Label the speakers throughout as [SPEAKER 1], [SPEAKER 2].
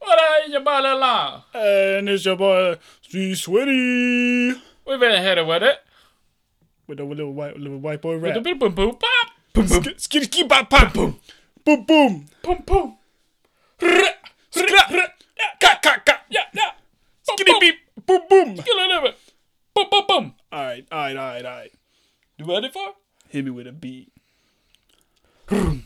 [SPEAKER 1] It's your boy Lil Long.
[SPEAKER 2] And it's your boy G Sweaty
[SPEAKER 1] We've been ahead with it.
[SPEAKER 2] with a little white little white boy
[SPEAKER 1] Boop
[SPEAKER 2] rap.
[SPEAKER 1] boop boop boop pop. Boom boom
[SPEAKER 2] Sk- Skitty ski bop pop boom boom boom.
[SPEAKER 1] boom boom.
[SPEAKER 2] Skra- Ka ka ka.
[SPEAKER 1] Yeah yeah.
[SPEAKER 2] Skitty beep boom boom.
[SPEAKER 1] Kill it over. Boom boom boom.
[SPEAKER 2] All right, all right, all right, all right.
[SPEAKER 1] You ready for? it?
[SPEAKER 2] Hit me with a beat.
[SPEAKER 1] Boom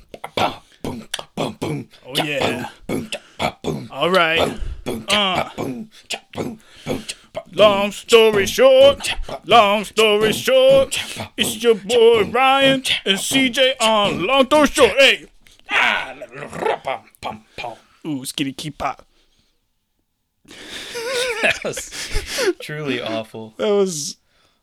[SPEAKER 1] boom boom boom.
[SPEAKER 2] Oh yeah.
[SPEAKER 1] Boom cha, pa, boom
[SPEAKER 2] All right.
[SPEAKER 1] boom cha, pa, boom cha, boom boom cha, pa, boom.
[SPEAKER 2] Long story short. Long story short. It's your boy Ryan and CJ on Long Story Short. Hey.
[SPEAKER 1] Ah, la, la, ra, pam, pam, pam.
[SPEAKER 2] Ooh, skitty keep pop.
[SPEAKER 3] That was truly awful.
[SPEAKER 2] That was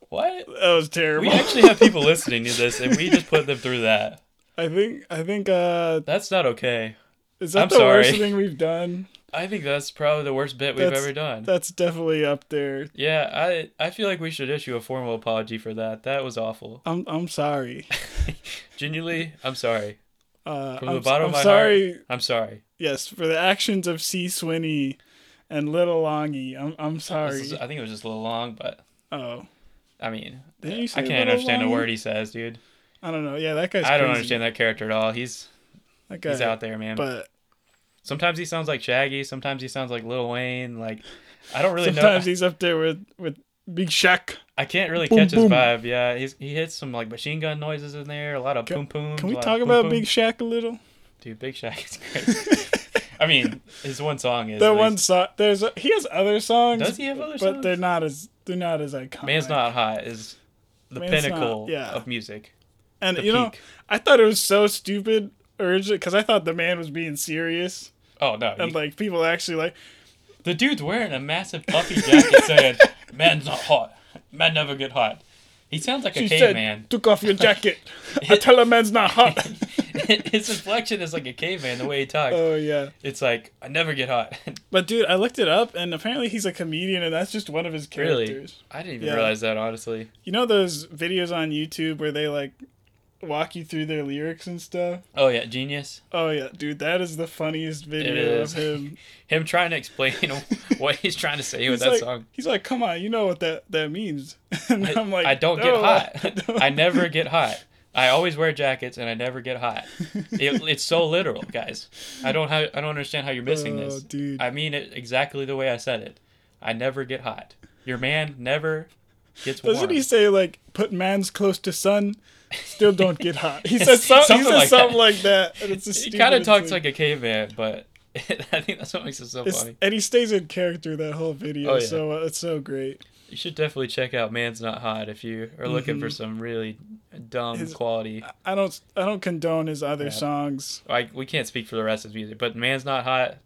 [SPEAKER 3] What?
[SPEAKER 2] that was
[SPEAKER 3] We
[SPEAKER 2] terrible.
[SPEAKER 3] actually have people listening to this, and we just put them through that.
[SPEAKER 2] I think I think uh
[SPEAKER 3] That's not okay.
[SPEAKER 2] is that
[SPEAKER 3] I'm
[SPEAKER 2] the worst
[SPEAKER 3] sorry.
[SPEAKER 2] thing we've done?
[SPEAKER 3] I think that's probably the worst bit we've
[SPEAKER 2] That's-
[SPEAKER 3] ever done.
[SPEAKER 2] That's definitely up there.
[SPEAKER 3] Yeah, I I feel like we should issue a formal apology for that. That was awful.
[SPEAKER 2] I'm I'm sorry.
[SPEAKER 3] Genuinely, I'm sorry.
[SPEAKER 2] Uh,
[SPEAKER 3] From
[SPEAKER 2] I'm,
[SPEAKER 3] the bottom
[SPEAKER 2] I'm
[SPEAKER 3] of my
[SPEAKER 2] sorry.
[SPEAKER 3] heart, I'm sorry.
[SPEAKER 2] Yes, for the actions of C. Swinney and Little Longy. I'm I'm
[SPEAKER 3] This
[SPEAKER 2] sorry.
[SPEAKER 3] is- uh, I think it was just a little long, but
[SPEAKER 2] oh,
[SPEAKER 3] I mean,
[SPEAKER 2] did you say
[SPEAKER 3] I can't
[SPEAKER 2] Little
[SPEAKER 3] understand a
[SPEAKER 2] Longy?
[SPEAKER 3] word he says, dude.
[SPEAKER 2] I don't know. Yeah, that guy's.
[SPEAKER 3] I don't
[SPEAKER 2] crazy.
[SPEAKER 3] understand that character at all. He's
[SPEAKER 2] That guy,
[SPEAKER 3] he's out there, man.
[SPEAKER 2] But
[SPEAKER 3] sometimes he sounds like Shaggy. Sometimes he sounds like Lil Wayne. Like I don't really know.
[SPEAKER 2] sometimes he's up there with with Big Shaq.
[SPEAKER 3] I can't really
[SPEAKER 2] Boom,
[SPEAKER 3] catch his
[SPEAKER 2] boom.
[SPEAKER 3] vibe. Yeah, he's, he hits some like machine gun noises in there, a lot of boom boom.
[SPEAKER 2] Can we talk about Big Shaq a little?
[SPEAKER 3] dude? Big Shaq is crazy. I mean, his one song is
[SPEAKER 2] That
[SPEAKER 3] at
[SPEAKER 2] one
[SPEAKER 3] least-
[SPEAKER 2] song. There's a, he has other songs.
[SPEAKER 3] Does he have other
[SPEAKER 2] but
[SPEAKER 3] songs?
[SPEAKER 2] they're not as they're not as iconic.
[SPEAKER 3] Man's not hot is the
[SPEAKER 2] Man's Not-
[SPEAKER 3] pinnacle
[SPEAKER 2] yeah.
[SPEAKER 3] of music.
[SPEAKER 2] And
[SPEAKER 3] the
[SPEAKER 2] you know,
[SPEAKER 3] peak.
[SPEAKER 2] I thought it was so stupid originally because I thought the man was being serious
[SPEAKER 3] Oh no,
[SPEAKER 2] and
[SPEAKER 3] he-
[SPEAKER 2] like people actually like
[SPEAKER 3] the dude's wearing a massive puffy jacket saying, "Man's not hot. Men never get hot." He sounds like a
[SPEAKER 2] she said
[SPEAKER 3] caveman.
[SPEAKER 2] took off your jacket. I tell a man's not hot.
[SPEAKER 3] His inflection is like a caveman the way he talks.
[SPEAKER 2] oh yeah,
[SPEAKER 3] it's like I never get hot.
[SPEAKER 2] but dude, I looked it up and apparently he's a comedian and that's just one of his
[SPEAKER 3] really,
[SPEAKER 2] characters.
[SPEAKER 3] I didn't even
[SPEAKER 2] Yeah.
[SPEAKER 3] realize that honestly.
[SPEAKER 2] You know those videos on YouTube where they like walk you through their lyrics and stuff.
[SPEAKER 3] Oh yeah, genius.
[SPEAKER 2] Oh yeah, dude, that is the funniest video of
[SPEAKER 3] is.
[SPEAKER 2] him.
[SPEAKER 3] him trying to explain what he's trying to say with
[SPEAKER 2] He's
[SPEAKER 3] that
[SPEAKER 2] like,
[SPEAKER 3] song.
[SPEAKER 2] he's like, come on, you know what that that means. And I, am like,
[SPEAKER 3] I don't
[SPEAKER 2] "No, I
[SPEAKER 3] get hot.
[SPEAKER 2] don't."
[SPEAKER 3] I never get hot. I always wear jackets and I never get hot. It, it's so literal, guys. I don't have, I don't understand how you're missing
[SPEAKER 2] Oh,
[SPEAKER 3] this.
[SPEAKER 2] dude.
[SPEAKER 3] I mean it exactly the way I said it. I never get hot. Your man never gets
[SPEAKER 2] Doesn't
[SPEAKER 3] warm.
[SPEAKER 2] he say like put man's close to sun, still don't get hot? He says so,
[SPEAKER 3] Something
[SPEAKER 2] he says
[SPEAKER 3] like
[SPEAKER 2] something
[SPEAKER 3] that.
[SPEAKER 2] like that, and it's just
[SPEAKER 3] he
[SPEAKER 2] stupid.
[SPEAKER 3] kind of
[SPEAKER 2] It's
[SPEAKER 3] talks like a caveman, but I think that's what makes it so
[SPEAKER 2] it's-
[SPEAKER 3] funny.
[SPEAKER 2] and he stays in character that whole video,
[SPEAKER 3] Oh, yeah.
[SPEAKER 2] so uh, it's so great.
[SPEAKER 3] You should definitely check out "Man's Not Hot" if you are looking for some really dumb
[SPEAKER 2] Mm-hmm. His-
[SPEAKER 3] quality.
[SPEAKER 2] I don't I don't condone his other
[SPEAKER 3] Yeah.
[SPEAKER 2] songs.
[SPEAKER 3] like we can't speak for the rest of his music, but "Man's Not Hot"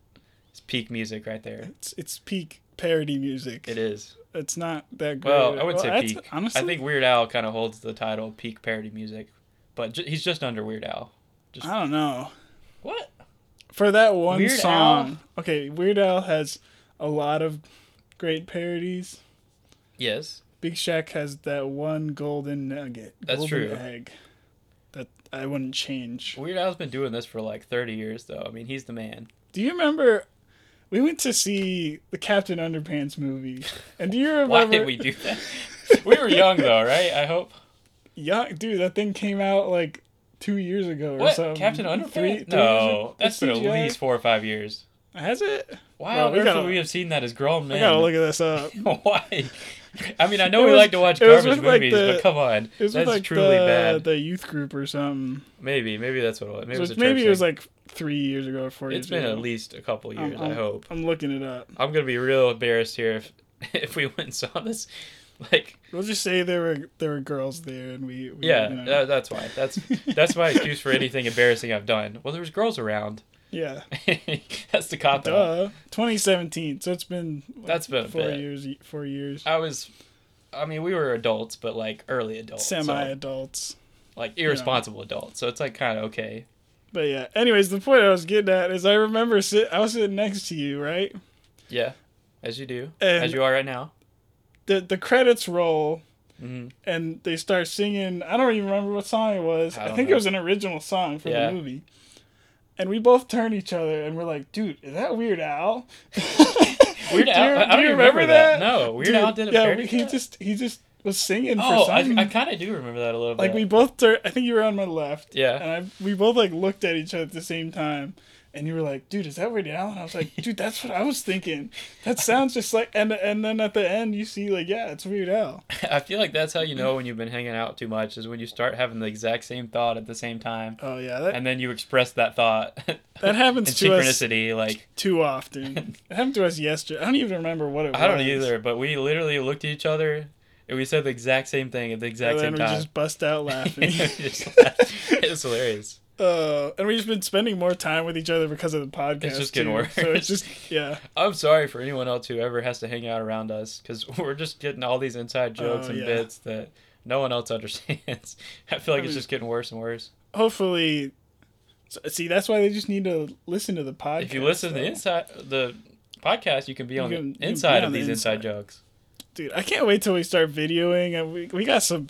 [SPEAKER 3] is peak music right there.
[SPEAKER 2] It's it's peak parody music.
[SPEAKER 3] It is.
[SPEAKER 2] It's not that great.
[SPEAKER 3] Well, I would say
[SPEAKER 2] that's-
[SPEAKER 3] peak.
[SPEAKER 2] Honestly,
[SPEAKER 3] I think Weird Al kind of holds the title peak parody music, but ju- he's just under Weird Al.
[SPEAKER 2] I don't know.
[SPEAKER 3] What?
[SPEAKER 2] For that one
[SPEAKER 3] Weird
[SPEAKER 2] song, okay, Weird Al has a lot of great parodies.
[SPEAKER 3] Yes.
[SPEAKER 2] Big Shaq has that one golden nugget.
[SPEAKER 3] That's
[SPEAKER 2] golden
[SPEAKER 3] true.
[SPEAKER 2] Egg that I wouldn't change.
[SPEAKER 3] Weird Al's been doing this for like 30 years, though. I mean, he's the man.
[SPEAKER 2] Do you remember? We went to see the Captain Underpants movie, and do you remember?
[SPEAKER 3] Why did we do that? we were young though, right? I hope.
[SPEAKER 2] Yeah, dude, that thing came out like two years ago or
[SPEAKER 3] What?
[SPEAKER 2] something.
[SPEAKER 3] Captain
[SPEAKER 2] um, Three-
[SPEAKER 3] Underpants?
[SPEAKER 2] three years
[SPEAKER 3] No,
[SPEAKER 2] ago?
[SPEAKER 3] that's been at
[SPEAKER 2] CGI?
[SPEAKER 3] least four or five years.
[SPEAKER 2] Has it?
[SPEAKER 3] Why
[SPEAKER 2] Well,
[SPEAKER 3] on
[SPEAKER 2] we
[SPEAKER 3] earth
[SPEAKER 2] gotta-
[SPEAKER 3] would we have seen that as grown men?
[SPEAKER 2] I gotta look at this up.
[SPEAKER 3] Why? I mean, I know
[SPEAKER 2] It
[SPEAKER 3] we
[SPEAKER 2] was-
[SPEAKER 3] like to watch
[SPEAKER 2] it was
[SPEAKER 3] garbage
[SPEAKER 2] with, like,
[SPEAKER 3] movies,
[SPEAKER 2] the-
[SPEAKER 3] but come on,
[SPEAKER 2] It was
[SPEAKER 3] that's
[SPEAKER 2] with, like
[SPEAKER 3] truly
[SPEAKER 2] the,
[SPEAKER 3] bad.
[SPEAKER 2] the youth group or something.
[SPEAKER 3] Maybe, maybe that's what it was. Maybe it
[SPEAKER 2] So
[SPEAKER 3] was a
[SPEAKER 2] maybe
[SPEAKER 3] church
[SPEAKER 2] it was
[SPEAKER 3] thing.
[SPEAKER 2] like three years ago or four years
[SPEAKER 3] it's been
[SPEAKER 2] ago. Um,
[SPEAKER 3] at least a couple
[SPEAKER 2] I'm-
[SPEAKER 3] years.
[SPEAKER 2] I'm,
[SPEAKER 3] I hope.
[SPEAKER 2] I'm looking it up.
[SPEAKER 3] I'm gonna be real embarrassed here if if we went and saw this. Like,
[SPEAKER 2] We'll just say there were there were girls there, and we, we
[SPEAKER 3] yeah,
[SPEAKER 2] you know.
[SPEAKER 3] that, that's why. That's that's my excuse for anything embarrassing I've done. Well, there was girls around.
[SPEAKER 2] yeah,
[SPEAKER 3] that's the cop out.
[SPEAKER 2] duh. 2017. So it's been like,
[SPEAKER 3] uh, That's been a
[SPEAKER 2] four
[SPEAKER 3] bit.
[SPEAKER 2] years. Four years.
[SPEAKER 3] I was, I mean, we were adults, but like early adults, Oh, so,
[SPEAKER 2] Semi adults.
[SPEAKER 3] like irresponsible adults. So it's like kind of okay.
[SPEAKER 2] But yeah. Anyways, the point I was getting at is I remember sit. I was sitting next to you, right?
[SPEAKER 3] Yeah, as you do,
[SPEAKER 2] And-
[SPEAKER 3] as you are right now.
[SPEAKER 2] The the credits roll.
[SPEAKER 3] Mhm.
[SPEAKER 2] And they start singing. I don't even remember what song it was.
[SPEAKER 3] I
[SPEAKER 2] I,
[SPEAKER 3] don't
[SPEAKER 2] think it
[SPEAKER 3] know.
[SPEAKER 2] was an original song for
[SPEAKER 3] Yeah.
[SPEAKER 2] the movie. and we both turn each other and we're like, dude, is that Weird Al?
[SPEAKER 3] Weird
[SPEAKER 2] Do
[SPEAKER 3] Al-
[SPEAKER 2] you-
[SPEAKER 3] I- I
[SPEAKER 2] do
[SPEAKER 3] don't
[SPEAKER 2] you
[SPEAKER 3] even remember that. No, Weird
[SPEAKER 2] Dude,
[SPEAKER 3] Al did a
[SPEAKER 2] yeah,
[SPEAKER 3] parody
[SPEAKER 2] we-
[SPEAKER 3] of
[SPEAKER 2] he
[SPEAKER 3] that?
[SPEAKER 2] just he just was singing
[SPEAKER 3] Oh,
[SPEAKER 2] for
[SPEAKER 3] I,
[SPEAKER 2] some.
[SPEAKER 3] I kind of do remember that a little bit.
[SPEAKER 2] like we both tur I think you were on my left.
[SPEAKER 3] Yeah.
[SPEAKER 2] And I we both like looked at each other at the same time. And you were like, dude, is that Weird Al? And I was like, dude, that's what I was thinking. That sounds just like and and then at the end you see like, yeah, it's Weird Al.
[SPEAKER 3] I feel like that's how you know when you've been hanging out too much is when you start having the exact same thought at the same time,
[SPEAKER 2] Oh yeah, that
[SPEAKER 3] and then you express that thought.
[SPEAKER 2] that
[SPEAKER 3] in
[SPEAKER 2] happens to us
[SPEAKER 3] synchronicity, like
[SPEAKER 2] too often. It happened to us yesterday. I don't even remember what it was.
[SPEAKER 3] I don't either, but we literally looked at each other and we said the exact same thing at the exact
[SPEAKER 2] And then
[SPEAKER 3] same
[SPEAKER 2] we
[SPEAKER 3] time.
[SPEAKER 2] just bust out
[SPEAKER 3] We
[SPEAKER 2] laughing.
[SPEAKER 3] just it's hilarious.
[SPEAKER 2] uh, and we've just been spending more time with each other because of the podcast.
[SPEAKER 3] It's just getting
[SPEAKER 2] too.
[SPEAKER 3] worse.
[SPEAKER 2] So it's just yeah.
[SPEAKER 3] I'm sorry for anyone else who ever has to hang out around us because we're just getting all these inside jokes
[SPEAKER 2] Oh,
[SPEAKER 3] and
[SPEAKER 2] yeah.
[SPEAKER 3] bits that no one else understands. I feel like it's
[SPEAKER 2] mean-
[SPEAKER 3] just getting worse and worse.
[SPEAKER 2] Hopefully, so- see that's why they just need to listen to the podcast.
[SPEAKER 3] If you listen to the
[SPEAKER 2] though.
[SPEAKER 3] inside the podcast, you can be on
[SPEAKER 2] can- you
[SPEAKER 3] the
[SPEAKER 2] can
[SPEAKER 3] inside
[SPEAKER 2] be
[SPEAKER 3] of
[SPEAKER 2] on the
[SPEAKER 3] these inside,
[SPEAKER 2] inside.
[SPEAKER 3] jokes.
[SPEAKER 2] dude, I can't wait till we start videoing, and we we got some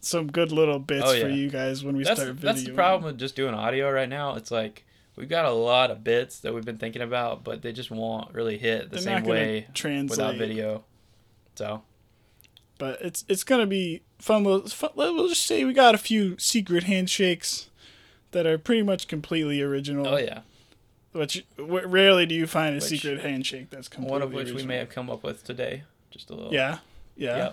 [SPEAKER 2] some good little bits
[SPEAKER 3] Oh, yeah.
[SPEAKER 2] for you guys when we
[SPEAKER 3] That's
[SPEAKER 2] start videoing.
[SPEAKER 3] that's the problem with just doing audio right now. It's like we've got a lot of bits that we've been thinking about, but they just won't really hit the
[SPEAKER 2] They're
[SPEAKER 3] same
[SPEAKER 2] not gonna
[SPEAKER 3] way
[SPEAKER 2] translate,
[SPEAKER 3] without video. So
[SPEAKER 2] but it's it's gonna be fun. Little, fun we'll just say we got a few secret handshakes that are pretty much completely original.
[SPEAKER 3] oh yeah,
[SPEAKER 2] Which w- rarely do you find a
[SPEAKER 3] Which-
[SPEAKER 2] secret handshake that's completely
[SPEAKER 3] one of which we may
[SPEAKER 2] original.
[SPEAKER 3] have come up with today. Just a little.
[SPEAKER 2] Yeah, yeah,
[SPEAKER 3] Yeah.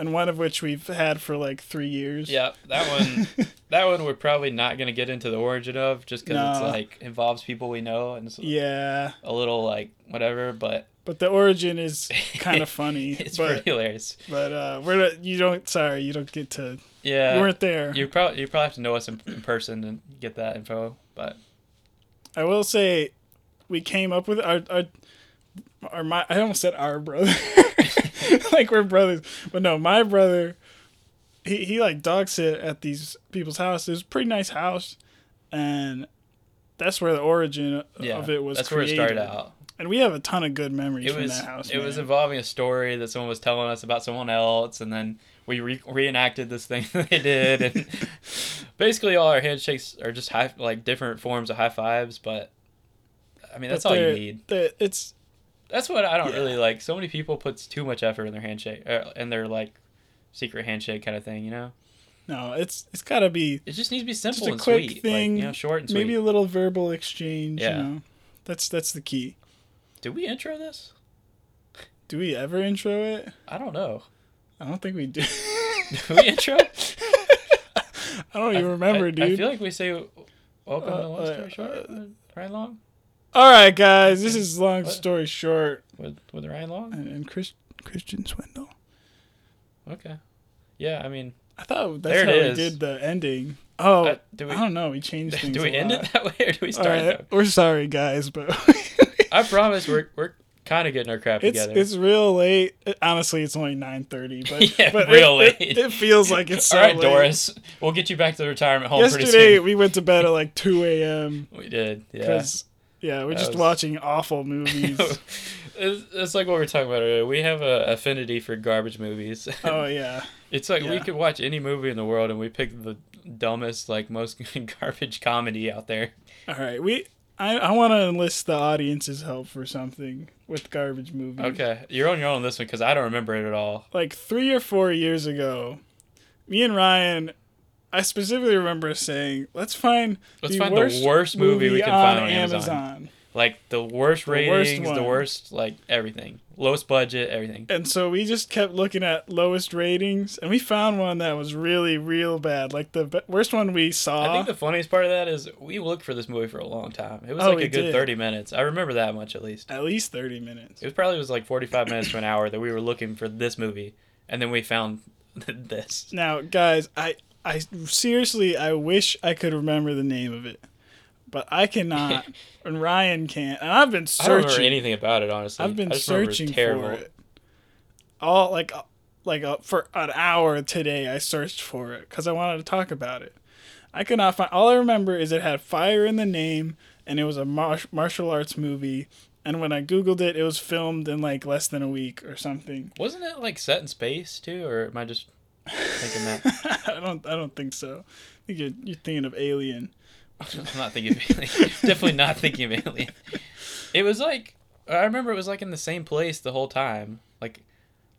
[SPEAKER 2] and one of which we've had for like three years.
[SPEAKER 3] Yeah, that one, that one we're probably not gonna get into the origin of, just because it's
[SPEAKER 2] No.
[SPEAKER 3] like involves people we know and it's
[SPEAKER 2] yeah.
[SPEAKER 3] a little like whatever. But
[SPEAKER 2] But the origin is kind of funny.
[SPEAKER 3] it's
[SPEAKER 2] but
[SPEAKER 3] pretty hilarious.
[SPEAKER 2] but uh, we're not- you don't. Sorry, you don't get to.
[SPEAKER 3] Yeah,
[SPEAKER 2] you weren't there.
[SPEAKER 3] You probably you probably have to know us in, in person and get that info. But
[SPEAKER 2] I will say, we came up with our our. Our, my, I almost said our brother, like we're brothers, but no, my brother, he, he like dog sit at these people's house. It was a pretty nice house, and that's where the origin
[SPEAKER 3] yeah,
[SPEAKER 2] of it was.
[SPEAKER 3] that's
[SPEAKER 2] created.
[SPEAKER 3] where it started out.
[SPEAKER 2] and we have a ton of good memories
[SPEAKER 3] It
[SPEAKER 2] from
[SPEAKER 3] was
[SPEAKER 2] that house.
[SPEAKER 3] it was
[SPEAKER 2] man.
[SPEAKER 3] involving a story that someone was telling us about someone else, and then we re- reenacted this thing that they did, and basically all our handshakes are just high like different forms of high fives, but. I mean, that's
[SPEAKER 2] But
[SPEAKER 3] all you
[SPEAKER 2] they're-
[SPEAKER 3] need.
[SPEAKER 2] they're- It's
[SPEAKER 3] That's what I don't
[SPEAKER 2] Yeah.
[SPEAKER 3] really like. So many people puts too much effort in their handshake uh, and their like secret handshake kind of thing. You know,
[SPEAKER 2] no, it's it's gotta be
[SPEAKER 3] it just needs to be simple
[SPEAKER 2] just a
[SPEAKER 3] and
[SPEAKER 2] quick
[SPEAKER 3] sweet,
[SPEAKER 2] thing,
[SPEAKER 3] like you know, short and sweet.
[SPEAKER 2] maybe a little verbal exchange.
[SPEAKER 3] Yeah.
[SPEAKER 2] You know, that's that's the key.
[SPEAKER 3] Did we intro this?
[SPEAKER 2] Do we ever intro it?
[SPEAKER 3] I don't know.
[SPEAKER 2] I don't think we do.
[SPEAKER 3] Did we intro?
[SPEAKER 2] I don't even
[SPEAKER 3] I-
[SPEAKER 2] remember, dude.
[SPEAKER 3] I feel like we say welcome
[SPEAKER 2] Uh,
[SPEAKER 3] to long story
[SPEAKER 2] uh,
[SPEAKER 3] short. with Ryan Long
[SPEAKER 2] All right, guys, this is long story short,
[SPEAKER 3] with with Ryan Long.
[SPEAKER 2] and, and Chris, Christian Swindle.
[SPEAKER 3] Okay. Yeah, I mean,
[SPEAKER 2] I thought that's
[SPEAKER 3] There it
[SPEAKER 2] how
[SPEAKER 3] is.
[SPEAKER 2] we did the ending. Oh,
[SPEAKER 3] Uh, do we-
[SPEAKER 2] I don't know. We changed things.
[SPEAKER 3] do we
[SPEAKER 2] a
[SPEAKER 3] end
[SPEAKER 2] lot.
[SPEAKER 3] it that way or do we
[SPEAKER 2] All
[SPEAKER 3] start?
[SPEAKER 2] right,
[SPEAKER 3] it?
[SPEAKER 2] we're sorry, guys, but
[SPEAKER 3] I promise we're we're kind of getting our crap
[SPEAKER 2] it's
[SPEAKER 3] together.
[SPEAKER 2] it's real late. It- honestly, it's only nine thirty, but
[SPEAKER 3] Yeah,
[SPEAKER 2] but
[SPEAKER 3] real
[SPEAKER 2] it,
[SPEAKER 3] late.
[SPEAKER 2] It, it feels like it's so
[SPEAKER 3] all right,
[SPEAKER 2] late.
[SPEAKER 3] Doris. We'll get you back to the retirement home pretty
[SPEAKER 2] Yesterday
[SPEAKER 3] soon.
[SPEAKER 2] we went to bed at like two a.m.
[SPEAKER 3] We did. Yeah.
[SPEAKER 2] because yeah. we're
[SPEAKER 3] That
[SPEAKER 2] just
[SPEAKER 3] was-
[SPEAKER 2] watching awful movies.
[SPEAKER 3] it's, it's like what we were talking about earlier. We have a affinity for garbage movies.
[SPEAKER 2] oh yeah,
[SPEAKER 3] it's like we
[SPEAKER 2] yeah.
[SPEAKER 3] could watch any movie in the world and we pick the dumbest, like most garbage comedy out there.
[SPEAKER 2] all right. We I I want to enlist the audience's help for something with garbage movies.
[SPEAKER 3] Okay, you're on your own on this one because I don't remember it at all.
[SPEAKER 2] like three or four years ago, me and Ryan, I specifically remember saying, "Let's find
[SPEAKER 3] Let's find the worst movie we can find on Amazon." Like the worst ratings, the worst,
[SPEAKER 2] one.
[SPEAKER 3] like everything, lowest budget, everything.
[SPEAKER 2] And so we just kept looking at lowest ratings, and we found one that was really, real bad. Like the be- worst one we
[SPEAKER 3] I
[SPEAKER 2] saw.
[SPEAKER 3] think the funniest part of that is we looked for this movie for a long time. It was
[SPEAKER 2] Oh,
[SPEAKER 3] like
[SPEAKER 2] we
[SPEAKER 3] a good
[SPEAKER 2] did.
[SPEAKER 3] 30 minutes. I remember that much at least.
[SPEAKER 2] at least thirty minutes.
[SPEAKER 3] It was probably was like 45 minutes to an hour that we were looking for this movie, and then we found this.
[SPEAKER 2] Now, guys, I, I seriously, I wish I could remember the name of it, but I cannot, and Ryan can't, and I've been
[SPEAKER 3] I don't remember
[SPEAKER 2] searning.
[SPEAKER 3] anything about it honestly.
[SPEAKER 2] I've been
[SPEAKER 3] I just remember
[SPEAKER 2] searching
[SPEAKER 3] it was terrible.
[SPEAKER 2] for it. All like uh, like uh, for an hour today, I searched for it because I wanted to talk about it. I could not find. All I remember is it had fire in the name, and it was a mar- martial arts movie. And when I googled it, it was filmed in like less than a week or something.
[SPEAKER 3] Wasn't it like set in space too, or am I just thinking that?
[SPEAKER 2] I don't. I don't think so. I think you're, you're thinking of Alien,
[SPEAKER 3] I'm not thinking of alien. Definitely not thinking of alien. It was like I remember it was like in the same place the whole time. Like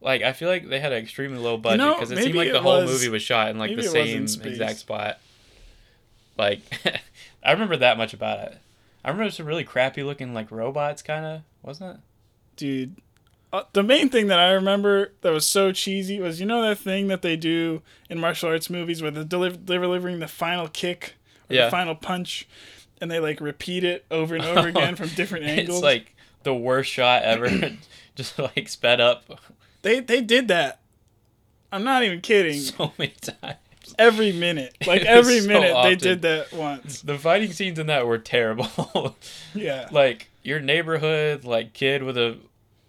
[SPEAKER 3] like I feel like they had an extremely low budget
[SPEAKER 2] know,
[SPEAKER 3] because it seemed
[SPEAKER 2] maybe
[SPEAKER 3] like the
[SPEAKER 2] it
[SPEAKER 3] whole
[SPEAKER 2] was-
[SPEAKER 3] movie was shot in like the
[SPEAKER 2] maybe it was
[SPEAKER 3] same
[SPEAKER 2] in
[SPEAKER 3] exact
[SPEAKER 2] space.
[SPEAKER 3] spot. Like I remember that much about it. I remember some really crappy looking like robots kind of, wasn't it?
[SPEAKER 2] dude. Uh, the main thing that I remember that was so cheesy was you know that thing that they do in martial arts movies where they're deliver- delivering the final kick or
[SPEAKER 3] Yeah.
[SPEAKER 2] the final punch, and they like repeat it over and over again from different angles.
[SPEAKER 3] It's like the worst shot ever. Just like sped up
[SPEAKER 2] they they did that. I'm not even kidding.
[SPEAKER 3] so many times.
[SPEAKER 2] Every minute, like
[SPEAKER 3] It
[SPEAKER 2] every
[SPEAKER 3] was so
[SPEAKER 2] minute, they
[SPEAKER 3] often.
[SPEAKER 2] did that once.
[SPEAKER 3] The fighting scenes in that were terrible.
[SPEAKER 2] Yeah,
[SPEAKER 3] like your neighborhood like kid with a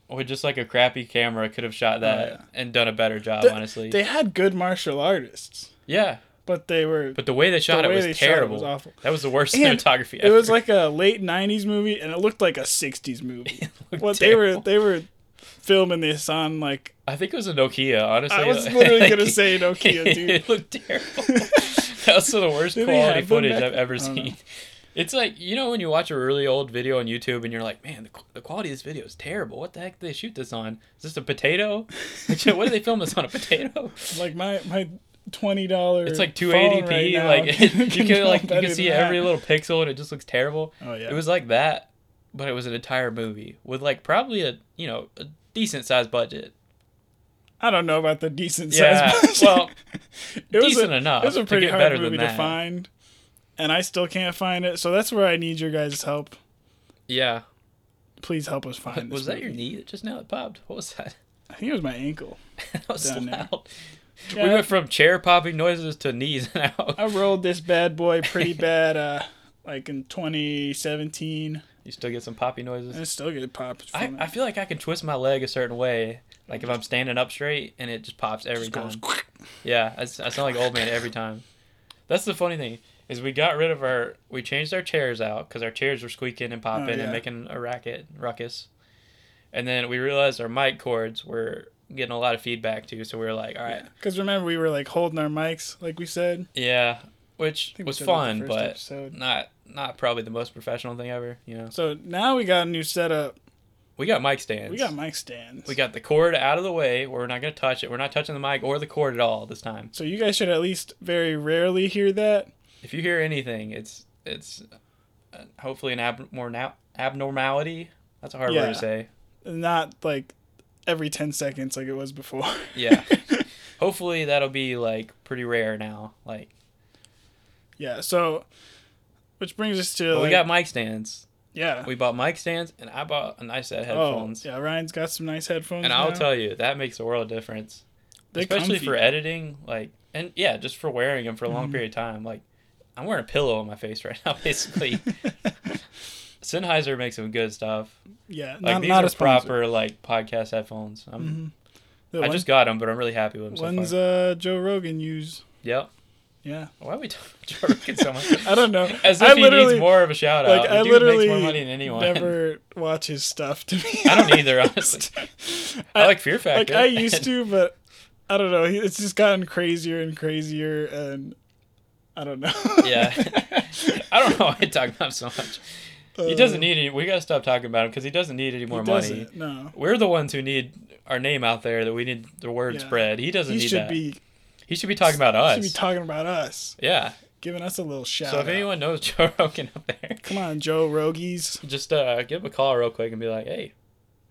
[SPEAKER 3] with just like a crappy camera could have shot that
[SPEAKER 2] yeah.
[SPEAKER 3] and done a better job
[SPEAKER 2] Th-
[SPEAKER 3] honestly
[SPEAKER 2] they had good martial artists,
[SPEAKER 3] yeah
[SPEAKER 2] but they were.
[SPEAKER 3] but the way they shot
[SPEAKER 2] way
[SPEAKER 3] it
[SPEAKER 2] they
[SPEAKER 3] was
[SPEAKER 2] shot it
[SPEAKER 3] terrible
[SPEAKER 2] was awful.
[SPEAKER 3] that was the worst
[SPEAKER 2] And
[SPEAKER 3] cinematography
[SPEAKER 2] It
[SPEAKER 3] ever
[SPEAKER 2] was like a late '90s movie, and it looked like a '60s movie.
[SPEAKER 3] looked
[SPEAKER 2] What they were
[SPEAKER 3] terrible.
[SPEAKER 2] they were filming this on like
[SPEAKER 3] i think it was a nokia honestly
[SPEAKER 2] I was literally gonna say Nokia, dude.
[SPEAKER 3] it looked terrible that was the worst
[SPEAKER 2] Did they
[SPEAKER 3] quality
[SPEAKER 2] have them
[SPEAKER 3] footage
[SPEAKER 2] back-
[SPEAKER 3] i've ever
[SPEAKER 2] I don't know.
[SPEAKER 3] seen it's like you know when you watch a really old video on youtube and you're like man the, qu- the quality of this video is terrible what the heck did they shoot this on is this a potato like, what did they film this on a potato
[SPEAKER 2] like my my twenty dollar.
[SPEAKER 3] It's like 280p. like you can like you can see every little pixel and it just looks terrible.
[SPEAKER 2] Oh, yeah.
[SPEAKER 3] It was like that, but it was an entire movie with like probably a you know a decent sized budget.
[SPEAKER 2] I don't know about the decent
[SPEAKER 3] yeah.
[SPEAKER 2] size.
[SPEAKER 3] Well,
[SPEAKER 2] it was
[SPEAKER 3] decent
[SPEAKER 2] a,
[SPEAKER 3] enough
[SPEAKER 2] It was a
[SPEAKER 3] to
[SPEAKER 2] pretty
[SPEAKER 3] get
[SPEAKER 2] hard
[SPEAKER 3] better than
[SPEAKER 2] movie to
[SPEAKER 3] that.
[SPEAKER 2] find, and I still can't find it. So that's where I need your guys' help.
[SPEAKER 3] yeah.
[SPEAKER 2] Please help us find.
[SPEAKER 3] was
[SPEAKER 2] this
[SPEAKER 3] that your
[SPEAKER 2] movie.
[SPEAKER 3] knee that just now that popped? What was that?
[SPEAKER 2] I think it was my ankle.
[SPEAKER 3] that was
[SPEAKER 2] Down there.
[SPEAKER 3] loud.
[SPEAKER 2] Yeah,
[SPEAKER 3] We went from chair popping noises to knees now.
[SPEAKER 2] I rolled this bad boy pretty bad. Uh, like in 2017,
[SPEAKER 3] You still get some poppy noises.
[SPEAKER 2] and I still get popped.
[SPEAKER 3] I,
[SPEAKER 2] From
[SPEAKER 3] I feel like I can twist my leg a certain way. Like if I'm standing up straight and it just pops every
[SPEAKER 2] it.
[SPEAKER 3] time. Yeah, I, s- I sound like old man every time. That's the funny thing is we got rid of our we changed our chairs out because our chairs were squeaking and popping
[SPEAKER 2] Oh, yeah.
[SPEAKER 3] and making a racket ruckus, and then we realized our mic cords were getting a lot of feedback too. So we were like, all right,
[SPEAKER 2] Because remember, we were like holding our mics, like we said.
[SPEAKER 3] yeah, which
[SPEAKER 2] think we
[SPEAKER 3] was
[SPEAKER 2] said that the
[SPEAKER 3] fun,
[SPEAKER 2] first
[SPEAKER 3] but
[SPEAKER 2] episode.
[SPEAKER 3] not not probably the most professional thing ever. You know,
[SPEAKER 2] So now we got a new setup.
[SPEAKER 3] we got mic stands.
[SPEAKER 2] We got mic stands.
[SPEAKER 3] we got the cord out of the way. Where we're not gonna touch it. We're not touching the mic or the cord at all this time.
[SPEAKER 2] so you guys should at least very rarely hear that.
[SPEAKER 3] if you hear anything, it's it's uh, hopefully an ab- more now abnormality. That's a hard word
[SPEAKER 2] Yeah.
[SPEAKER 3] to say.
[SPEAKER 2] Not like every 10 seconds like it was before.
[SPEAKER 3] Yeah. hopefully that'll be like pretty rare now. Like
[SPEAKER 2] yeah. So, which brings us to.
[SPEAKER 3] but
[SPEAKER 2] like,
[SPEAKER 3] we got mic stands.
[SPEAKER 2] Yeah.
[SPEAKER 3] We bought mic stands, and I bought a nice set of
[SPEAKER 2] oh,
[SPEAKER 3] headphones.
[SPEAKER 2] yeah. Ryan's got some nice headphones.
[SPEAKER 3] And I'll
[SPEAKER 2] now.
[SPEAKER 3] tell you that makes a world of difference,
[SPEAKER 2] They're
[SPEAKER 3] especially
[SPEAKER 2] comfy. Mm-hmm.
[SPEAKER 3] for editing. Like and yeah, just for wearing them for a long period of time. Like I'm wearing a pillow on my face right now, basically. Sennheiser makes some good stuff.
[SPEAKER 2] Yeah.
[SPEAKER 3] Like
[SPEAKER 2] not,
[SPEAKER 3] these
[SPEAKER 2] not Mm-hmm.
[SPEAKER 3] are
[SPEAKER 2] a sponsor.
[SPEAKER 3] proper like podcast headphones. I'm
[SPEAKER 2] The
[SPEAKER 3] I
[SPEAKER 2] one-
[SPEAKER 3] just got them, but I'm really happy with them so
[SPEAKER 2] ones
[SPEAKER 3] far.
[SPEAKER 2] uh, Joe Rogan use.
[SPEAKER 3] yep.
[SPEAKER 2] Yeah.
[SPEAKER 3] Why are we talking about Joe Rogan so much?
[SPEAKER 2] I don't know.
[SPEAKER 3] As
[SPEAKER 2] I
[SPEAKER 3] if he needs
[SPEAKER 2] literally-
[SPEAKER 3] more of a shout out.
[SPEAKER 2] Like, I literally
[SPEAKER 3] makes more money than anyone.
[SPEAKER 2] never watch his stuff to be
[SPEAKER 3] I don't either,
[SPEAKER 2] honest.
[SPEAKER 3] honestly. I like Fear
[SPEAKER 2] like
[SPEAKER 3] Factor.
[SPEAKER 2] I used to, but I don't know. It's just gotten crazier and crazier, and I don't know.
[SPEAKER 3] yeah. I don't know why I talk about him so much. He doesn't need any. We gotta stop talking about him because he doesn't need any more money.
[SPEAKER 2] Uh, doesn't, No,
[SPEAKER 3] We're the ones who need our name out there. That we need the word
[SPEAKER 2] Yeah.
[SPEAKER 3] spread. He doesn't
[SPEAKER 2] he
[SPEAKER 3] need
[SPEAKER 2] should
[SPEAKER 3] that.
[SPEAKER 2] be
[SPEAKER 3] he should be talking about us.
[SPEAKER 2] should be talking about us,
[SPEAKER 3] yeah.
[SPEAKER 2] giving us a little shout.
[SPEAKER 3] So if
[SPEAKER 2] out.
[SPEAKER 3] anyone knows Joe Rogan up there,
[SPEAKER 2] Come on, Joe Rogies.
[SPEAKER 3] just uh, give him a call real quick and be like, "Hey,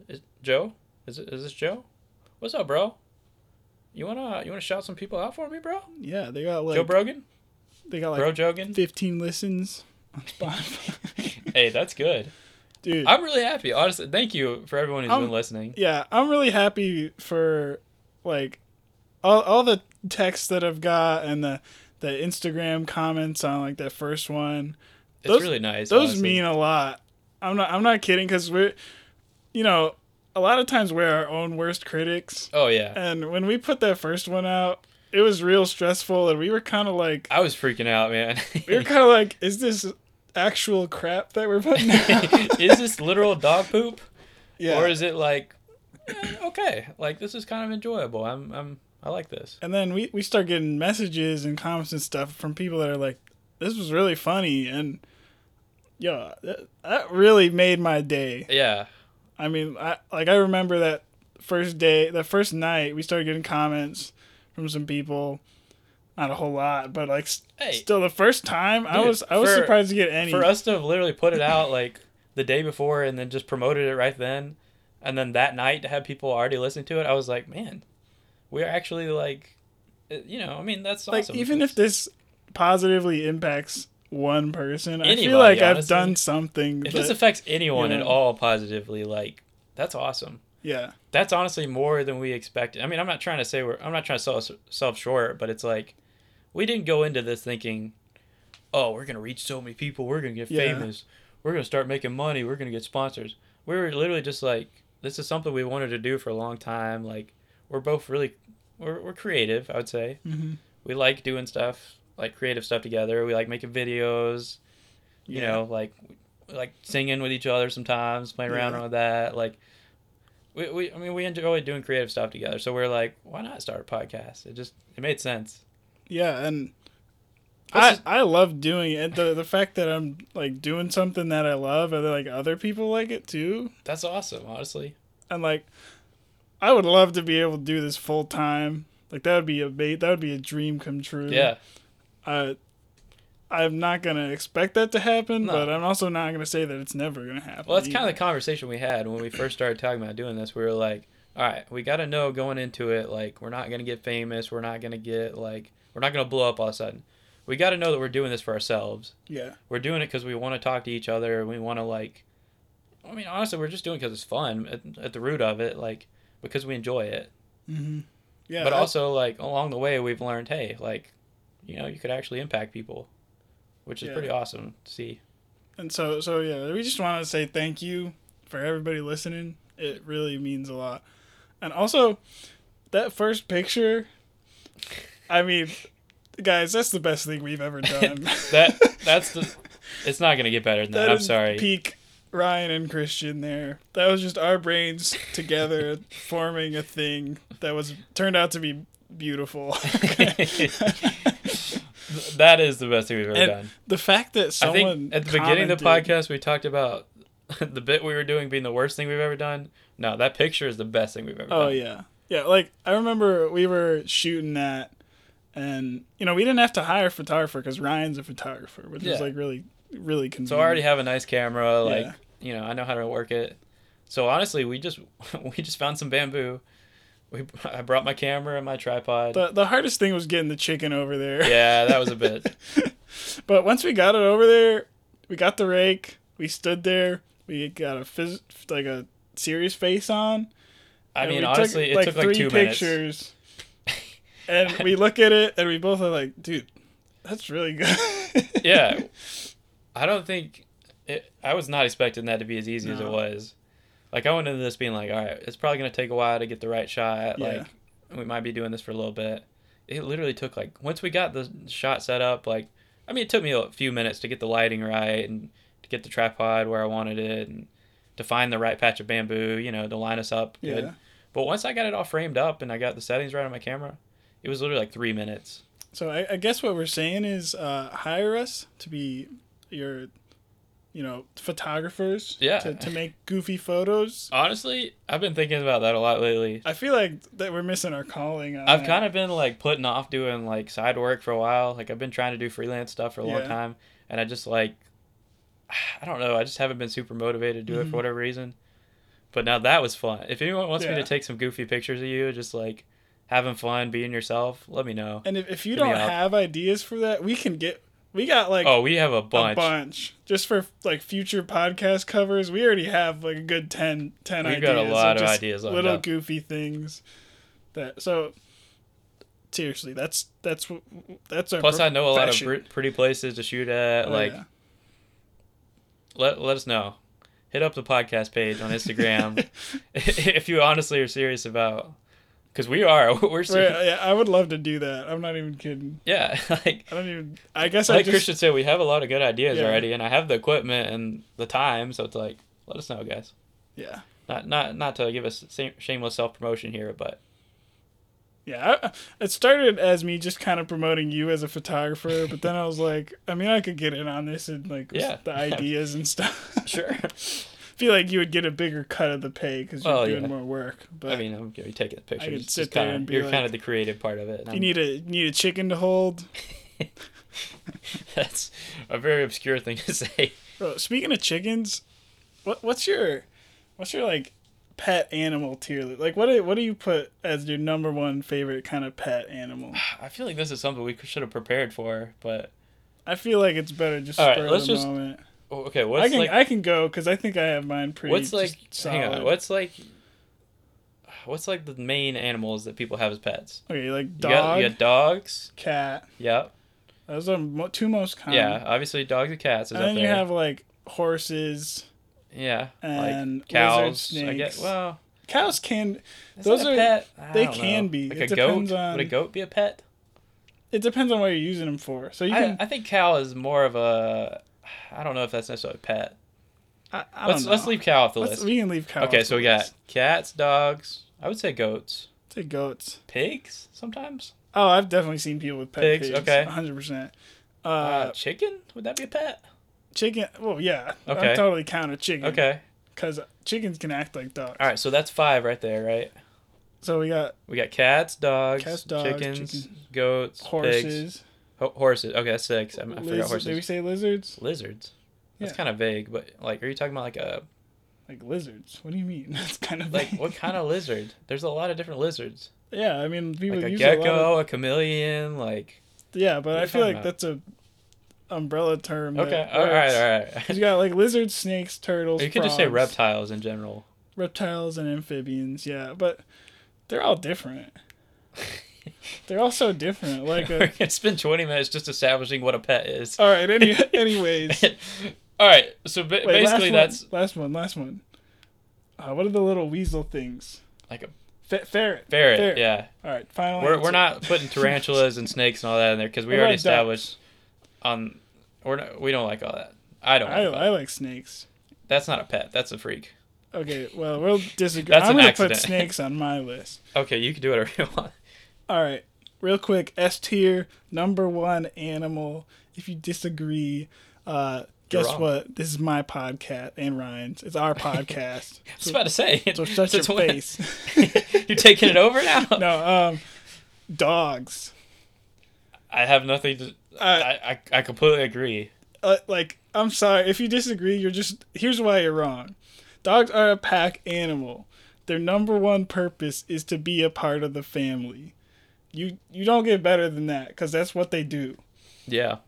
[SPEAKER 3] is Joe? Is it, is this Joe? What's up, bro? You wanna you wanna shout some people out for me, bro?
[SPEAKER 2] Yeah, they got like
[SPEAKER 3] Joe Brogan,
[SPEAKER 2] they got like
[SPEAKER 3] Bro Jogan.
[SPEAKER 2] 15 listens on Spotify.
[SPEAKER 3] hey, that's good.
[SPEAKER 2] Dude,
[SPEAKER 3] I'm really happy, honestly. Thank you for everyone who's
[SPEAKER 2] I'm-
[SPEAKER 3] been listening.
[SPEAKER 2] yeah, I'm really happy for like all all the texts that I've got and the the Instagram comments on like that first one.
[SPEAKER 3] It's
[SPEAKER 2] those-
[SPEAKER 3] really nice.
[SPEAKER 2] those
[SPEAKER 3] honestly.
[SPEAKER 2] mean a lot. I'm not I'm not kidding because we're, you know, a lot of times we're our own worst critics.
[SPEAKER 3] Oh yeah,
[SPEAKER 2] And when we put that first one out, it was real stressful, and we were kind of like
[SPEAKER 3] I was freaking out, man.
[SPEAKER 2] we were kind of like, is this actual crap that we're putting out?
[SPEAKER 3] is this literal dog poop,
[SPEAKER 2] yeah.
[SPEAKER 3] or is it like eh, okay? Like this is kind of enjoyable. I'm I'm I like this.
[SPEAKER 2] and then we we start getting messages and comments and stuff from people that are like, this was really funny and yo, that, that really made my day.
[SPEAKER 3] Yeah.
[SPEAKER 2] I mean, I like I remember that first day, that first night, we started getting comments from some people. Not a whole lot, but like s-
[SPEAKER 3] Hey.
[SPEAKER 2] still the first time, I
[SPEAKER 3] Dude,
[SPEAKER 2] was I was
[SPEAKER 3] for-
[SPEAKER 2] surprised to get any.
[SPEAKER 3] For us to have literally put it out like the day before and then just promoted it right then, and then that night to have people already listening to it, I was like, man, we're actually like, uh, you know, I mean, that's
[SPEAKER 2] like
[SPEAKER 3] awesome.
[SPEAKER 2] even if this positively impacts one person, I
[SPEAKER 3] Anybody,
[SPEAKER 2] feel like I've
[SPEAKER 3] honestly.
[SPEAKER 2] done something.
[SPEAKER 3] if
[SPEAKER 2] but-
[SPEAKER 3] this affects anyone
[SPEAKER 2] you
[SPEAKER 3] at
[SPEAKER 2] know.
[SPEAKER 3] all positively, like that's awesome.
[SPEAKER 2] yeah,
[SPEAKER 3] That's honestly more than we expected. I mean, I'm not trying to say we're, I'm not trying to sell ourselves short, but it's like, we didn't go into this thinking, oh, we're gonna reach so many people, we're gonna get
[SPEAKER 2] Yeah.
[SPEAKER 3] famous, we're gonna start making money, we're gonna get sponsors. We were literally just like, this is something we wanted to do for a long time. Like, we're both really, we're, we're creative, I would say.
[SPEAKER 2] Mhm.
[SPEAKER 3] We like doing stuff, like creative stuff together. We like making videos, you
[SPEAKER 2] Yeah.
[SPEAKER 3] know, like we like singing with each other sometimes, playing around
[SPEAKER 2] Yeah.
[SPEAKER 3] with that. Like, we, we, I mean, we enjoy doing creative stuff together. So we're like, why not start a podcast? It just, it made sense.
[SPEAKER 2] yeah, and
[SPEAKER 3] This
[SPEAKER 2] I
[SPEAKER 3] is-
[SPEAKER 2] I love doing it. The the fact that I'm like doing something that I love, and then, like other people like it too.
[SPEAKER 3] That's awesome, honestly.
[SPEAKER 2] and like I would love to be able to do this full time. Like that would be a ba- that would be a dream come true.
[SPEAKER 3] Yeah.
[SPEAKER 2] I I'm not gonna expect that to happen,
[SPEAKER 3] No.
[SPEAKER 2] but I'm also not gonna say that it's never gonna happen. E
[SPEAKER 3] Well, that's kind
[SPEAKER 2] either.
[SPEAKER 3] of the conversation we had when we first started talking about doing this. We were like, all right, we got to know going into it, like, we're not going to get famous. We're not going to get, like, we're not going to blow up all of a sudden. We got to know that we're doing this for ourselves.
[SPEAKER 2] yeah,
[SPEAKER 3] We're doing it because we want to talk to each other. We want to, like, I mean, honestly, we're just doing it because it's fun at, at the root of it, like, because we enjoy it.
[SPEAKER 2] Mm-hmm. yeah.
[SPEAKER 3] but
[SPEAKER 2] that-
[SPEAKER 3] also, like, along the way, we've learned, hey, like, you know, you could actually impact people, which is
[SPEAKER 2] Yeah.
[SPEAKER 3] pretty awesome to see.
[SPEAKER 2] and so so yeah, we just want to say thank you for everybody listening. It really means a lot. And also, that first picture. I mean, guys, that's the best thing we've ever done.
[SPEAKER 3] that that's the it's not gonna get better than that.
[SPEAKER 2] That
[SPEAKER 3] I'm
[SPEAKER 2] is
[SPEAKER 3] sorry.
[SPEAKER 2] Peak Ryan and Christian there. That was just our brains together forming a thing that was turned out to be beautiful.
[SPEAKER 3] that is the best thing we've ever
[SPEAKER 2] And
[SPEAKER 3] done.
[SPEAKER 2] the fact that
[SPEAKER 3] I
[SPEAKER 2] someone
[SPEAKER 3] think at the beginning of the
[SPEAKER 2] commented-
[SPEAKER 3] podcast we talked about the bit we were doing being the worst thing we've ever done. No, that picture is the best thing we've ever done.
[SPEAKER 2] Oh yeah, yeah. Like I remember we were shooting that, and you know we didn't have to hire a photographer because Ryan's a photographer, which
[SPEAKER 3] Yeah.
[SPEAKER 2] is like really, really convenient.
[SPEAKER 3] So I already have a nice camera. Like
[SPEAKER 2] Yeah.
[SPEAKER 3] you know, I know how to work it. So honestly, we just we just found some bamboo. We I brought my camera and my tripod.
[SPEAKER 2] the the hardest thing was getting the chicken over there.
[SPEAKER 3] yeah, that was a bit.
[SPEAKER 2] But once we got it over there, we got the rake. We stood there. We got a phys- like a serious face on.
[SPEAKER 3] I
[SPEAKER 2] and
[SPEAKER 3] mean,
[SPEAKER 2] we
[SPEAKER 3] honestly, it took like two minutes.
[SPEAKER 2] pictures. and we look at it, and we both are like, "Dude, that's really good."
[SPEAKER 3] yeah i don't think it, i was not expecting that to be as easy as it
[SPEAKER 2] No.
[SPEAKER 3] was like i went into this being like all right it's probably going to take a while to get the right shot
[SPEAKER 2] Yeah.
[SPEAKER 3] like we might be doing this for a little bit it literally took like once we got the shot set up like i mean it took me a few minutes to get the lighting right and to get the tripod where i wanted it and to find the right patch of bamboo you know to line us up good.
[SPEAKER 2] Yeah.
[SPEAKER 3] but once i got it all framed up and i got the settings right on my camera it was literally like three minutes
[SPEAKER 2] So I, I guess what we're saying is, uh, hire us to be your, you know, photographers.
[SPEAKER 3] Yeah.
[SPEAKER 2] To, to make goofy photos.
[SPEAKER 3] honestly i've been thinking about that a lot lately
[SPEAKER 2] I feel like that we're missing our calling. on
[SPEAKER 3] I've
[SPEAKER 2] that.
[SPEAKER 3] kind of been like putting off doing like side work for a while. Like I've been trying to do freelance stuff for a long
[SPEAKER 2] Yeah.
[SPEAKER 3] time, and I just like, I don't know. I just haven't been super motivated to do it
[SPEAKER 2] Mm-hmm.
[SPEAKER 3] for whatever reason. But now that was fun. If anyone wants me
[SPEAKER 2] Yeah.
[SPEAKER 3] to take some goofy pictures of you, just like having fun, being yourself, let me know.
[SPEAKER 2] And if, if you
[SPEAKER 3] Hit me
[SPEAKER 2] don't
[SPEAKER 3] up.
[SPEAKER 2] have ideas for that, we can get. We got like
[SPEAKER 3] Oh, we have a bunch.
[SPEAKER 2] a bunch just for like future podcast covers. We already have like a good 10, 10
[SPEAKER 3] We've
[SPEAKER 2] ideas.
[SPEAKER 3] got a lot of
[SPEAKER 2] just
[SPEAKER 3] ideas lined
[SPEAKER 2] Little
[SPEAKER 3] up.
[SPEAKER 2] goofy things. That so seriously, that's that's what that's our.
[SPEAKER 3] Plus, I know a lot of
[SPEAKER 2] profession.
[SPEAKER 3] pr- pretty places to shoot at.
[SPEAKER 2] Oh,
[SPEAKER 3] like,
[SPEAKER 2] yeah.
[SPEAKER 3] let let us know. Hit up the podcast page on Instagram if you honestly are serious about. Because we are, we're
[SPEAKER 2] Right,
[SPEAKER 3] serious.
[SPEAKER 2] Oh, yeah, I would love to do that. I'm not even kidding.
[SPEAKER 3] Yeah, like
[SPEAKER 2] I don't even. I guess I
[SPEAKER 3] like
[SPEAKER 2] just.
[SPEAKER 3] Christian said, we have a lot of good ideas
[SPEAKER 2] Yeah.
[SPEAKER 3] already, and I have the equipment and the time, so it's like, let us know, guys.
[SPEAKER 2] Yeah.
[SPEAKER 3] Not not not to give us sa- shameless self promotion here, but
[SPEAKER 2] Yeah, I, it started as me just kind of promoting you as a photographer, but then I was like, I mean, I could get in on this and like
[SPEAKER 3] Yeah.
[SPEAKER 2] the ideas and stuff.
[SPEAKER 3] Sure.
[SPEAKER 2] feel like you would get a bigger cut of the pay because you're
[SPEAKER 3] Oh,
[SPEAKER 2] doing
[SPEAKER 3] yeah.
[SPEAKER 2] more work. But
[SPEAKER 3] I mean, I'm gonna be taking the pictures.
[SPEAKER 2] could
[SPEAKER 3] It's
[SPEAKER 2] sit
[SPEAKER 3] just
[SPEAKER 2] there
[SPEAKER 3] kinda-
[SPEAKER 2] and be
[SPEAKER 3] you're
[SPEAKER 2] like-
[SPEAKER 3] kind of the creative part of it. and
[SPEAKER 2] you
[SPEAKER 3] I'm-
[SPEAKER 2] need a need a chicken to hold.
[SPEAKER 3] that's a very obscure thing to say.
[SPEAKER 2] Bro, speaking of chickens, what what's your what's your like pet animal tier? li- Like what do, what do you put as your number one favorite kind of pet animal?
[SPEAKER 3] I feel like this is something we should have prepared for, but
[SPEAKER 2] I feel like it's better just
[SPEAKER 3] All right,
[SPEAKER 2] for
[SPEAKER 3] let's
[SPEAKER 2] the
[SPEAKER 3] just-
[SPEAKER 2] moment.
[SPEAKER 3] oh, okay.
[SPEAKER 2] I
[SPEAKER 3] What's
[SPEAKER 2] can
[SPEAKER 3] like?
[SPEAKER 2] I can go because I think I have mine pretty.
[SPEAKER 3] what's like?
[SPEAKER 2] just
[SPEAKER 3] Hang on.
[SPEAKER 2] solid.
[SPEAKER 3] What's like? What's like the main animals that people have as pets?
[SPEAKER 2] okay? Like
[SPEAKER 3] You
[SPEAKER 2] dog,
[SPEAKER 3] got, you got dogs.
[SPEAKER 2] cat.
[SPEAKER 3] Yep.
[SPEAKER 2] Those are mo- two most common.
[SPEAKER 3] yeah. Obviously, dogs and cats is
[SPEAKER 2] and
[SPEAKER 3] up
[SPEAKER 2] then Um, you
[SPEAKER 3] there.
[SPEAKER 2] have like horses.
[SPEAKER 3] yeah.
[SPEAKER 2] and
[SPEAKER 3] like cows.
[SPEAKER 2] lizard
[SPEAKER 3] I guess.
[SPEAKER 2] snakes.
[SPEAKER 3] Well,
[SPEAKER 2] Cows can.
[SPEAKER 3] is
[SPEAKER 2] those
[SPEAKER 3] that a
[SPEAKER 2] are
[SPEAKER 3] pet? I
[SPEAKER 2] they
[SPEAKER 3] don't
[SPEAKER 2] can
[SPEAKER 3] know.
[SPEAKER 2] be.
[SPEAKER 3] Like
[SPEAKER 2] It
[SPEAKER 3] a goat.
[SPEAKER 2] depends on-
[SPEAKER 3] Would a goat be a pet?
[SPEAKER 2] It depends on what you're using them for. So you
[SPEAKER 3] I,
[SPEAKER 2] can.
[SPEAKER 3] I think cow is more of a. I don't know if that's necessarily a pet.
[SPEAKER 2] I, I
[SPEAKER 3] Let's
[SPEAKER 2] don't
[SPEAKER 3] let's
[SPEAKER 2] know.
[SPEAKER 3] leave cow off the
[SPEAKER 2] Let's-
[SPEAKER 3] list.
[SPEAKER 2] we can leave cows.
[SPEAKER 3] okay, so we got cats, dogs. I would say goats,
[SPEAKER 2] Say goats.
[SPEAKER 3] pigs sometimes.
[SPEAKER 2] Oh, I've definitely seen people with pet
[SPEAKER 3] Pigs,
[SPEAKER 2] pigs.
[SPEAKER 3] okay.
[SPEAKER 2] 100%. Uh,
[SPEAKER 3] Uh, chicken would that be a pet?
[SPEAKER 2] chicken. Well, yeah.
[SPEAKER 3] okay.
[SPEAKER 2] I'm totally counter chicken.
[SPEAKER 3] Okay,
[SPEAKER 2] Because chickens can act like dogs.
[SPEAKER 3] all right. So that's five right there, right?
[SPEAKER 2] So we got
[SPEAKER 3] We got cats, dogs,
[SPEAKER 2] Cats, dogs,
[SPEAKER 3] chickens,
[SPEAKER 2] chicken.
[SPEAKER 3] goats, pigs,
[SPEAKER 2] horses.
[SPEAKER 3] ho- horses. Okay, that's six. I, I forgot
[SPEAKER 2] lizards- Did we
[SPEAKER 3] horses.
[SPEAKER 2] say lizards?
[SPEAKER 3] Lizards. That's
[SPEAKER 2] Yeah.
[SPEAKER 3] kind of vague, but like, are you talking about like a
[SPEAKER 2] Like lizards. What do you mean? That's kind of
[SPEAKER 3] like what kind of lizard? There's a lot of different lizards,
[SPEAKER 2] Yeah, I mean, people
[SPEAKER 3] like a
[SPEAKER 2] use
[SPEAKER 3] gecko,
[SPEAKER 2] a lot of-
[SPEAKER 3] a chameleon, like
[SPEAKER 2] Yeah, but
[SPEAKER 3] are
[SPEAKER 2] I
[SPEAKER 3] you
[SPEAKER 2] feel like
[SPEAKER 3] talking about?
[SPEAKER 2] that's a umbrella term. that
[SPEAKER 3] Okay. All right.
[SPEAKER 2] works.
[SPEAKER 3] All right.
[SPEAKER 2] You got like lizards, snakes, turtles.
[SPEAKER 3] you could just say
[SPEAKER 2] frogs.
[SPEAKER 3] reptiles in general.
[SPEAKER 2] reptiles and amphibians yeah but they're all different they're all so different like
[SPEAKER 3] We're
[SPEAKER 2] a, Oh,
[SPEAKER 3] gonna spend 20 minutes just establishing what a pet is.
[SPEAKER 2] all right any, anyways
[SPEAKER 3] all right. So ba-
[SPEAKER 2] Wait,
[SPEAKER 3] basically,
[SPEAKER 2] last
[SPEAKER 3] that's
[SPEAKER 2] one, last one last one uh, what are the little weasel things
[SPEAKER 3] like a
[SPEAKER 2] Fe- ferret
[SPEAKER 3] ferret. Yeah.
[SPEAKER 2] all right final
[SPEAKER 3] We're,
[SPEAKER 2] answer.
[SPEAKER 3] we're not putting tarantulas and snakes and all that in there because we
[SPEAKER 2] What
[SPEAKER 3] already
[SPEAKER 2] about ducks?
[SPEAKER 3] established on we're not, we don't like all that. I don't.
[SPEAKER 2] I,
[SPEAKER 3] Like
[SPEAKER 2] I
[SPEAKER 3] that.
[SPEAKER 2] like snakes
[SPEAKER 3] That's not a pet. That's a freak.
[SPEAKER 2] okay well we'll disagree
[SPEAKER 3] That's
[SPEAKER 2] i'm
[SPEAKER 3] an
[SPEAKER 2] gonna
[SPEAKER 3] accident.
[SPEAKER 2] put snakes on my list
[SPEAKER 3] Okay, you can do whatever you want.
[SPEAKER 2] all right real quick s tier number one animal if you disagree uh
[SPEAKER 3] You're
[SPEAKER 2] Guess
[SPEAKER 3] wrong.
[SPEAKER 2] what? This is my podcast and Ryan's. It's our podcast.
[SPEAKER 3] I was about to say.
[SPEAKER 2] So shut your
[SPEAKER 3] since when-
[SPEAKER 2] face.
[SPEAKER 3] You're taking it over now.
[SPEAKER 2] no, um, dogs.
[SPEAKER 3] I have nothing to.
[SPEAKER 2] I,
[SPEAKER 3] I, I I completely agree.
[SPEAKER 2] uh, like, I'm sorry if you disagree. You're just here's why you're wrong. Dogs are a pack animal. Their number one purpose is to be a part of the family. You you don't get better than that because that's what they do.
[SPEAKER 3] Yeah.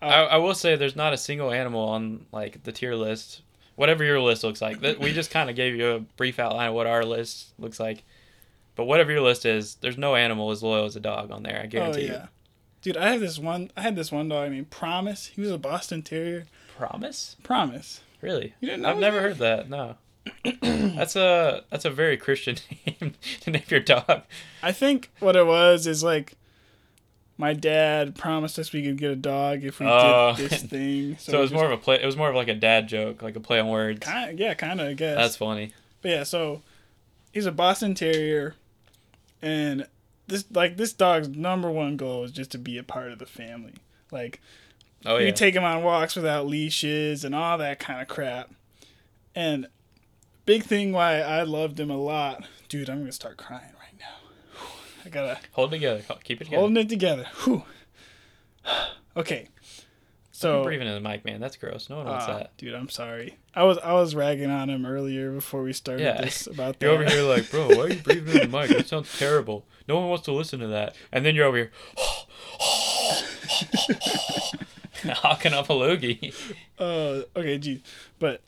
[SPEAKER 2] Uh,
[SPEAKER 3] I, I will say there's not a single animal on like the tier list, whatever your list looks like. That we just kind of gave you a brief outline of what our list looks like, but whatever your list is, there's no animal as loyal as a dog on there. I
[SPEAKER 2] Oh
[SPEAKER 3] guarantee
[SPEAKER 2] yeah, dude. I have this one. I had this one dog named Promise. He was a Boston Terrier.
[SPEAKER 3] you. Promise?
[SPEAKER 2] Promise.
[SPEAKER 3] Really?
[SPEAKER 2] You didn't know
[SPEAKER 3] I've
[SPEAKER 2] his
[SPEAKER 3] never
[SPEAKER 2] name?
[SPEAKER 3] heard that. No. that's a that's a very Christian name to name your dog.
[SPEAKER 2] I think what it was is like. My dad promised us we could get a dog if we
[SPEAKER 3] Oh.
[SPEAKER 2] did this thing.
[SPEAKER 3] So,
[SPEAKER 2] we
[SPEAKER 3] it was
[SPEAKER 2] just-
[SPEAKER 3] more of a play. It was more of like a dad joke, like a play on words.
[SPEAKER 2] Kind yeah, kind of, I guess.
[SPEAKER 3] That's funny.
[SPEAKER 2] but yeah, so he's a Boston Terrier, and this like this dog's number one goal is just to be a part of the family. Like
[SPEAKER 3] Oh
[SPEAKER 2] you
[SPEAKER 3] yeah.
[SPEAKER 2] take him on walks without leashes and all that kind of crap. And big thing why I loved him a lot, dude. I'm gonna start crying right now. I gotta
[SPEAKER 3] Hold it together. Keep it together.
[SPEAKER 2] holding it together. Whew. Okay, so
[SPEAKER 3] Keep breathing in the mic, man. That's gross. No one wants
[SPEAKER 2] Ah,
[SPEAKER 3] that.
[SPEAKER 2] Dude, I'm sorry. I was I was ragging on him earlier before we started
[SPEAKER 3] Yeah.
[SPEAKER 2] this about
[SPEAKER 3] You're over
[SPEAKER 2] that.
[SPEAKER 3] here like, bro, why are you breathing in the mic? That sounds terrible. No one wants to listen to that. And then you're over here hawking up a loogie.
[SPEAKER 2] Uh, okay, geez. But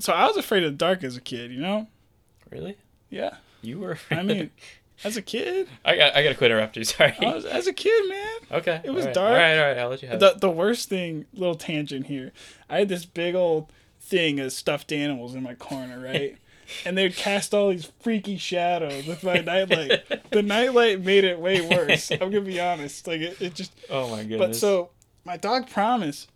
[SPEAKER 2] so I was afraid of the dark as a kid, you know?
[SPEAKER 3] Really?
[SPEAKER 2] Yeah.
[SPEAKER 3] You were.
[SPEAKER 2] I mean, as a kid,
[SPEAKER 3] I got. I got to quit interrupting. you, Sorry.
[SPEAKER 2] I was, as a kid, man.
[SPEAKER 3] okay.
[SPEAKER 2] it was
[SPEAKER 3] all right.
[SPEAKER 2] dark.
[SPEAKER 3] All right, all right. I'll let you have
[SPEAKER 2] The
[SPEAKER 3] it.
[SPEAKER 2] the worst thing, little tangent here. I had this big old thing of stuffed animals in my corner, right? and they'd cast all these freaky shadows with my nightlight. the nightlight made it way worse. I'm gonna be honest. Like it, it just
[SPEAKER 3] Oh my goodness.
[SPEAKER 2] But so my dog Promise,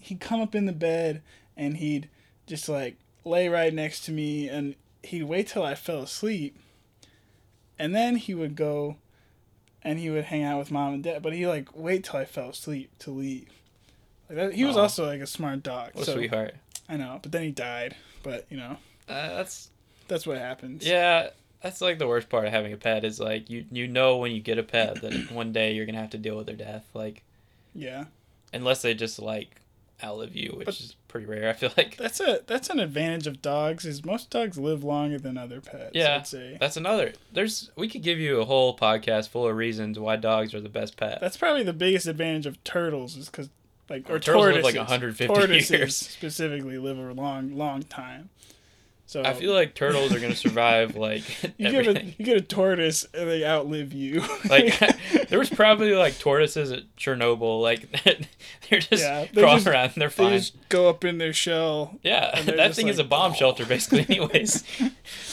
[SPEAKER 2] he'd come up in the bed and he'd just like lay right next to me and he'd wait till I fell asleep. And then he would go and he would hang out with mom and dad. But he like wait till I fell asleep to leave. Like that, he was
[SPEAKER 3] Aw.
[SPEAKER 2] also like a smart dog.
[SPEAKER 3] What a
[SPEAKER 2] so
[SPEAKER 3] sweetheart.
[SPEAKER 2] I know, but then he died. But you know,
[SPEAKER 3] Uh, that's
[SPEAKER 2] that's what happens.
[SPEAKER 3] yeah. That's like the worst part of having a pet is like you you know when you get a pet that one day you're gonna have to deal with their death. Like
[SPEAKER 2] yeah.
[SPEAKER 3] unless they just like outlive you, which
[SPEAKER 2] But-
[SPEAKER 3] is pretty rare. I feel like
[SPEAKER 2] That's a that's an advantage of dogs is most dogs live longer than other pets.
[SPEAKER 3] Yeah.
[SPEAKER 2] I'd say.
[SPEAKER 3] that's another. There's we could give you a whole podcast full of reasons why dogs are the best pet.
[SPEAKER 2] That's probably the biggest advantage of turtles is because like or
[SPEAKER 3] Turtles live,
[SPEAKER 2] tortoises.
[SPEAKER 3] like, 150
[SPEAKER 2] tortoises
[SPEAKER 3] years.
[SPEAKER 2] specifically live a long long time. So
[SPEAKER 3] I feel like turtles are gonna survive like
[SPEAKER 2] you give a
[SPEAKER 3] everything.
[SPEAKER 2] you get a tortoise and they outlive you.
[SPEAKER 3] Like there was probably like tortoises at Chernobyl. Like they're just
[SPEAKER 2] Yeah, they're
[SPEAKER 3] crawling
[SPEAKER 2] just-
[SPEAKER 3] around. They're
[SPEAKER 2] they
[SPEAKER 3] fine.
[SPEAKER 2] just go up in their shell.
[SPEAKER 3] yeah,
[SPEAKER 2] and they're
[SPEAKER 3] that
[SPEAKER 2] just
[SPEAKER 3] thing is a
[SPEAKER 2] like,
[SPEAKER 3] bomb shelter basically. Anyways,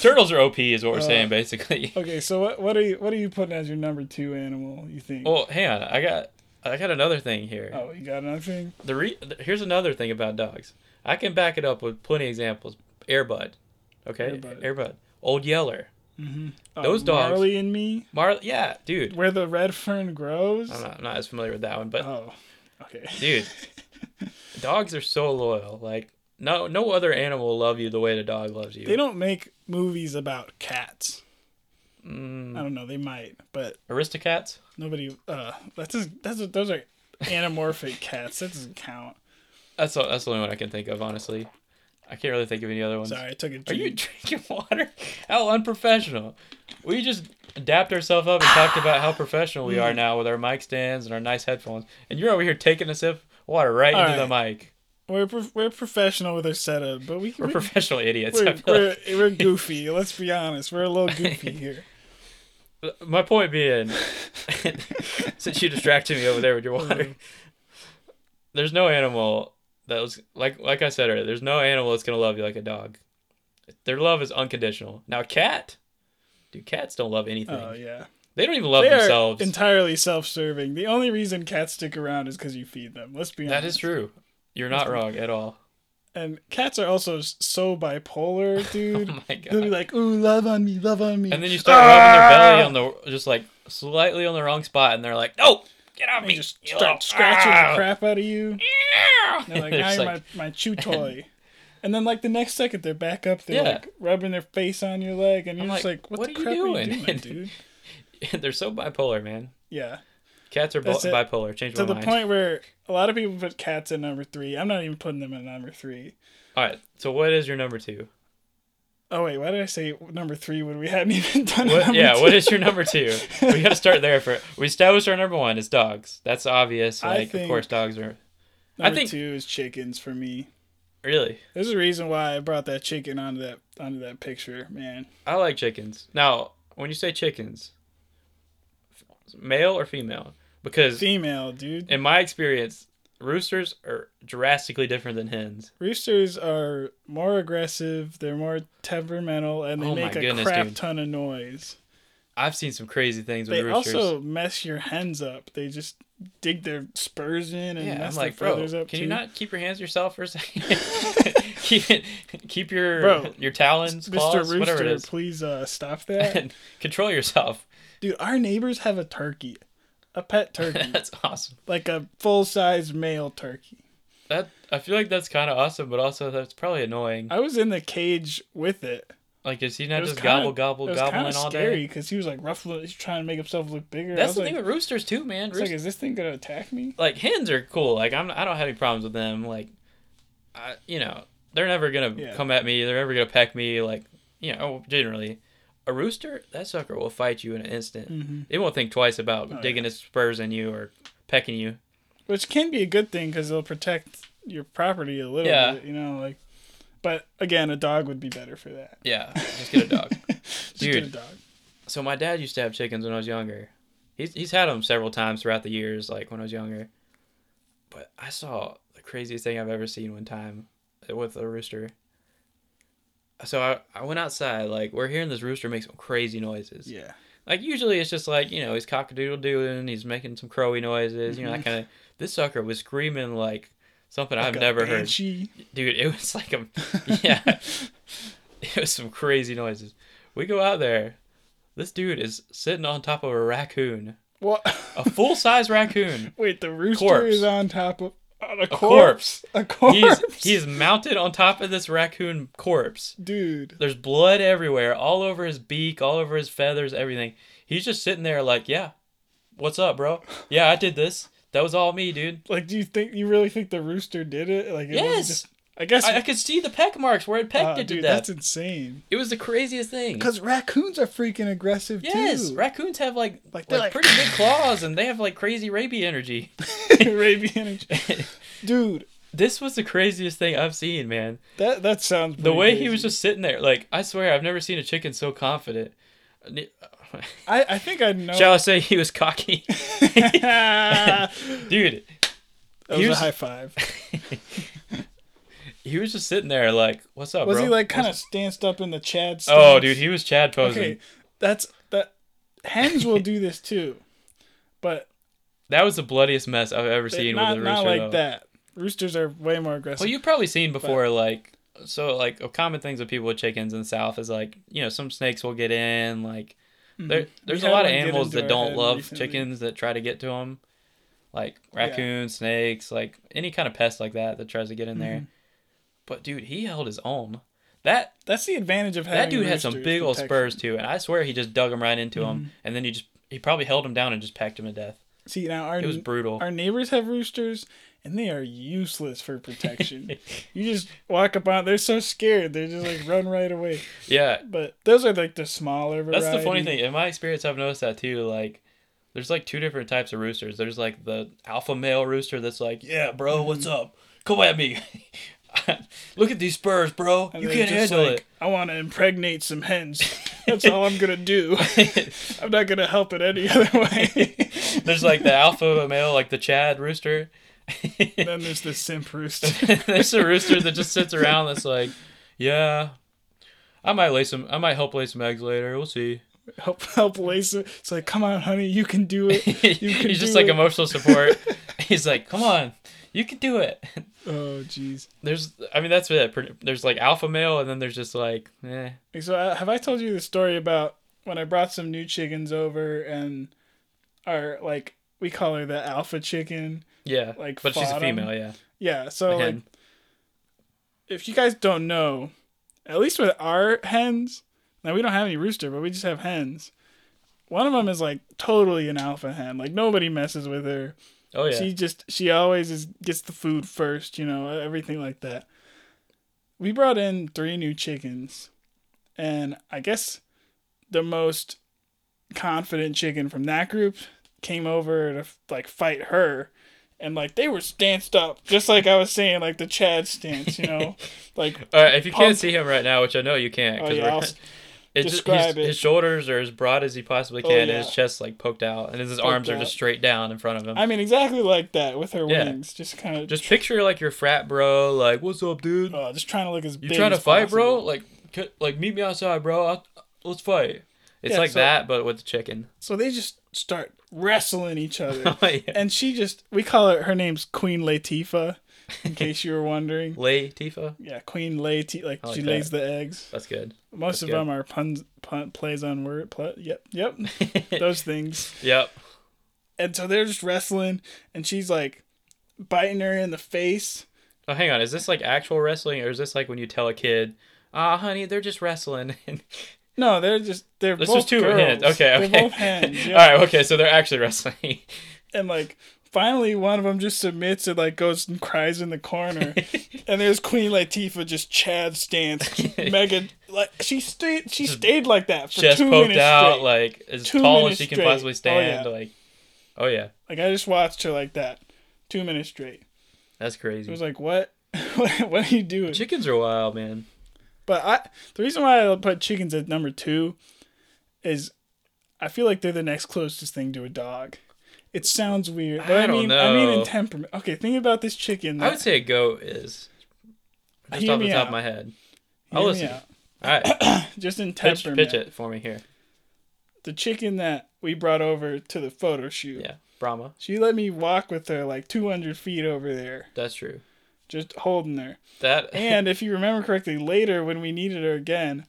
[SPEAKER 3] turtles are OP is what we're
[SPEAKER 2] Uh,
[SPEAKER 3] saying basically.
[SPEAKER 2] Okay, so what what are you what are you putting as your number two animal? You think?
[SPEAKER 3] Well, hang on. I got I got another thing here.
[SPEAKER 2] oh, you got another thing?
[SPEAKER 3] The re- th- here's another thing about dogs. I can back it up with plenty of examples. Airbud, okay,
[SPEAKER 2] Airbud.
[SPEAKER 3] Airbud, Old Yeller,
[SPEAKER 2] Uh,
[SPEAKER 3] Those dogs-
[SPEAKER 2] Marley and me,
[SPEAKER 3] Marley. Yeah, dude.
[SPEAKER 2] where the red fern grows.
[SPEAKER 3] I'm not, I'm not as familiar with that one, but
[SPEAKER 2] Oh, okay.
[SPEAKER 3] dude, dogs are so loyal. Like no no other animal will love you the way the dog loves you.
[SPEAKER 2] They don't make movies about cats.
[SPEAKER 3] Mm,
[SPEAKER 2] I don't know. They might, but
[SPEAKER 3] Aristocats.
[SPEAKER 2] nobody. Uh, that's just, that's those are anamorphic cats. That doesn't count.
[SPEAKER 3] That's the, that's the only one I can think of. Honestly, I can't really think of any other ones.
[SPEAKER 2] Sorry, I took a
[SPEAKER 3] Are you
[SPEAKER 2] drink.
[SPEAKER 3] drinking water? How unprofessional. We just adapt ourselves up and talked about how professional we are now with our mic stands and our nice headphones. And you're over here taking a sip of water right
[SPEAKER 2] All
[SPEAKER 3] into the mic.
[SPEAKER 2] We're prof- we're professional with our setup, but we
[SPEAKER 3] We're
[SPEAKER 2] we-
[SPEAKER 3] professional idiots. I
[SPEAKER 2] we're,
[SPEAKER 3] feel
[SPEAKER 2] we're, we're goofy. Let's be honest. We're a little goofy here.
[SPEAKER 3] like. My point being, since you distracted me over there with your
[SPEAKER 2] Mm-hmm.
[SPEAKER 3] water, there's no animal that was like like I said earlier. There's no animal that's gonna love you like a dog. Their love is unconditional. Now, a cat, dude, cats don't love anything.
[SPEAKER 2] Oh yeah,
[SPEAKER 3] They don't even love
[SPEAKER 2] they
[SPEAKER 3] themselves.
[SPEAKER 2] are entirely self-serving. The only reason cats stick around is because you feed them. Let's be honest.
[SPEAKER 3] That is true. You're not wrong at all.
[SPEAKER 2] And cats are also s- so bipolar, dude.
[SPEAKER 3] Oh my
[SPEAKER 2] They'll be
[SPEAKER 3] god.
[SPEAKER 2] like, "Ooh, love on me, love on me,"
[SPEAKER 3] And then you start
[SPEAKER 2] Ah!
[SPEAKER 3] rubbing their belly on the just like slightly on the wrong spot, and they're like, "No, get off
[SPEAKER 2] They
[SPEAKER 3] me!"
[SPEAKER 2] just
[SPEAKER 3] you
[SPEAKER 2] start
[SPEAKER 3] little-
[SPEAKER 2] scratching
[SPEAKER 3] Ah!"
[SPEAKER 2] the crap out of you.
[SPEAKER 3] Yeah.
[SPEAKER 2] They're like,
[SPEAKER 3] They're
[SPEAKER 2] now
[SPEAKER 3] just
[SPEAKER 2] you're
[SPEAKER 3] like-
[SPEAKER 2] my, my chew toy. And then, like, the next second, they're back up. They're,
[SPEAKER 3] Yeah.
[SPEAKER 2] like, rubbing their face on your leg. And you're
[SPEAKER 3] I'm
[SPEAKER 2] just
[SPEAKER 3] like,
[SPEAKER 2] like, what,
[SPEAKER 3] what
[SPEAKER 2] the
[SPEAKER 3] are you
[SPEAKER 2] crap are you
[SPEAKER 3] doing?
[SPEAKER 2] doing, dude?
[SPEAKER 3] they're so bipolar, man.
[SPEAKER 2] Yeah.
[SPEAKER 3] Cats are bo-
[SPEAKER 2] That's it.
[SPEAKER 3] bipolar. Change
[SPEAKER 2] To
[SPEAKER 3] my
[SPEAKER 2] the
[SPEAKER 3] mind.
[SPEAKER 2] point where a lot of people put cats at number three. I'm not even putting them at number three.
[SPEAKER 3] All right. So what is your number two?
[SPEAKER 2] Oh, wait. Why did I say number three when we hadn't even done
[SPEAKER 3] What,
[SPEAKER 2] number
[SPEAKER 3] yeah.
[SPEAKER 2] two?
[SPEAKER 3] What is your number two? We got to start there. For we established our number one is dogs. That's obvious.
[SPEAKER 2] I
[SPEAKER 3] Like of course dogs are
[SPEAKER 2] number
[SPEAKER 3] think-
[SPEAKER 2] two is chickens for me.
[SPEAKER 3] really.
[SPEAKER 2] There's a reason why I brought that chicken onto that onto that picture, man.
[SPEAKER 3] I like chickens. Now when you say chickens, f- male or female? Because
[SPEAKER 2] Female, dude.
[SPEAKER 3] in my experience, roosters are drastically different than hens.
[SPEAKER 2] Roosters are more aggressive, they're more temperamental, and they
[SPEAKER 3] Oh my
[SPEAKER 2] make a
[SPEAKER 3] goodness,
[SPEAKER 2] crap
[SPEAKER 3] dude.
[SPEAKER 2] ton of noise.
[SPEAKER 3] I've seen some crazy things with
[SPEAKER 2] They
[SPEAKER 3] roosters.
[SPEAKER 2] also mess your hens up. They just dig their spurs in and
[SPEAKER 3] yeah, I'm
[SPEAKER 2] mess
[SPEAKER 3] like,
[SPEAKER 2] their
[SPEAKER 3] bro,
[SPEAKER 2] feathers
[SPEAKER 3] can
[SPEAKER 2] up
[SPEAKER 3] you
[SPEAKER 2] too.
[SPEAKER 3] not keep your hands to yourself for a second? keep, it- keep your
[SPEAKER 2] Bro,
[SPEAKER 3] your talons,
[SPEAKER 2] Mr.
[SPEAKER 3] claws, whatever it
[SPEAKER 2] Rooster,
[SPEAKER 3] is.
[SPEAKER 2] please uh, stop that.
[SPEAKER 3] And control yourself.
[SPEAKER 2] Dude, our neighbors have a turkey. A pet turkey.
[SPEAKER 3] That's awesome.
[SPEAKER 2] like a full size male turkey.
[SPEAKER 3] That I feel like that's kind of awesome, but also that's probably annoying.
[SPEAKER 2] I was in the cage with it.
[SPEAKER 3] Like, is he
[SPEAKER 2] It
[SPEAKER 3] not
[SPEAKER 2] was
[SPEAKER 3] just
[SPEAKER 2] kinda-
[SPEAKER 3] gobble gobble
[SPEAKER 2] it was
[SPEAKER 3] gobbling
[SPEAKER 2] kinda
[SPEAKER 3] all
[SPEAKER 2] scary
[SPEAKER 3] day?
[SPEAKER 2] because he was like ruffling, he's trying to make himself look bigger. I
[SPEAKER 3] That's
[SPEAKER 2] was
[SPEAKER 3] the
[SPEAKER 2] like,
[SPEAKER 3] thing with roosters too, man.
[SPEAKER 2] it's like,
[SPEAKER 3] Roosters-
[SPEAKER 2] is this thing gonna attack me?
[SPEAKER 3] like hens are cool. Like I'm, I don't have any problems with them. Like, I, you know, they're never gonna
[SPEAKER 2] Yeah.
[SPEAKER 3] come at me. They're never gonna peck me. Like, you know, generally, a rooster that sucker will fight you in an instant. It won't think twice about digging its spurs in you or pecking you.
[SPEAKER 2] which can be a good thing because it'll protect your property a little
[SPEAKER 3] Yeah.
[SPEAKER 2] bit, you know, like. But again, a dog would be better for that.
[SPEAKER 3] Yeah, just get a dog.
[SPEAKER 2] Just
[SPEAKER 3] Dude.
[SPEAKER 2] get a dog.
[SPEAKER 3] so my dad used to have chickens when I was younger. He's he's had them several times throughout the years, like when I was younger. But I saw the craziest thing I've ever seen one time with a rooster. So I, I went outside, like we're hearing this rooster make some crazy noises.
[SPEAKER 2] Yeah,
[SPEAKER 3] Like usually it's just like, you know, he's cockadoodle doing, he's making some crowy noises, you know, that kind of this sucker was screaming like something I've never heard
[SPEAKER 2] heard.
[SPEAKER 3] dude it was like a yeah it was some crazy noises we go out there this dude is sitting on top of a raccoon
[SPEAKER 2] What?
[SPEAKER 3] A full size raccoon.
[SPEAKER 2] Wait, the rooster
[SPEAKER 3] Corpse.
[SPEAKER 2] is on top of on a,
[SPEAKER 3] corpse.
[SPEAKER 2] corpse. A
[SPEAKER 3] He's
[SPEAKER 2] corpse.
[SPEAKER 3] he's mounted on top of this raccoon corpse.
[SPEAKER 2] Dude,
[SPEAKER 3] There's blood everywhere, all over his beak, all over his feathers, everything. He's just sitting there like, yeah, what's up, bro? Yeah, I did this. That was all me, dude.
[SPEAKER 2] like, do you think you really think the rooster did it? Like, it wasn't
[SPEAKER 3] Yes.
[SPEAKER 2] just- I guess.
[SPEAKER 3] I, I could see the peck marks where it
[SPEAKER 2] Wow,
[SPEAKER 3] pecked it to
[SPEAKER 2] dude,
[SPEAKER 3] death.
[SPEAKER 2] that's insane.
[SPEAKER 3] it was the craziest thing.
[SPEAKER 2] Because raccoons are freaking aggressive
[SPEAKER 3] Yes,
[SPEAKER 2] too.
[SPEAKER 3] raccoons have like
[SPEAKER 2] Like,
[SPEAKER 3] like,
[SPEAKER 2] they're like-
[SPEAKER 3] pretty big claws, and they have like crazy rabie energy.
[SPEAKER 2] Arabian. energy. Dude,
[SPEAKER 3] This was the craziest thing I've seen, man.
[SPEAKER 2] that that sounds.
[SPEAKER 3] The
[SPEAKER 2] pretty
[SPEAKER 3] way he
[SPEAKER 2] crazy.
[SPEAKER 3] was just sitting there, like I swear, I've never seen a chicken so confident.
[SPEAKER 2] Oh. I I think I know.
[SPEAKER 3] Shall I say he was cocky,
[SPEAKER 2] that
[SPEAKER 3] dude?
[SPEAKER 2] was
[SPEAKER 3] He
[SPEAKER 2] a
[SPEAKER 3] was-
[SPEAKER 2] high five.
[SPEAKER 3] He was just sitting there, like, "What's up,
[SPEAKER 2] Was
[SPEAKER 3] bro?"
[SPEAKER 2] he like kind of stanced up in the Chad? Stance?
[SPEAKER 3] Oh, dude, he was Chad posing.
[SPEAKER 2] Okay, that's that. Hens will do this too, but
[SPEAKER 3] That was the bloodiest mess I've ever
[SPEAKER 2] they,
[SPEAKER 3] seen
[SPEAKER 2] not
[SPEAKER 3] with a rooster.
[SPEAKER 2] not like
[SPEAKER 3] though.
[SPEAKER 2] that. Roosters are way more aggressive.
[SPEAKER 3] Well, you've probably seen before, like, so, like, a common things with people with chickens in the South is, like, you know, some snakes will get in. Like, there, there's a
[SPEAKER 2] Mm-hmm. had
[SPEAKER 3] lot
[SPEAKER 2] one
[SPEAKER 3] of
[SPEAKER 2] get
[SPEAKER 3] animals
[SPEAKER 2] into
[SPEAKER 3] that
[SPEAKER 2] our
[SPEAKER 3] don't
[SPEAKER 2] head
[SPEAKER 3] love
[SPEAKER 2] recently.
[SPEAKER 3] chickens that try to get to them. Like, raccoons, snakes, like, any kind of pest like that that tries to get in there.
[SPEAKER 2] Mm-hmm.
[SPEAKER 3] But, dude, he held his own. That
[SPEAKER 2] that's the advantage of having
[SPEAKER 3] that dude had some
[SPEAKER 2] roosters,
[SPEAKER 3] big old
[SPEAKER 2] protection.
[SPEAKER 3] spurs, too. And I swear he just dug him right into
[SPEAKER 2] Mm-hmm.
[SPEAKER 3] him. And then he just, he probably held him down and just pecked him to death.
[SPEAKER 2] See now, our
[SPEAKER 3] It was brutal.
[SPEAKER 2] Our neighbors have roosters, and they are useless for protection. you just walk up on. They're so scared. They just like run right away.
[SPEAKER 3] Yeah.
[SPEAKER 2] But those are like the smaller.
[SPEAKER 3] That's the funny
[SPEAKER 2] variety.
[SPEAKER 3] thing. In my experience, I've noticed that too. Like, there's like two different types of roosters. There's like the alpha male rooster that's like, yeah, bro, what's
[SPEAKER 2] Mm-hmm.
[SPEAKER 3] up? Come at me. Look at these spurs, bro.
[SPEAKER 2] And
[SPEAKER 3] you
[SPEAKER 2] they're
[SPEAKER 3] can't
[SPEAKER 2] just
[SPEAKER 3] handle
[SPEAKER 2] like, I want to impregnate some hens. That's all I'm gonna do.
[SPEAKER 3] it.
[SPEAKER 2] I'm not gonna help it any other way.
[SPEAKER 3] there's like the alpha male, like the Chad rooster.
[SPEAKER 2] then there's the simp rooster.
[SPEAKER 3] there's a rooster that just sits around that's like, yeah, I might lay some, I might help lay some eggs later. We'll see.
[SPEAKER 2] help, help, Lacey. It's like, come on, honey, you can do it. You can
[SPEAKER 3] He's just
[SPEAKER 2] do
[SPEAKER 3] like
[SPEAKER 2] it.
[SPEAKER 3] emotional support. He's like, come on, you can do it.
[SPEAKER 2] Oh, jeez.
[SPEAKER 3] There's, I mean, that's it. Pretty- There's like alpha male, and then there's just like, eh.
[SPEAKER 2] So I, have I told you the story about when I brought some new chickens over and our like we call her the alpha chicken.
[SPEAKER 3] Yeah.
[SPEAKER 2] Like,
[SPEAKER 3] but she's a
[SPEAKER 2] fought 'em.
[SPEAKER 3] female, yeah.
[SPEAKER 2] Yeah. So
[SPEAKER 3] The
[SPEAKER 2] like,
[SPEAKER 3] hen.
[SPEAKER 2] if you guys don't know, at least with our hens, now we don't have any rooster, but we just have hens. One of them is like totally an alpha hen. Like nobody messes with her.
[SPEAKER 3] Oh yeah.
[SPEAKER 2] She just she always is gets the food first, you know, everything like that. We brought in three new chickens, and I guess the most confident chicken from that group came over to like fight her, and like they were stanced up, just like I was saying, like the Chad stance, you know, like
[SPEAKER 3] All right, if you
[SPEAKER 2] Pump.
[SPEAKER 3] can't see him right now, which I know you can't,
[SPEAKER 2] oh
[SPEAKER 3] because
[SPEAKER 2] yeah, I'll- describe it.
[SPEAKER 3] his shoulders are as broad as he possibly
[SPEAKER 2] Oh,
[SPEAKER 3] can, and his
[SPEAKER 2] yeah.
[SPEAKER 3] chest like poked out, and his arms are
[SPEAKER 2] out.
[SPEAKER 3] just straight down in front of him.
[SPEAKER 2] I mean exactly like that with her
[SPEAKER 3] Yeah.
[SPEAKER 2] wings, just kind of just
[SPEAKER 3] Just picture like your frat bro, like, "What's up, dude?
[SPEAKER 2] uh, just trying to look as
[SPEAKER 3] you
[SPEAKER 2] big
[SPEAKER 3] trying to
[SPEAKER 2] as
[SPEAKER 3] fight, bro?
[SPEAKER 2] possible.
[SPEAKER 3] Like, c- like meet me outside, bro. I'll, let's fight." It's
[SPEAKER 2] Yeah,
[SPEAKER 3] like
[SPEAKER 2] so-
[SPEAKER 3] that, but with the chicken.
[SPEAKER 2] So they just start wrestling each other.
[SPEAKER 3] Oh, yeah.
[SPEAKER 2] and she just we call her her name's Queen Latifah, in case you were wondering.
[SPEAKER 3] Lay Tifa.
[SPEAKER 2] Yeah, Queen Latifah, like,
[SPEAKER 3] like
[SPEAKER 2] she
[SPEAKER 3] that.
[SPEAKER 2] lays the eggs.
[SPEAKER 3] That's good. That's
[SPEAKER 2] Most of
[SPEAKER 3] good.
[SPEAKER 2] them are puns, pun, plays on word. Pl- yep, yep, those things.
[SPEAKER 3] Yep.
[SPEAKER 2] And so they're just wrestling, and she's like biting her in the face.
[SPEAKER 3] Oh, hang on. Is this like actual wrestling, or is this like when you tell a kid, "Ah, honey, they're just wrestling"?
[SPEAKER 2] No, they're just they're
[SPEAKER 3] This
[SPEAKER 2] both
[SPEAKER 3] was two
[SPEAKER 2] girls.
[SPEAKER 3] hands. Okay, okay.
[SPEAKER 2] They're both hands. yeah.
[SPEAKER 3] All right, okay, so they're actually wrestling.
[SPEAKER 2] and like finally one of them just submits and like goes and cries in the corner and there's queen latifah just chad stance megan like she stayed she stayed like that for
[SPEAKER 3] Chest
[SPEAKER 2] two
[SPEAKER 3] poked
[SPEAKER 2] minutes
[SPEAKER 3] out,
[SPEAKER 2] straight. Like,
[SPEAKER 3] like as
[SPEAKER 2] Two
[SPEAKER 3] tall
[SPEAKER 2] minutes
[SPEAKER 3] as she can
[SPEAKER 2] straight.
[SPEAKER 3] possibly stand.
[SPEAKER 2] Oh, yeah.
[SPEAKER 3] Like, oh yeah,
[SPEAKER 2] i just watched her like that two minutes straight
[SPEAKER 3] that's
[SPEAKER 2] it
[SPEAKER 3] crazy.
[SPEAKER 2] was like what what, what are you doing
[SPEAKER 3] Chickens are wild, man.
[SPEAKER 2] but i the reason why i put chickens at number two is i feel like they're the next closest thing to a dog it sounds weird but i,
[SPEAKER 3] I don't
[SPEAKER 2] mean i mean in
[SPEAKER 3] know.
[SPEAKER 2] temperament okay think about this chicken
[SPEAKER 3] I would say a goat is just
[SPEAKER 2] Hear
[SPEAKER 3] off the
[SPEAKER 2] me
[SPEAKER 3] top
[SPEAKER 2] out.
[SPEAKER 3] of my head.
[SPEAKER 2] Hear
[SPEAKER 3] I'll
[SPEAKER 2] me
[SPEAKER 3] listen.
[SPEAKER 2] out.
[SPEAKER 3] All right,
[SPEAKER 2] just in
[SPEAKER 3] pitch,
[SPEAKER 2] temperament
[SPEAKER 3] pitch it for me here.
[SPEAKER 2] the chicken that we brought over to the photo shoot.
[SPEAKER 3] Yeah, Brahma.
[SPEAKER 2] She let me walk with her like 200 feet over there,
[SPEAKER 3] That's true.
[SPEAKER 2] just holding her.
[SPEAKER 3] That
[SPEAKER 2] And if you remember correctly, later when we needed her again,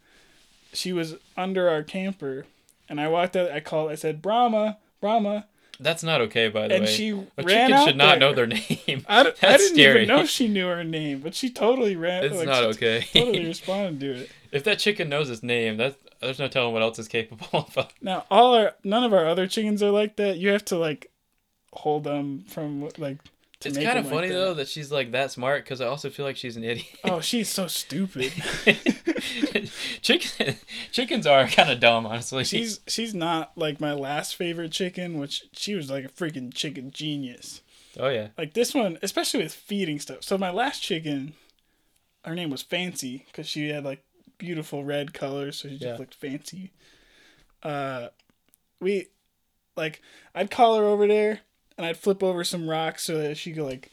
[SPEAKER 2] she was under our camper, and I walked out. I called. I said, "Brahma, Brahma,"
[SPEAKER 3] that's not okay, by the
[SPEAKER 2] And
[SPEAKER 3] way.
[SPEAKER 2] she
[SPEAKER 3] a
[SPEAKER 2] ran
[SPEAKER 3] chicken
[SPEAKER 2] out
[SPEAKER 3] should not
[SPEAKER 2] there.
[SPEAKER 3] know their name.
[SPEAKER 2] I, d- I
[SPEAKER 3] that's
[SPEAKER 2] didn't
[SPEAKER 3] scary.
[SPEAKER 2] even know she knew her name, but she totally ran.
[SPEAKER 3] It's
[SPEAKER 2] like,
[SPEAKER 3] not
[SPEAKER 2] she
[SPEAKER 3] okay.
[SPEAKER 2] Totally responded to it.
[SPEAKER 3] if that chicken knows its name, that's there's no telling what else it's capable of.
[SPEAKER 2] Now all our none of our other chickens are like that. You have to like hold them from like. To
[SPEAKER 3] It's
[SPEAKER 2] make
[SPEAKER 3] kind of
[SPEAKER 2] them
[SPEAKER 3] funny
[SPEAKER 2] like that.
[SPEAKER 3] though that she's like that smart because I also feel like she's an idiot.
[SPEAKER 2] Oh, she's so stupid.
[SPEAKER 3] Chicken, chickens are kind of dumb, honestly.
[SPEAKER 2] She's she's not like my last favorite chicken, which she was like a freaking chicken genius.
[SPEAKER 3] oh yeah,
[SPEAKER 2] like this one, especially with feeding stuff. So my last chicken, her name was Fancy because she had like beautiful red colors, so she just
[SPEAKER 3] Yeah.
[SPEAKER 2] looked fancy. Uh, we, like, I'd call her over there and I'd flip over some rocks so that she could like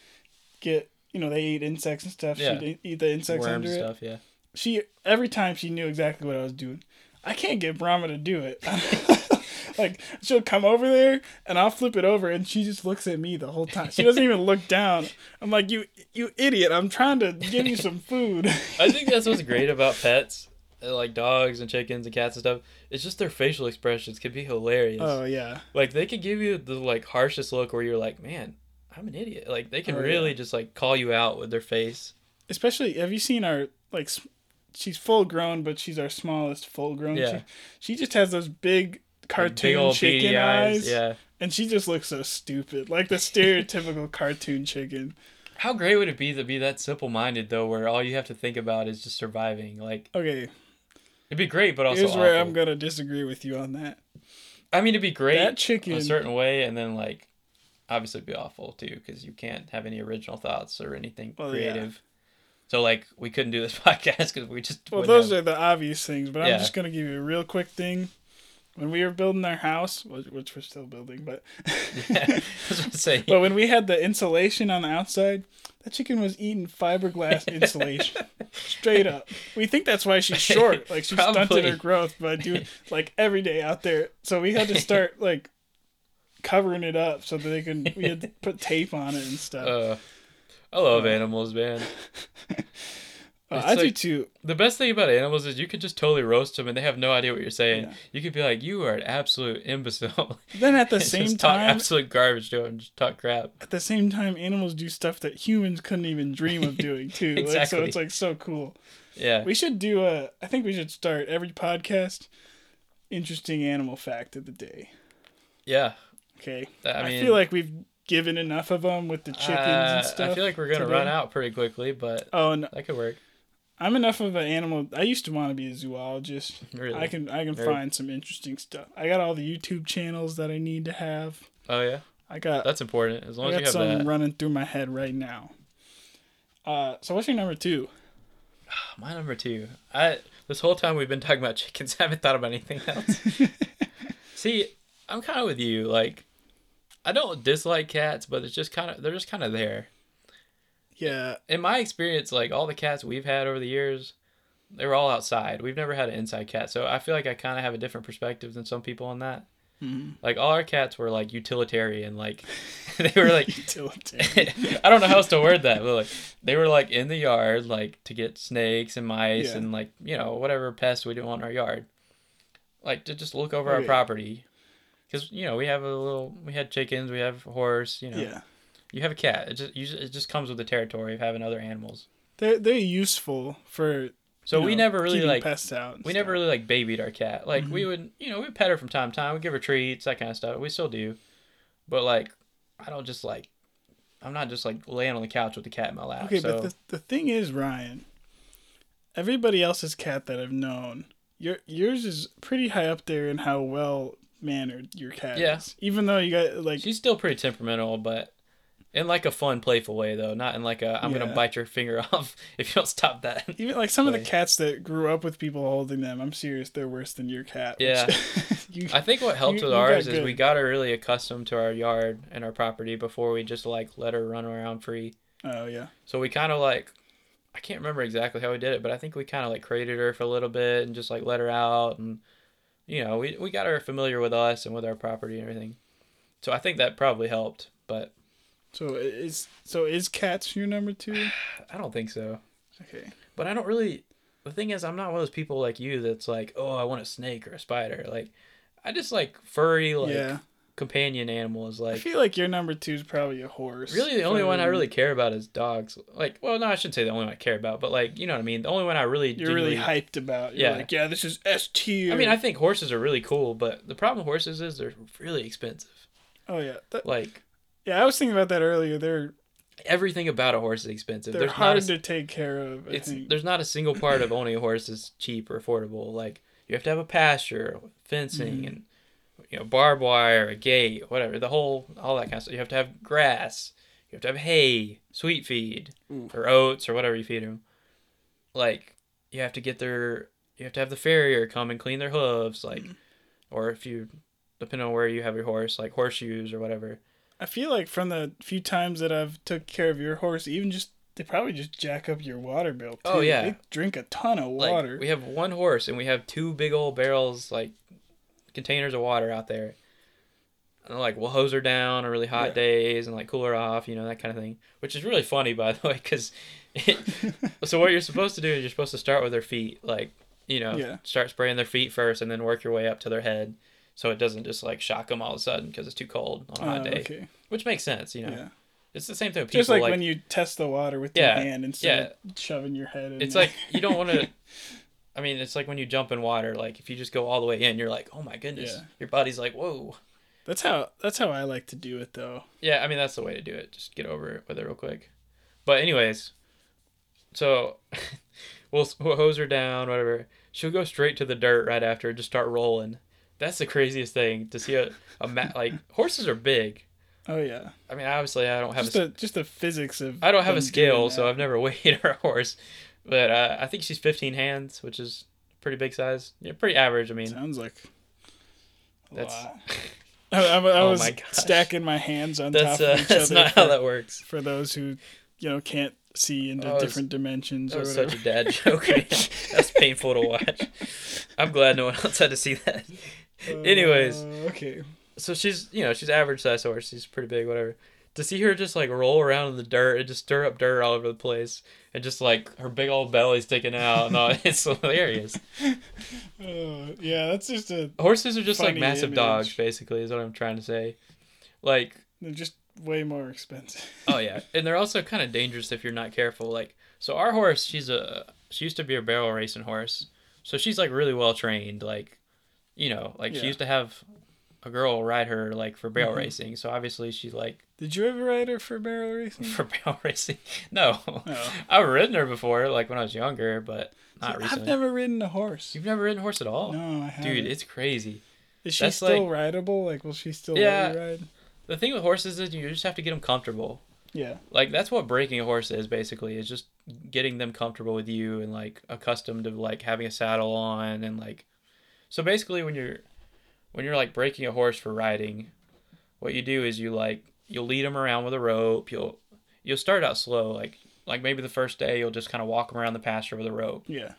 [SPEAKER 2] get you know they eat insects and stuff.
[SPEAKER 3] Yeah.
[SPEAKER 2] She'd eat- eat the insects
[SPEAKER 3] worms
[SPEAKER 2] under
[SPEAKER 3] and
[SPEAKER 2] it.
[SPEAKER 3] stuff. Yeah,
[SPEAKER 2] She every time she knew exactly what I was doing. I can't get Brahma to do it. like she'll come over there and I'll flip it over and she just looks at me the whole time. She doesn't even look down. I'm like, "You you idiot. I'm trying to give you some food."
[SPEAKER 3] I think that's what's great about pets, uh, like dogs and chickens and cats and stuff. It's just their facial expressions can be hilarious.
[SPEAKER 2] oh yeah.
[SPEAKER 3] Like they could give you the like harshest look where you're like, man, I'm an idiot. Like they can
[SPEAKER 2] Oh, yeah.
[SPEAKER 3] really just like call you out with their face.
[SPEAKER 2] Especially have you seen our like s- she's full grown but she's our smallest full grown.
[SPEAKER 3] Yeah.
[SPEAKER 2] She, she just has those big
[SPEAKER 3] Like,
[SPEAKER 2] cartoon chicken
[SPEAKER 3] beady
[SPEAKER 2] eyes.
[SPEAKER 3] Yeah.
[SPEAKER 2] And she just looks so stupid. Like the stereotypical cartoon chicken.
[SPEAKER 3] How great would it be to be that simple minded though, where all you have to think about is just surviving? Like
[SPEAKER 2] Okay.
[SPEAKER 3] it'd be great, but also
[SPEAKER 2] Here's where
[SPEAKER 3] awful.
[SPEAKER 2] I'm gonna disagree with you on that.
[SPEAKER 3] I mean, it'd be great
[SPEAKER 2] That chicken-
[SPEAKER 3] in a certain way, and then like obviously it'd be awful too because you can't have any original thoughts or anything
[SPEAKER 2] Well, yeah.
[SPEAKER 3] creative. So like we couldn't do this podcast because we just
[SPEAKER 2] Well,
[SPEAKER 3] wouldn't
[SPEAKER 2] those
[SPEAKER 3] have-
[SPEAKER 2] are the obvious things, but
[SPEAKER 3] Yeah.
[SPEAKER 2] I'm just gonna give you a real quick thing. When we were building our house, which which we're still building, but
[SPEAKER 3] I was gonna say
[SPEAKER 2] but when we had the insulation on the outside, that chicken was eating fiberglass insulation, straight up. We think that's why she's short. Like she stunted
[SPEAKER 3] Probably.
[SPEAKER 2] her growth by doing like every day out there. So we had to start like covering it up so that they could. We had to put tape on it and stuff.
[SPEAKER 3] uh, I love animals, man.
[SPEAKER 2] Uh,
[SPEAKER 3] it's
[SPEAKER 2] I do
[SPEAKER 3] like-
[SPEAKER 2] too.
[SPEAKER 3] The best thing about animals is you could just totally roast them and they have no idea what you're saying.
[SPEAKER 2] Yeah.
[SPEAKER 3] You could be like, "You are an absolute imbecile."
[SPEAKER 2] Then at the
[SPEAKER 3] Just
[SPEAKER 2] same
[SPEAKER 3] talk
[SPEAKER 2] time,
[SPEAKER 3] absolute garbage to them, just talk crap.
[SPEAKER 2] at the same time, animals do stuff that humans couldn't even dream of doing too. like, so
[SPEAKER 3] Exactly.
[SPEAKER 2] it's like so cool.
[SPEAKER 3] Yeah,
[SPEAKER 2] We should do a. I think we should start every podcast. Interesting animal fact of the day.
[SPEAKER 3] yeah.
[SPEAKER 2] Okay.
[SPEAKER 3] I
[SPEAKER 2] I,
[SPEAKER 3] mean-
[SPEAKER 2] feel like we've given enough of them with the chickens
[SPEAKER 3] Uh,
[SPEAKER 2] and stuff.
[SPEAKER 3] I feel like we're gonna
[SPEAKER 2] today.
[SPEAKER 3] run out pretty quickly, but
[SPEAKER 2] Oh, and
[SPEAKER 3] that could work.
[SPEAKER 2] I'm enough of an animal. I used to want to be a zoologist.
[SPEAKER 3] Really?
[SPEAKER 2] I can I can
[SPEAKER 3] Nerd.
[SPEAKER 2] find some interesting stuff. I got all the YouTube channels that I need to have.
[SPEAKER 3] Oh yeah.
[SPEAKER 2] I got
[SPEAKER 3] That's important. As long
[SPEAKER 2] I
[SPEAKER 3] as you
[SPEAKER 2] got
[SPEAKER 3] have
[SPEAKER 2] something
[SPEAKER 3] that.
[SPEAKER 2] running through my head right now. Uh, so what's your number two?
[SPEAKER 3] My number two. I this whole time we've been talking about chickens. I haven't thought about anything else. See, I'm kind of with you. Like, I don't dislike cats, but it's just kind of they're just kind of there.
[SPEAKER 2] Yeah,
[SPEAKER 3] In my experience, like all the cats we've had over the years, they were all outside. We've never had an inside cat, so I feel like I kind of have a different perspective than some people on that.
[SPEAKER 2] Mm-hmm.
[SPEAKER 3] Like all our cats were like utilitarian. Like they were like
[SPEAKER 2] utilitarian.
[SPEAKER 3] I don't know how else to word that, but like they were like in the yard, like to get snakes and mice
[SPEAKER 2] Yeah.
[SPEAKER 3] and like you know whatever pests we didn't want in our yard, like to just look over
[SPEAKER 2] Oh,
[SPEAKER 3] our
[SPEAKER 2] yeah.
[SPEAKER 3] property, because you know we have a little, we had chickens, we have a horse, you know,
[SPEAKER 2] Yeah,
[SPEAKER 3] you have a cat. It just you, just- it just comes with the territory of having other animals.
[SPEAKER 2] they're they're useful for.
[SPEAKER 3] So
[SPEAKER 2] you
[SPEAKER 3] we
[SPEAKER 2] know,
[SPEAKER 3] never really
[SPEAKER 2] keeping
[SPEAKER 3] like
[SPEAKER 2] pests out. and
[SPEAKER 3] we
[SPEAKER 2] stuff.
[SPEAKER 3] never really like babied our cat. Like we
[SPEAKER 2] Mm-hmm.
[SPEAKER 3] would, you know, we pet her from time to time. We give her treats, that kind of stuff. We still do, but like, I don't just like, I'm not just like laying on the couch with the cat in my lap.
[SPEAKER 2] Okay,
[SPEAKER 3] so.
[SPEAKER 2] but the the thing is, Ryan. Everybody else's cat that I've known, your yours is pretty high up there in how well mannered your cat
[SPEAKER 3] Yeah.
[SPEAKER 2] is. Even though you got like
[SPEAKER 3] She's still pretty temperamental, but in like a fun, playful way though, not in like a I'm
[SPEAKER 2] Yeah.
[SPEAKER 3] gonna bite your finger off if you don't stop that.
[SPEAKER 2] even like some of the
[SPEAKER 3] Right.
[SPEAKER 2] cats that grew up with people holding them. I'm serious, they're worse than your cat. which-
[SPEAKER 3] Yeah.
[SPEAKER 2] you,
[SPEAKER 3] I think what helped
[SPEAKER 2] You-
[SPEAKER 3] with
[SPEAKER 2] you got
[SPEAKER 3] ours is
[SPEAKER 2] good.
[SPEAKER 3] we got her really accustomed to our yard and our property before we just like let her run around free.
[SPEAKER 2] oh yeah.
[SPEAKER 3] So we kind of like I can't remember exactly how we did it, but I think we kind of like crated her for a little bit and just like let her out and you know, we we got her familiar with us and with our property and everything. So I think that probably helped, but
[SPEAKER 2] So i- is so is cats your number two?
[SPEAKER 3] I don't think so.
[SPEAKER 2] Okay.
[SPEAKER 3] But I don't really. The thing is, I'm not one of those people like you that's like, oh, I want a snake or a spider. Like, I just like furry, like
[SPEAKER 2] yeah.
[SPEAKER 3] companion animal is
[SPEAKER 2] I
[SPEAKER 3] like
[SPEAKER 2] feel like your number two is probably a horse.
[SPEAKER 3] really the only
[SPEAKER 2] From-
[SPEAKER 3] one I really care about is dogs. Like, well, no, I shouldn't say the only one I care about, but like, you know what I mean. The only one I really
[SPEAKER 2] You're really
[SPEAKER 3] genuinely-
[SPEAKER 2] hyped about. You're
[SPEAKER 3] Yeah.
[SPEAKER 2] like, yeah, this is S tier.
[SPEAKER 3] I mean, I think horses are really cool, but the problem with horses is they're really expensive.
[SPEAKER 2] oh yeah, That-
[SPEAKER 3] Like
[SPEAKER 2] yeah. I was thinking about that earlier. They're
[SPEAKER 3] everything about a horse is expensive.
[SPEAKER 2] they're
[SPEAKER 3] there's
[SPEAKER 2] hard
[SPEAKER 3] not a,
[SPEAKER 2] to take care of. I
[SPEAKER 3] it's
[SPEAKER 2] think.
[SPEAKER 3] there's not a single part of owning a horse that's cheap or affordable. Like you have to have a pasture, fencing,
[SPEAKER 2] Mm-hmm.
[SPEAKER 3] and you know barbed wire, a gate, whatever. The whole all that kind of stuff. You have to have grass. You have to have hay, sweet feed, or oats or whatever you feed them. Like you have to get their you have to have the farrier come and clean their hooves, like, or if you depending on where you have your horse, like horseshoes or whatever.
[SPEAKER 2] I feel like from the few times that I've took care of your horse, even just they probably just jack up your water bill. Too.
[SPEAKER 3] Oh, yeah.
[SPEAKER 2] they drink a ton of
[SPEAKER 3] like
[SPEAKER 2] water.
[SPEAKER 3] we have one horse and we have two big old barrels like containers of water out there and like we'll hose her down on really hot
[SPEAKER 2] Yeah.
[SPEAKER 3] days and like cool her off you know that kind of thing which is really funny by the way because so what you're supposed to do is you're supposed to start with their feet like you know
[SPEAKER 2] Yeah.
[SPEAKER 3] start spraying their feet first and then work your way up to their head so it doesn't just like shock them all of a sudden because it's too cold on a hot
[SPEAKER 2] Oh,
[SPEAKER 3] day
[SPEAKER 2] okay.
[SPEAKER 3] which makes sense you know
[SPEAKER 2] Yeah.
[SPEAKER 3] it's the same thing with people
[SPEAKER 2] Just like,
[SPEAKER 3] like
[SPEAKER 2] when you test the water with
[SPEAKER 3] Yeah,
[SPEAKER 2] your hand instead of shoving your head in.
[SPEAKER 3] It's
[SPEAKER 2] there.
[SPEAKER 3] like you don't want to. I mean, it's like when you jump in water. Like if you just go all the way in, you're like, oh my goodness,
[SPEAKER 2] Yeah.
[SPEAKER 3] your body's like, whoa.
[SPEAKER 2] that's how that's how I like to do it though.
[SPEAKER 3] Yeah, I mean that's the way to do it. Just get over it with it real quick. But anyways, so we'll, we'll hose her down, whatever. She'll go straight to the dirt right after, and just start rolling. That's the craziest thing to see a, a ma- like horses are big.
[SPEAKER 2] Oh yeah,
[SPEAKER 3] I mean, obviously I don't have
[SPEAKER 2] just
[SPEAKER 3] a,
[SPEAKER 2] the just the physics of.
[SPEAKER 3] I don't have a
[SPEAKER 2] them
[SPEAKER 3] scale,
[SPEAKER 2] doing
[SPEAKER 3] so
[SPEAKER 2] that.
[SPEAKER 3] I've never weighed her horse. But uh, I think she's 15 hands, which is pretty big size. Yeah, pretty average. I mean,
[SPEAKER 2] sounds like. a
[SPEAKER 3] That's-
[SPEAKER 2] lot. I, I, I
[SPEAKER 3] Oh
[SPEAKER 2] was
[SPEAKER 3] my gosh.
[SPEAKER 2] stacking my hands on
[SPEAKER 3] that's
[SPEAKER 2] top
[SPEAKER 3] uh,
[SPEAKER 2] of each
[SPEAKER 3] that's
[SPEAKER 2] other
[SPEAKER 3] not
[SPEAKER 2] for,
[SPEAKER 3] how that works.
[SPEAKER 2] for those who, you know, can't see into
[SPEAKER 3] Oh, it's-
[SPEAKER 2] different dimensions
[SPEAKER 3] That
[SPEAKER 2] or
[SPEAKER 3] was
[SPEAKER 2] whatever.
[SPEAKER 3] such a dad joke. man. that's painful to watch. I'm glad no one else had to see that. Anyways,
[SPEAKER 2] Uh, okay.
[SPEAKER 3] so she's you know she's average size horse. She's pretty big, whatever. To see her just like roll around in the dirt and just stir up dirt all over the place, and just like her big old belly sticking out, and all, it's hilarious.
[SPEAKER 2] Uh, yeah, that's just a
[SPEAKER 3] Horses are just like
[SPEAKER 2] Funny
[SPEAKER 3] massive
[SPEAKER 2] image.
[SPEAKER 3] dogs, basically, is what I'm trying to say. Like,
[SPEAKER 2] they're just way more expensive.
[SPEAKER 3] oh yeah, and they're also kind of dangerous if you're not careful. Like, so our horse, she's a she used to be a barrel racing horse, so she's like really well trained. Like, you know, like
[SPEAKER 2] Yeah. Mm-hmm.
[SPEAKER 3] she used to have a girl ride her like for barrel racing. So obviously she's like
[SPEAKER 2] Did you ever ride her for barrel racing?
[SPEAKER 3] for barrel racing. No,
[SPEAKER 2] Mm. No.
[SPEAKER 3] I've ridden her before, like when I was younger, but not recently.
[SPEAKER 2] I've never ridden a horse.
[SPEAKER 3] You've never ridden a horse at all,
[SPEAKER 2] No, I haven't.
[SPEAKER 3] dude. It's crazy.
[SPEAKER 2] Is she
[SPEAKER 3] that's
[SPEAKER 2] still
[SPEAKER 3] like-
[SPEAKER 2] rideable? Like, will she still
[SPEAKER 3] Yeah.
[SPEAKER 2] let you ride?
[SPEAKER 3] The thing with horses is you just have to get them comfortable.
[SPEAKER 2] Yeah.
[SPEAKER 3] like that's what breaking a horse is basically is just getting them comfortable with you and like accustomed to like having a saddle on and like so basically when you're when you're like breaking a horse for riding what you do is you like you'll lead them around with a rope you'll you'll start out slow like like maybe the first day you'll just kind of walk them around the pasture with a rope
[SPEAKER 2] Yeah.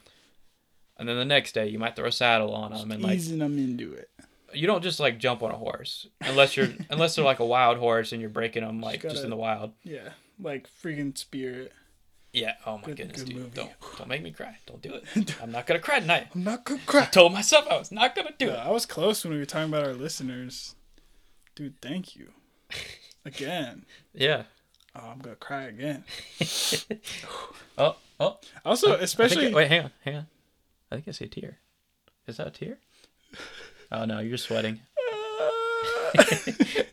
[SPEAKER 3] and then the next day you might throw a saddle on them and like
[SPEAKER 2] Easing them into it.
[SPEAKER 3] you don't just like jump on a horse unless you're unless they're like a wild horse and you're breaking them like just
[SPEAKER 2] gotta-
[SPEAKER 3] in the wild
[SPEAKER 2] Yeah. Like freaking spirit.
[SPEAKER 3] Yeah. Oh my
[SPEAKER 2] Good-
[SPEAKER 3] goodness,
[SPEAKER 2] good
[SPEAKER 3] dude.
[SPEAKER 2] movie.
[SPEAKER 3] Don't don't make me cry. Don't do it. I'm not gonna cry tonight.
[SPEAKER 2] I'm not gonna cry.
[SPEAKER 3] Told myself I was not gonna do
[SPEAKER 2] Yeah,
[SPEAKER 3] it.
[SPEAKER 2] I was close when we were talking about our listeners. Dude, thank you. Again.
[SPEAKER 3] Yeah.
[SPEAKER 2] Oh, I'm gonna cry again.
[SPEAKER 3] Oh oh.
[SPEAKER 2] Also,
[SPEAKER 3] I think-
[SPEAKER 2] especially
[SPEAKER 3] wait, hang on, hang on. I think I see a tear. Is that a tear? Oh no, you're sweating.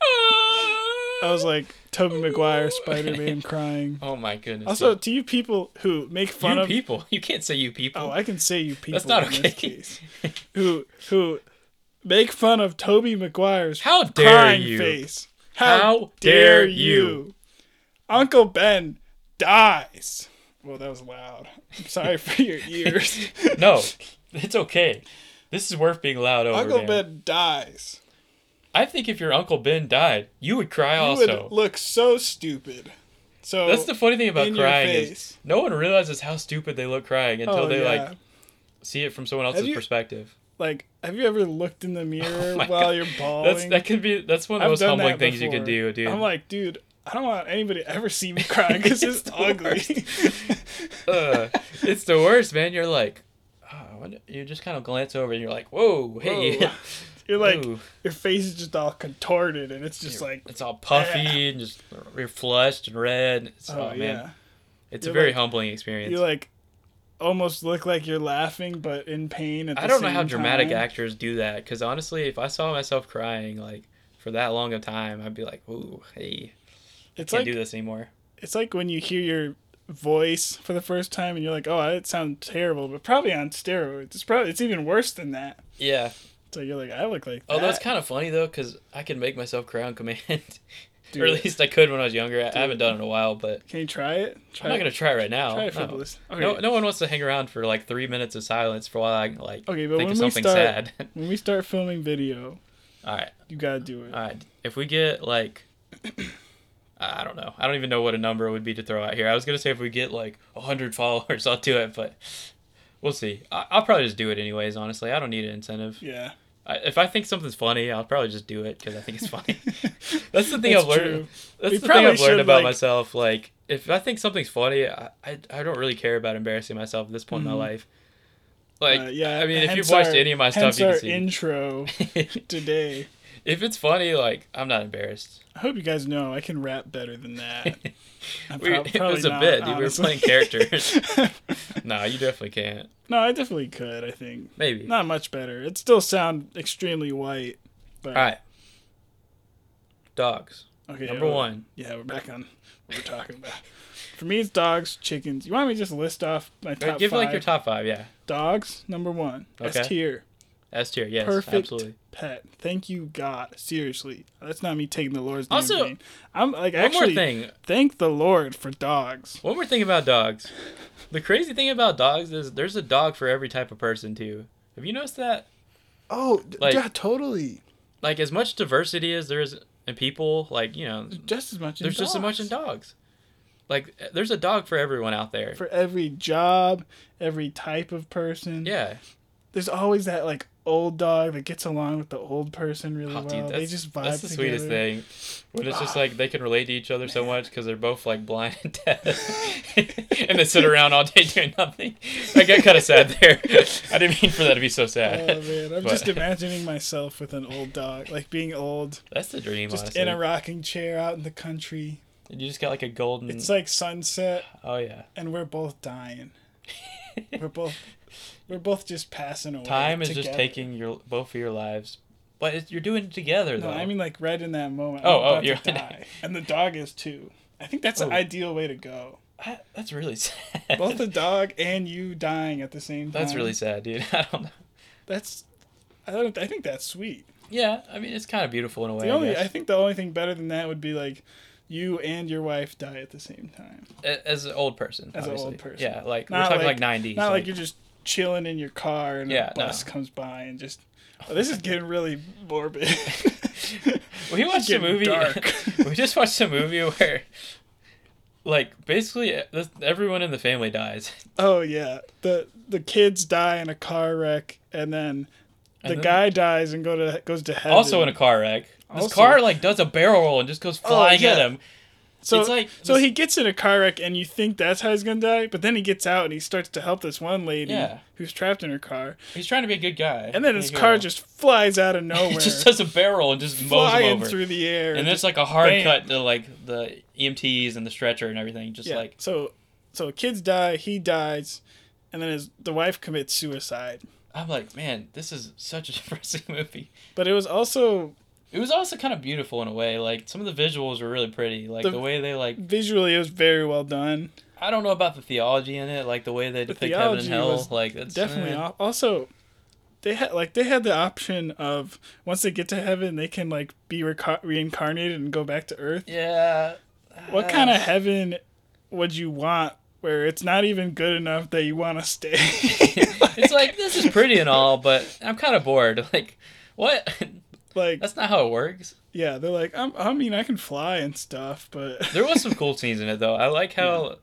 [SPEAKER 2] I was like Toby Maguire, Spider Man crying.
[SPEAKER 3] Oh my goodness.
[SPEAKER 2] Also,
[SPEAKER 3] dude.
[SPEAKER 2] to you people who make fun
[SPEAKER 3] you
[SPEAKER 2] of
[SPEAKER 3] people. You can't say you people.
[SPEAKER 2] Oh, I can say you people
[SPEAKER 3] That's not
[SPEAKER 2] in
[SPEAKER 3] okay.
[SPEAKER 2] this case. Who who make fun of Toby Maguire's
[SPEAKER 3] How dare
[SPEAKER 2] crying
[SPEAKER 3] you.
[SPEAKER 2] face.
[SPEAKER 3] How dare you.
[SPEAKER 2] Uncle Ben dies. Well, that was loud. I'm sorry for your ears.
[SPEAKER 3] No, it's okay. This is worth being loud over.
[SPEAKER 2] Uncle
[SPEAKER 3] man.
[SPEAKER 2] Ben dies.
[SPEAKER 3] I think if your Uncle Ben died, you would cry
[SPEAKER 2] You
[SPEAKER 3] also.
[SPEAKER 2] would look so stupid. So
[SPEAKER 3] That's the funny thing about
[SPEAKER 2] in your
[SPEAKER 3] crying is
[SPEAKER 2] face.
[SPEAKER 3] no one realizes how stupid they look crying until
[SPEAKER 2] oh,
[SPEAKER 3] they
[SPEAKER 2] yeah.
[SPEAKER 3] like see it from someone else's
[SPEAKER 2] you-
[SPEAKER 3] perspective.
[SPEAKER 2] like have you ever looked in the mirror
[SPEAKER 3] Oh my
[SPEAKER 2] while
[SPEAKER 3] God.
[SPEAKER 2] you're bawling?
[SPEAKER 3] That's that could be that's one of the
[SPEAKER 2] I've
[SPEAKER 3] most
[SPEAKER 2] done
[SPEAKER 3] humbling
[SPEAKER 2] that
[SPEAKER 3] things you can
[SPEAKER 2] before.
[SPEAKER 3] do, dude.
[SPEAKER 2] I'm like, dude, I don't want anybody to ever see me crying because
[SPEAKER 3] It's
[SPEAKER 2] it's,
[SPEAKER 3] the
[SPEAKER 2] ugly.
[SPEAKER 3] Ugh. it's the worst, man. You're like, oh wonder- you just kind of glance over and you're like, whoa, hey.
[SPEAKER 2] Whoa. You're like
[SPEAKER 3] Ooh.
[SPEAKER 2] your face is just all contorted, and it's just like,
[SPEAKER 3] it's all puffy
[SPEAKER 2] Yeah.
[SPEAKER 3] and just you're flushed and red. It's,
[SPEAKER 2] oh,
[SPEAKER 3] oh, man,
[SPEAKER 2] yeah.
[SPEAKER 3] it's a
[SPEAKER 2] You're
[SPEAKER 3] very
[SPEAKER 2] like-
[SPEAKER 3] humbling experience.
[SPEAKER 2] You like almost look like you're laughing, but in pain. At the
[SPEAKER 3] I don't know how
[SPEAKER 2] same
[SPEAKER 3] dramatic
[SPEAKER 2] time.
[SPEAKER 3] actors do that because honestly, if I saw myself crying like for that long a time, I'd be like, "Ooh, hey,
[SPEAKER 2] It's
[SPEAKER 3] can't
[SPEAKER 2] like
[SPEAKER 3] do this anymore."
[SPEAKER 2] it's like when you hear your voice for the first time, and you're like, oh, it sounds terrible, but probably on steroids. It's probably it's even worse than that.
[SPEAKER 3] Yeah.
[SPEAKER 2] So you're like, I look like that.
[SPEAKER 3] Although it's kind of Oh, funny though because I can make myself cry on command,
[SPEAKER 2] Dude,
[SPEAKER 3] or at least I could when I was younger. I haven't done it in a while, but
[SPEAKER 2] Can you try it? Try
[SPEAKER 3] I'm not
[SPEAKER 2] it.
[SPEAKER 3] gonna try right now.
[SPEAKER 2] try it for
[SPEAKER 3] no.
[SPEAKER 2] the list. Okay.
[SPEAKER 3] No, no one wants to hang around for like three minutes of silence for while I like
[SPEAKER 2] Okay, but
[SPEAKER 3] think
[SPEAKER 2] when we
[SPEAKER 3] of something
[SPEAKER 2] start-
[SPEAKER 3] sad.
[SPEAKER 2] When we start filming video,
[SPEAKER 3] all right,
[SPEAKER 2] you gotta do it.
[SPEAKER 3] all right. If we get like, I don't know. I don't even know what a number would be to throw out here. I was gonna say if we get like hundred followers, I'll do it, but we'll see. I, I'll probably just do it anyways. Honestly, I don't need an incentive.
[SPEAKER 2] Yeah.
[SPEAKER 3] I, if I think something's funny, I'll probably just do it because I think it's funny. That's the thing
[SPEAKER 2] That's
[SPEAKER 3] I've learned.
[SPEAKER 2] true.
[SPEAKER 3] That's
[SPEAKER 2] We
[SPEAKER 3] the thing
[SPEAKER 2] probably
[SPEAKER 3] I've learned
[SPEAKER 2] should,
[SPEAKER 3] about
[SPEAKER 2] like-
[SPEAKER 3] myself. Like, if I think something's funny, I, I, I don't really care about embarrassing myself at this point in my life. Like,
[SPEAKER 2] Mm-hmm. Uh,
[SPEAKER 3] yeah, I mean, if
[SPEAKER 2] hence
[SPEAKER 3] you've watched
[SPEAKER 2] our-
[SPEAKER 3] any of my
[SPEAKER 2] hence
[SPEAKER 3] stuff, you
[SPEAKER 2] our
[SPEAKER 3] can see.
[SPEAKER 2] intro today.
[SPEAKER 3] if it's funny, like, I'm not embarrassed.
[SPEAKER 2] I hope you guys know I can rap better than that. I'm
[SPEAKER 3] We,
[SPEAKER 2] prob-
[SPEAKER 3] it
[SPEAKER 2] probably
[SPEAKER 3] was a
[SPEAKER 2] not,
[SPEAKER 3] bit, dude.
[SPEAKER 2] honestly.
[SPEAKER 3] We were playing characters. no, you definitely can't.
[SPEAKER 2] no, I definitely could. I think
[SPEAKER 3] Maybe.
[SPEAKER 2] not much better. It still sound extremely white. But
[SPEAKER 3] All right. Dogs.
[SPEAKER 2] okay,
[SPEAKER 3] Number
[SPEAKER 2] well,
[SPEAKER 3] one.
[SPEAKER 2] Yeah, we're back on what we're talking about. For me, it's dogs, chickens. You want me to just list off my top
[SPEAKER 3] Give
[SPEAKER 2] five?
[SPEAKER 3] like your top five. Yeah.
[SPEAKER 2] dogs. Number one, S
[SPEAKER 3] Okay.
[SPEAKER 2] tier.
[SPEAKER 3] S tier. Yes.
[SPEAKER 2] Perfect
[SPEAKER 3] Absolutely.
[SPEAKER 2] pet. Thank you, God. Seriously, that's not me taking the Lord's name.
[SPEAKER 3] Also,
[SPEAKER 2] in vain. I'm like
[SPEAKER 3] One more
[SPEAKER 2] actually
[SPEAKER 3] thing.
[SPEAKER 2] thank the Lord for dogs.
[SPEAKER 3] One more thing about dogs. The crazy thing about dogs is there's a dog for every type of person too. Have you noticed that?
[SPEAKER 2] Oh,
[SPEAKER 3] Like-
[SPEAKER 2] yeah, totally.
[SPEAKER 3] Like as much diversity as there is in people, like you know,
[SPEAKER 2] Just as much. in
[SPEAKER 3] there's just so much in dogs. Like there's a dog for everyone out there.
[SPEAKER 2] for every job, every type of person.
[SPEAKER 3] yeah,
[SPEAKER 2] There's always that like old dog that gets along with the old person really
[SPEAKER 3] oh,
[SPEAKER 2] well.
[SPEAKER 3] dude,
[SPEAKER 2] they
[SPEAKER 3] that's,
[SPEAKER 2] just vibe
[SPEAKER 3] that's the
[SPEAKER 2] together.
[SPEAKER 3] sweetest thing. When it's just like they can relate to each other so much because they're both like blind and deaf, and they sit around all day doing nothing. I got kind of sad there. I didn't mean for that to be so sad.
[SPEAKER 2] Oh man, I'm
[SPEAKER 3] But-
[SPEAKER 2] just imagining myself with an old dog, like being old,
[SPEAKER 3] That's the dream,
[SPEAKER 2] just
[SPEAKER 3] honestly.
[SPEAKER 2] in a rocking chair out in the country.
[SPEAKER 3] you just got like a golden.
[SPEAKER 2] It's like sunset,
[SPEAKER 3] oh yeah.
[SPEAKER 2] and we're both dying. we're both, we're both just passing away.
[SPEAKER 3] Time is just
[SPEAKER 2] together.
[SPEAKER 3] taking your both of your lives, but it's, you're doing it together
[SPEAKER 2] No,
[SPEAKER 3] though.
[SPEAKER 2] I mean like right in that moment.
[SPEAKER 3] Oh,
[SPEAKER 2] Oh,
[SPEAKER 3] oh,
[SPEAKER 2] I'm about
[SPEAKER 3] you're-
[SPEAKER 2] to die, and the dog is too. I think that's
[SPEAKER 3] Oh.
[SPEAKER 2] the ideal way to go.
[SPEAKER 3] I- Ah, that's really sad.
[SPEAKER 2] both the dog and you dying at the same time.
[SPEAKER 3] that's really sad, dude. I don't know.
[SPEAKER 2] That's. I don't. I think that's sweet.
[SPEAKER 3] Yeah, I mean it's kind of beautiful in a way. I
[SPEAKER 2] The only.
[SPEAKER 3] guess.
[SPEAKER 2] I think the only thing better than that would be like, you and your wife die at the same time.
[SPEAKER 3] A- as an old person.
[SPEAKER 2] As an
[SPEAKER 3] obviously.
[SPEAKER 2] old person.
[SPEAKER 3] Yeah, like we're talking like nineties.
[SPEAKER 2] Not like, you're just chilling in your car and
[SPEAKER 3] Yeah,
[SPEAKER 2] a bus comes by and just. Oh, this is getting really morbid.
[SPEAKER 3] we watched a
[SPEAKER 2] getting
[SPEAKER 3] movie.
[SPEAKER 2] dark.
[SPEAKER 3] we just watched a movie where, like, basically eh, this, everyone in the family dies.
[SPEAKER 2] oh yeah, the the kids die in a car wreck and then. The
[SPEAKER 3] then-
[SPEAKER 2] guy dies and go to goes to heaven.
[SPEAKER 3] Also in a car wreck. This
[SPEAKER 2] Also- Oh,
[SPEAKER 3] car like does a barrel roll and just goes flying at
[SPEAKER 2] yeah.
[SPEAKER 3] him.
[SPEAKER 2] So
[SPEAKER 3] It's like
[SPEAKER 2] so
[SPEAKER 3] this-
[SPEAKER 2] he gets in a car wreck, and you think that's how he's gonna die, but then he gets out and he starts to help this one lady
[SPEAKER 3] Yeah.
[SPEAKER 2] who's trapped in her car,
[SPEAKER 3] He's trying to be a good guy.
[SPEAKER 2] and then
[SPEAKER 3] He's
[SPEAKER 2] his
[SPEAKER 3] a hero.
[SPEAKER 2] car just flies out of nowhere,
[SPEAKER 3] It just does a barrel and just mows him
[SPEAKER 2] flying
[SPEAKER 3] over.
[SPEAKER 2] through the air,
[SPEAKER 3] and it's like a hard
[SPEAKER 2] bam.
[SPEAKER 3] cut to like the EMTs and the stretcher and everything. Just
[SPEAKER 2] yeah.
[SPEAKER 3] like
[SPEAKER 2] so so kids die, he dies, and then his the wife commits suicide.
[SPEAKER 3] I'm like, man, this is such a depressing movie.
[SPEAKER 2] But it was also
[SPEAKER 3] It was also kind of beautiful in a way. Like some of the visuals were really pretty. Like
[SPEAKER 2] The-
[SPEAKER 3] the, way they like
[SPEAKER 2] visually it was very well done.
[SPEAKER 3] I don't know about the theology in it. Like the way they depict heaven and
[SPEAKER 2] theology
[SPEAKER 3] hell.
[SPEAKER 2] was
[SPEAKER 3] Like that's
[SPEAKER 2] Definitely.
[SPEAKER 3] eh.
[SPEAKER 2] al- Also, they had like they had the option of once they get to heaven, they can like be reca- reincarnated and go back to Earth.
[SPEAKER 3] Yeah. Uh,
[SPEAKER 2] What kind of heaven would you want where it's not even good enough that you want to stay?
[SPEAKER 3] It's like this is pretty and all, but I'm kind of bored. Like what?
[SPEAKER 2] like,
[SPEAKER 3] that's not how it works.
[SPEAKER 2] yeah, they're like, I'm, I mean, I can fly and stuff, but
[SPEAKER 3] There was some cool scenes in it though. I like how.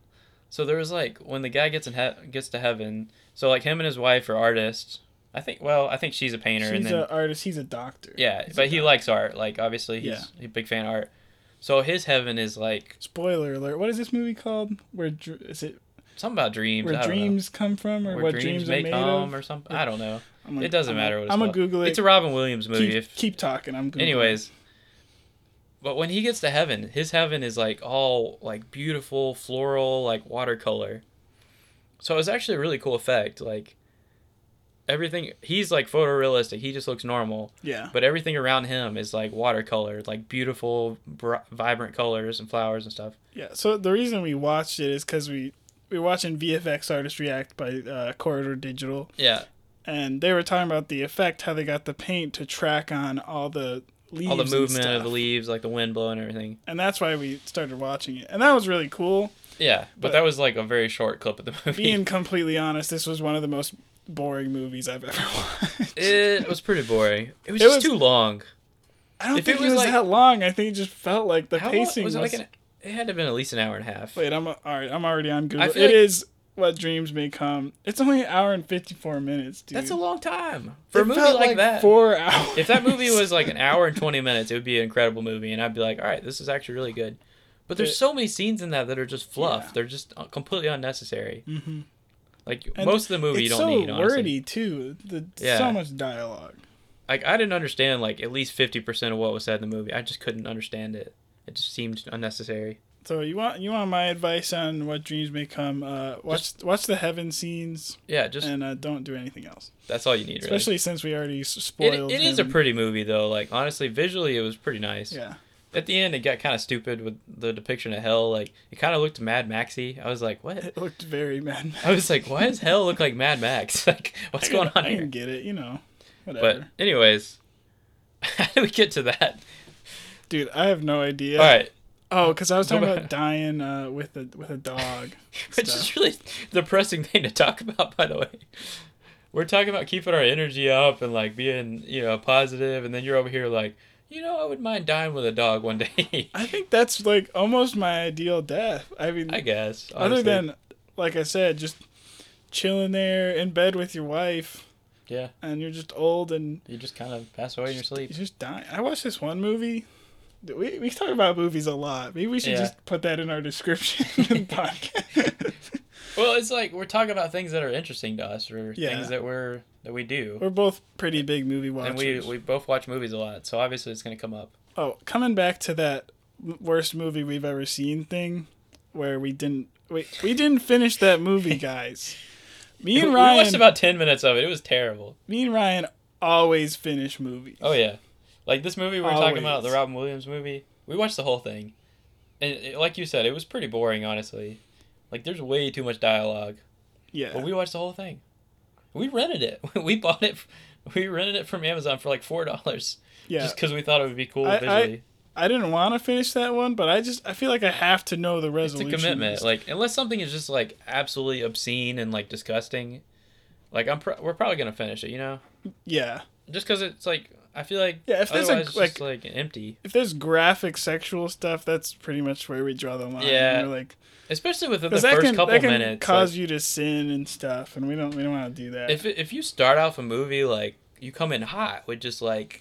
[SPEAKER 3] So there was like when the guy gets in he- gets to heaven. So like him and his wife are artists. I think. Well, I think she's a painter, and
[SPEAKER 2] she's
[SPEAKER 3] then
[SPEAKER 2] an artist. He's a doctor.
[SPEAKER 3] yeah,
[SPEAKER 2] he's
[SPEAKER 3] but he likes art. Like obviously, he's, he's a big fan of art. So his heaven is like
[SPEAKER 2] Spoiler alert! What is this movie called? Where Dr- is it?
[SPEAKER 3] something about dreams. I
[SPEAKER 2] where
[SPEAKER 3] don't know.
[SPEAKER 2] dreams come from, or
[SPEAKER 3] Where
[SPEAKER 2] what
[SPEAKER 3] dreams,
[SPEAKER 2] dreams,
[SPEAKER 3] may
[SPEAKER 2] are made
[SPEAKER 3] come
[SPEAKER 2] of.
[SPEAKER 3] or something. I don't know.
[SPEAKER 2] I'm gonna-
[SPEAKER 3] it doesn't
[SPEAKER 2] I'm
[SPEAKER 3] matter what it's
[SPEAKER 2] I'm gonna
[SPEAKER 3] called.
[SPEAKER 2] Google it.
[SPEAKER 3] It's a Robin Williams movie.
[SPEAKER 2] keep,
[SPEAKER 3] if,
[SPEAKER 2] keep talking.
[SPEAKER 3] Mm-hmm.
[SPEAKER 2] I'm Googling.
[SPEAKER 3] anyways. But when he gets to heaven, his heaven is like all like beautiful floral like watercolor. So it was actually a really cool effect. Like everything he's like photorealistic. He just looks normal,
[SPEAKER 2] Yeah.
[SPEAKER 3] but everything around him is like watercolor, like beautiful br- vibrant colors and flowers and stuff.
[SPEAKER 2] Yeah. So the reason we watched it is because we we were watching VFX Artist React by uh, Corridor Digital,
[SPEAKER 3] Yeah.
[SPEAKER 2] and they were talking about the effect, how they got the paint to track on all the leaves,
[SPEAKER 3] all the
[SPEAKER 2] and
[SPEAKER 3] movement
[SPEAKER 2] stuff.
[SPEAKER 3] of the leaves, like the wind blowing and everything.
[SPEAKER 2] and that's why we started watching it, and that was really cool.
[SPEAKER 3] Yeah, but,
[SPEAKER 2] But-
[SPEAKER 3] that was like a very short clip of the movie.
[SPEAKER 2] Being completely honest, this was one of the most boring movies I've ever watched.
[SPEAKER 3] it was pretty boring. It was
[SPEAKER 2] It
[SPEAKER 3] just
[SPEAKER 2] was-
[SPEAKER 3] too long.
[SPEAKER 2] I don't
[SPEAKER 3] if
[SPEAKER 2] think
[SPEAKER 3] it
[SPEAKER 2] it
[SPEAKER 3] was
[SPEAKER 2] was,
[SPEAKER 3] like-
[SPEAKER 2] that long. I think it just felt like the
[SPEAKER 3] How long
[SPEAKER 2] pacing
[SPEAKER 3] was it? Like
[SPEAKER 2] was.
[SPEAKER 3] an, it had to have been at least an hour and a half.
[SPEAKER 2] Wait, I'm all right. I'm already on Google. It is
[SPEAKER 3] feel like-
[SPEAKER 2] what dreams may come. It's only an hour and fifty four minutes, dude.
[SPEAKER 3] That's a long time for a
[SPEAKER 2] It
[SPEAKER 3] movie
[SPEAKER 2] felt
[SPEAKER 3] like, that.
[SPEAKER 2] Four hours.
[SPEAKER 3] If that movie was like an hour and twenty minutes, it would be an incredible movie, and I'd be like, "All right, this is actually really good." But there's
[SPEAKER 2] It-
[SPEAKER 3] so many scenes in that that are just fluff.
[SPEAKER 2] Yeah.
[SPEAKER 3] They're just uh, completely unnecessary.
[SPEAKER 2] Mhm.
[SPEAKER 3] Like
[SPEAKER 2] And
[SPEAKER 3] most of the movie, you
[SPEAKER 2] it's
[SPEAKER 3] don't
[SPEAKER 2] so
[SPEAKER 3] need. Honestly.
[SPEAKER 2] wordy too. The,
[SPEAKER 3] Yeah.
[SPEAKER 2] So much dialogue.
[SPEAKER 3] Like I didn't understand like at least fifty percent of what was said in the movie. I just couldn't understand it. It just seemed unnecessary.
[SPEAKER 2] So you want you want my advice on what dreams may come? Uh, watch watch the heaven scenes
[SPEAKER 3] Yeah, just
[SPEAKER 2] and uh, don't do anything else.
[SPEAKER 3] that's all you need. Really.
[SPEAKER 2] Especially since we already s-
[SPEAKER 3] It,
[SPEAKER 2] spoiled.
[SPEAKER 3] it is a
[SPEAKER 2] him.
[SPEAKER 3] pretty movie though. Like honestly, visually it was pretty nice.
[SPEAKER 2] yeah.
[SPEAKER 3] At the end, it got kind of stupid with the depiction of hell. Like it kind of looked Mad Maxy. I was like, what?
[SPEAKER 2] It looked very Mad Max.
[SPEAKER 3] I was like, why does hell look like Mad Max? Like what's going on
[SPEAKER 2] I
[SPEAKER 3] here?
[SPEAKER 2] can get it. You know,
[SPEAKER 3] But
[SPEAKER 2] whatever.
[SPEAKER 3] anyways, how do we get to that?
[SPEAKER 2] Dude, I have no idea.
[SPEAKER 3] All right,
[SPEAKER 2] Oh, because I was talking
[SPEAKER 3] Go
[SPEAKER 2] about dying uh, with a with a dog.
[SPEAKER 3] which is really depressing thing to talk about, by the way. We're talking about keeping our energy up and like being you know positive, and then you're over here like, you know, I would mind dying with a dog one day.
[SPEAKER 2] I think that's like almost my ideal death. I mean,
[SPEAKER 3] I guess.
[SPEAKER 2] other
[SPEAKER 3] honestly.
[SPEAKER 2] than like I said, just chilling there in bed with your wife,
[SPEAKER 3] yeah.
[SPEAKER 2] and you're just old and
[SPEAKER 3] You just kind of pass away in your
[SPEAKER 2] you
[SPEAKER 3] sleep.
[SPEAKER 2] just die. I watched this one movie. We we talk about movies a lot. Maybe we should
[SPEAKER 3] Yeah.
[SPEAKER 2] just put that in our description in the podcast.
[SPEAKER 3] Well, it's like we're talking about things that are interesting to us or
[SPEAKER 2] Yeah.
[SPEAKER 3] things that we're that we do.
[SPEAKER 2] We're both pretty big movie
[SPEAKER 3] And
[SPEAKER 2] watchers.
[SPEAKER 3] we we both watch movies a lot, so obviously it's going to come up.
[SPEAKER 2] Oh, coming back to that worst movie we've ever seen thing, where we didn't we we didn't finish that movie, guys. Me
[SPEAKER 3] We
[SPEAKER 2] and Ryan,
[SPEAKER 3] watched about 10 minutes of it. It was terrible.
[SPEAKER 2] me and Ryan always finish movies.
[SPEAKER 3] Oh yeah. Like this movie we were talking about, the
[SPEAKER 2] Always.
[SPEAKER 3] Robin Williams movie. We watched the whole thing. And it, like you said, it was pretty boring, honestly. Like there's way too much dialogue.
[SPEAKER 2] yeah,
[SPEAKER 3] But we watched the whole thing. We rented it. We bought it we rented it from Amazon for like $4
[SPEAKER 2] yeah.
[SPEAKER 3] just cuz we thought it would be cool
[SPEAKER 2] I- I-
[SPEAKER 3] visually.
[SPEAKER 2] I didn't want to finish that one, but I just I feel like I have to know the
[SPEAKER 3] it's a
[SPEAKER 2] resolution.
[SPEAKER 3] commitment.
[SPEAKER 2] is.
[SPEAKER 3] Like unless something is just like absolutely obscene and like disgusting, like I'm pro- we're probably gonna finish it. You know,
[SPEAKER 2] yeah,
[SPEAKER 3] just because it's like I feel like
[SPEAKER 2] Yeah, if there's a-
[SPEAKER 3] otherwise it's just like empty,
[SPEAKER 2] if there's graphic sexual stuff, that's pretty much where we draw the line.
[SPEAKER 3] Yeah.
[SPEAKER 2] We're like
[SPEAKER 3] especially within the
[SPEAKER 2] because that
[SPEAKER 3] first
[SPEAKER 2] can,
[SPEAKER 3] couple
[SPEAKER 2] that can
[SPEAKER 3] minutes.
[SPEAKER 2] cause
[SPEAKER 3] like,
[SPEAKER 2] you to sin and stuff, and we don't we don't want to do that.
[SPEAKER 3] if if you start off a movie like you come in hot with just like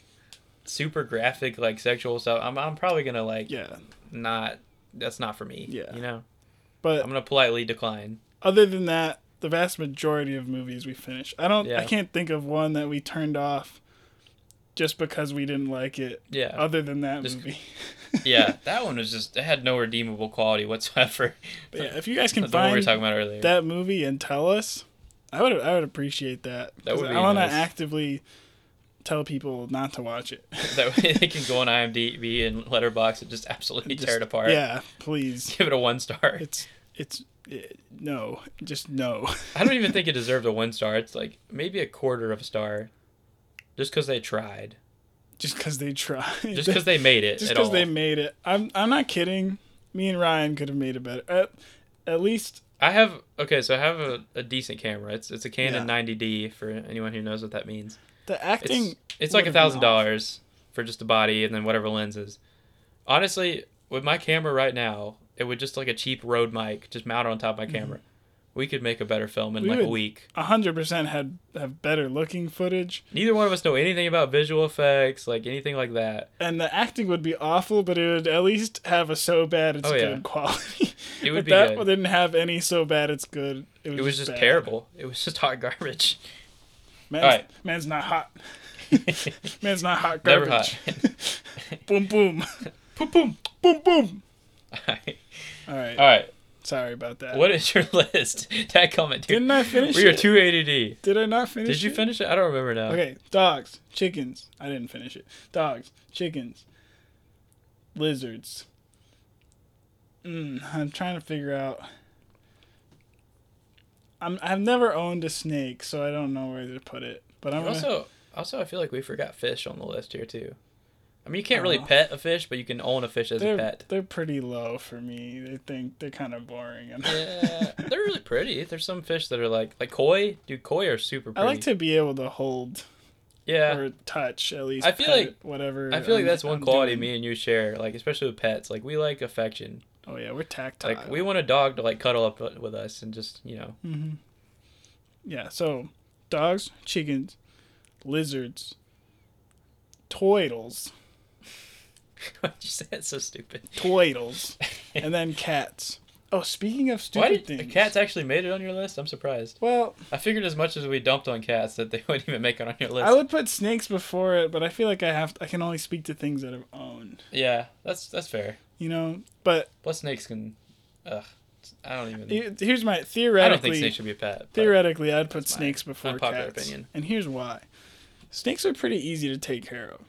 [SPEAKER 3] super graphic like sexual stuff, I'm I'm probably gonna like
[SPEAKER 2] yeah,
[SPEAKER 3] not. That's not for me.
[SPEAKER 2] Yeah.
[SPEAKER 3] you know,
[SPEAKER 2] but
[SPEAKER 3] I'm gonna politely decline.
[SPEAKER 2] other than that, the vast majority of movies we finish. I don't.
[SPEAKER 3] Yeah.
[SPEAKER 2] I can't think of one that we turned off just because we didn't like it.
[SPEAKER 3] Yeah.
[SPEAKER 2] Other than that
[SPEAKER 3] Just-
[SPEAKER 2] movie.
[SPEAKER 3] Yeah, that one was just it had no redeemable quality whatsoever.
[SPEAKER 2] But yeah. If you guys
[SPEAKER 3] The
[SPEAKER 2] can
[SPEAKER 3] one we were
[SPEAKER 2] find
[SPEAKER 3] talking about earlier.
[SPEAKER 2] that movie and tell us, I would. I would appreciate that.
[SPEAKER 3] That would
[SPEAKER 2] 'Cause
[SPEAKER 3] be
[SPEAKER 2] I want
[SPEAKER 3] nice.
[SPEAKER 2] to actively tell people not to watch it.
[SPEAKER 3] That way they can go on IMDb and Letterbox and just absolutely tear
[SPEAKER 2] Just-
[SPEAKER 3] it apart.
[SPEAKER 2] Yeah. Please.
[SPEAKER 3] Give it a one star.
[SPEAKER 2] It's. It's. It, no. Just no.
[SPEAKER 3] I don't even think it deserved a one star. It's like maybe a quarter of a star, just because they tried,
[SPEAKER 2] Just because they tried.
[SPEAKER 3] just because they made it.
[SPEAKER 2] just
[SPEAKER 3] at
[SPEAKER 2] because
[SPEAKER 3] all.
[SPEAKER 2] they made it. I'm I'm not kidding. Me and Ryan could have made it better. At, at least
[SPEAKER 3] I have okay, so I have a, a decent camera. It's it's a Canon
[SPEAKER 2] Yeah.
[SPEAKER 3] 90D for anyone who knows what that means.
[SPEAKER 2] the
[SPEAKER 3] It's
[SPEAKER 2] acting.
[SPEAKER 3] it's like a
[SPEAKER 2] would've been
[SPEAKER 3] thousand dollars for just the body and then whatever lenses. Honestly, with my camera right now, it would just like a cheap Rode mic just mounted on top of my camera. we could make a better film in
[SPEAKER 2] Mm-hmm. We
[SPEAKER 3] like a
[SPEAKER 2] would-
[SPEAKER 3] week.
[SPEAKER 2] hundred percent had have better looking footage,
[SPEAKER 3] Neither one of us know anything about visual effects, like anything like that.
[SPEAKER 2] and the acting would be awful, but it would at least have a so bad it's
[SPEAKER 3] Oh, yeah.
[SPEAKER 2] good quality.
[SPEAKER 3] It would
[SPEAKER 2] But
[SPEAKER 3] be
[SPEAKER 2] that
[SPEAKER 3] good.
[SPEAKER 2] didn't have any so bad it's good.
[SPEAKER 3] It was just
[SPEAKER 2] bad.
[SPEAKER 3] terrible. It was just hot garbage.
[SPEAKER 2] Man's,
[SPEAKER 3] Alright.
[SPEAKER 2] man's not hot. man's not hot
[SPEAKER 3] Never
[SPEAKER 2] garbage.
[SPEAKER 3] hot.
[SPEAKER 2] Boom boom, boom boom, boom boom.
[SPEAKER 3] All right.
[SPEAKER 2] All right.
[SPEAKER 3] All right.
[SPEAKER 2] Sorry about that.
[SPEAKER 3] What is your list? That comment, dude.
[SPEAKER 2] Didn't I finish?
[SPEAKER 3] we are
[SPEAKER 2] it?
[SPEAKER 3] too ADD.
[SPEAKER 2] Did I not finish?
[SPEAKER 3] Did you
[SPEAKER 2] it?
[SPEAKER 3] finish it? I don't remember now.
[SPEAKER 2] Okay, dogs, chickens. I didn't finish it. Dogs, chickens, lizards. Mm, I'm trying to figure out. I'm I've never owned a snake, so I don't know where to put it. But I'm gonna,
[SPEAKER 3] Also, also, I feel like we forgot fish on the list here too. I mean, you can't really
[SPEAKER 2] Oh.
[SPEAKER 3] pet a fish, but you can own a fish as a
[SPEAKER 2] they're
[SPEAKER 3] pet.
[SPEAKER 2] they're pretty low for me. They think they're kind of boring. And
[SPEAKER 3] Yeah, they're really pretty. There's some fish that are like like koi. Dude, koi are super
[SPEAKER 2] I
[SPEAKER 3] pretty.
[SPEAKER 2] like to be able to hold
[SPEAKER 3] Yeah,
[SPEAKER 2] or touch at least.
[SPEAKER 3] I feel
[SPEAKER 2] pet
[SPEAKER 3] like-
[SPEAKER 2] it, whatever.
[SPEAKER 3] I feel like
[SPEAKER 2] I'm-
[SPEAKER 3] that's one
[SPEAKER 2] I'm
[SPEAKER 3] quality
[SPEAKER 2] doing.
[SPEAKER 3] me and you share. Like especially with pets, like we like affection.
[SPEAKER 2] Oh yeah, we're tactile.
[SPEAKER 3] Like we want a dog to like cuddle up with us and just you know.
[SPEAKER 2] Mm-hmm. Yeah, so dogs, chickens, lizards, toidles,
[SPEAKER 3] Why did you say that's so stupid?
[SPEAKER 2] toidles, and then cats. Oh, speaking of stupid
[SPEAKER 3] Why did
[SPEAKER 2] things.
[SPEAKER 3] the cats actually made it on your list? I'm surprised.
[SPEAKER 2] Well,
[SPEAKER 3] I figured as much as we dumped on cats that they wouldn't even make it on your list.
[SPEAKER 2] I would put snakes before it, but I feel like I have I can only speak to things that I've owned,
[SPEAKER 3] Yeah, that's that's fair.
[SPEAKER 2] you know? But
[SPEAKER 3] Plus snakes can, ugh, I don't even.
[SPEAKER 2] he- here's
[SPEAKER 3] Mm. I
[SPEAKER 2] my
[SPEAKER 3] don't think
[SPEAKER 2] theoretically
[SPEAKER 3] snakes should be a pet. but-
[SPEAKER 2] theoretically I'd put
[SPEAKER 3] my
[SPEAKER 2] snakes before
[SPEAKER 3] unpopular
[SPEAKER 2] cats.
[SPEAKER 3] opinion.
[SPEAKER 2] And here's why. Snakes are pretty easy to take care of.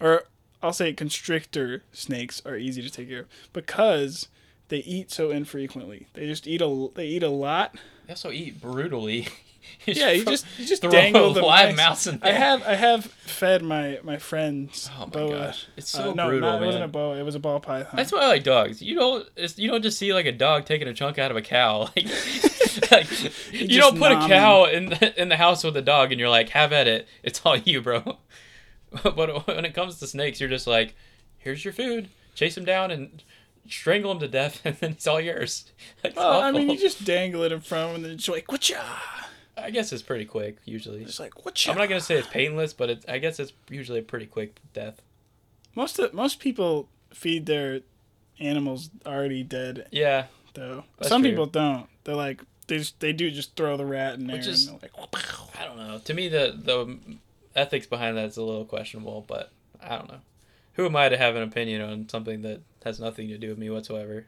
[SPEAKER 2] Or I'll say constrictor snakes are easy to take care of because they eat so infrequently. They just eat a they eat a lot.
[SPEAKER 3] They also eat brutally.
[SPEAKER 2] Yeah, you just you just
[SPEAKER 3] throw
[SPEAKER 2] dangle the
[SPEAKER 3] live
[SPEAKER 2] mice.
[SPEAKER 3] mouse in
[SPEAKER 2] I
[SPEAKER 3] there.
[SPEAKER 2] have I have fed my my friends
[SPEAKER 3] Oh my
[SPEAKER 2] boa.
[SPEAKER 3] gosh, it's so
[SPEAKER 2] Uh, no,
[SPEAKER 3] brutal,
[SPEAKER 2] not, it
[SPEAKER 3] man.
[SPEAKER 2] wasn't a boa. It was a ball python.
[SPEAKER 3] That's why I like dogs. You don't it's, you don't just see like a dog taking a chunk out of a cow. Like, like, you
[SPEAKER 2] just
[SPEAKER 3] don't put a
[SPEAKER 2] nom
[SPEAKER 3] cow in the, in the house with a dog and you're like, have at it. It's all you, bro. But when it comes to snakes, you're just like, here's your food. Chase him down and strangle him to death, and then it's all yours. Like, it's
[SPEAKER 2] well, I mean,
[SPEAKER 3] awful.
[SPEAKER 2] you just dangle it in front of them and then just like whatcha,
[SPEAKER 3] I guess it's pretty quick usually.
[SPEAKER 2] just like whatcha.
[SPEAKER 3] I'm not gonna say it's painless, but it's, I guess it's usually a pretty quick death.
[SPEAKER 2] Most of, most people feed their animals already dead
[SPEAKER 3] Yeah,
[SPEAKER 2] though.
[SPEAKER 3] That's
[SPEAKER 2] Some
[SPEAKER 3] true.
[SPEAKER 2] people don't. They're like they just, they do just throw the rat in there.
[SPEAKER 3] Which is-
[SPEAKER 2] and they're like,
[SPEAKER 3] I don't know. To me, the the ethics behind that is a little questionable, but I don't know. Who am I to have an opinion on something that has nothing to do with me whatsoever?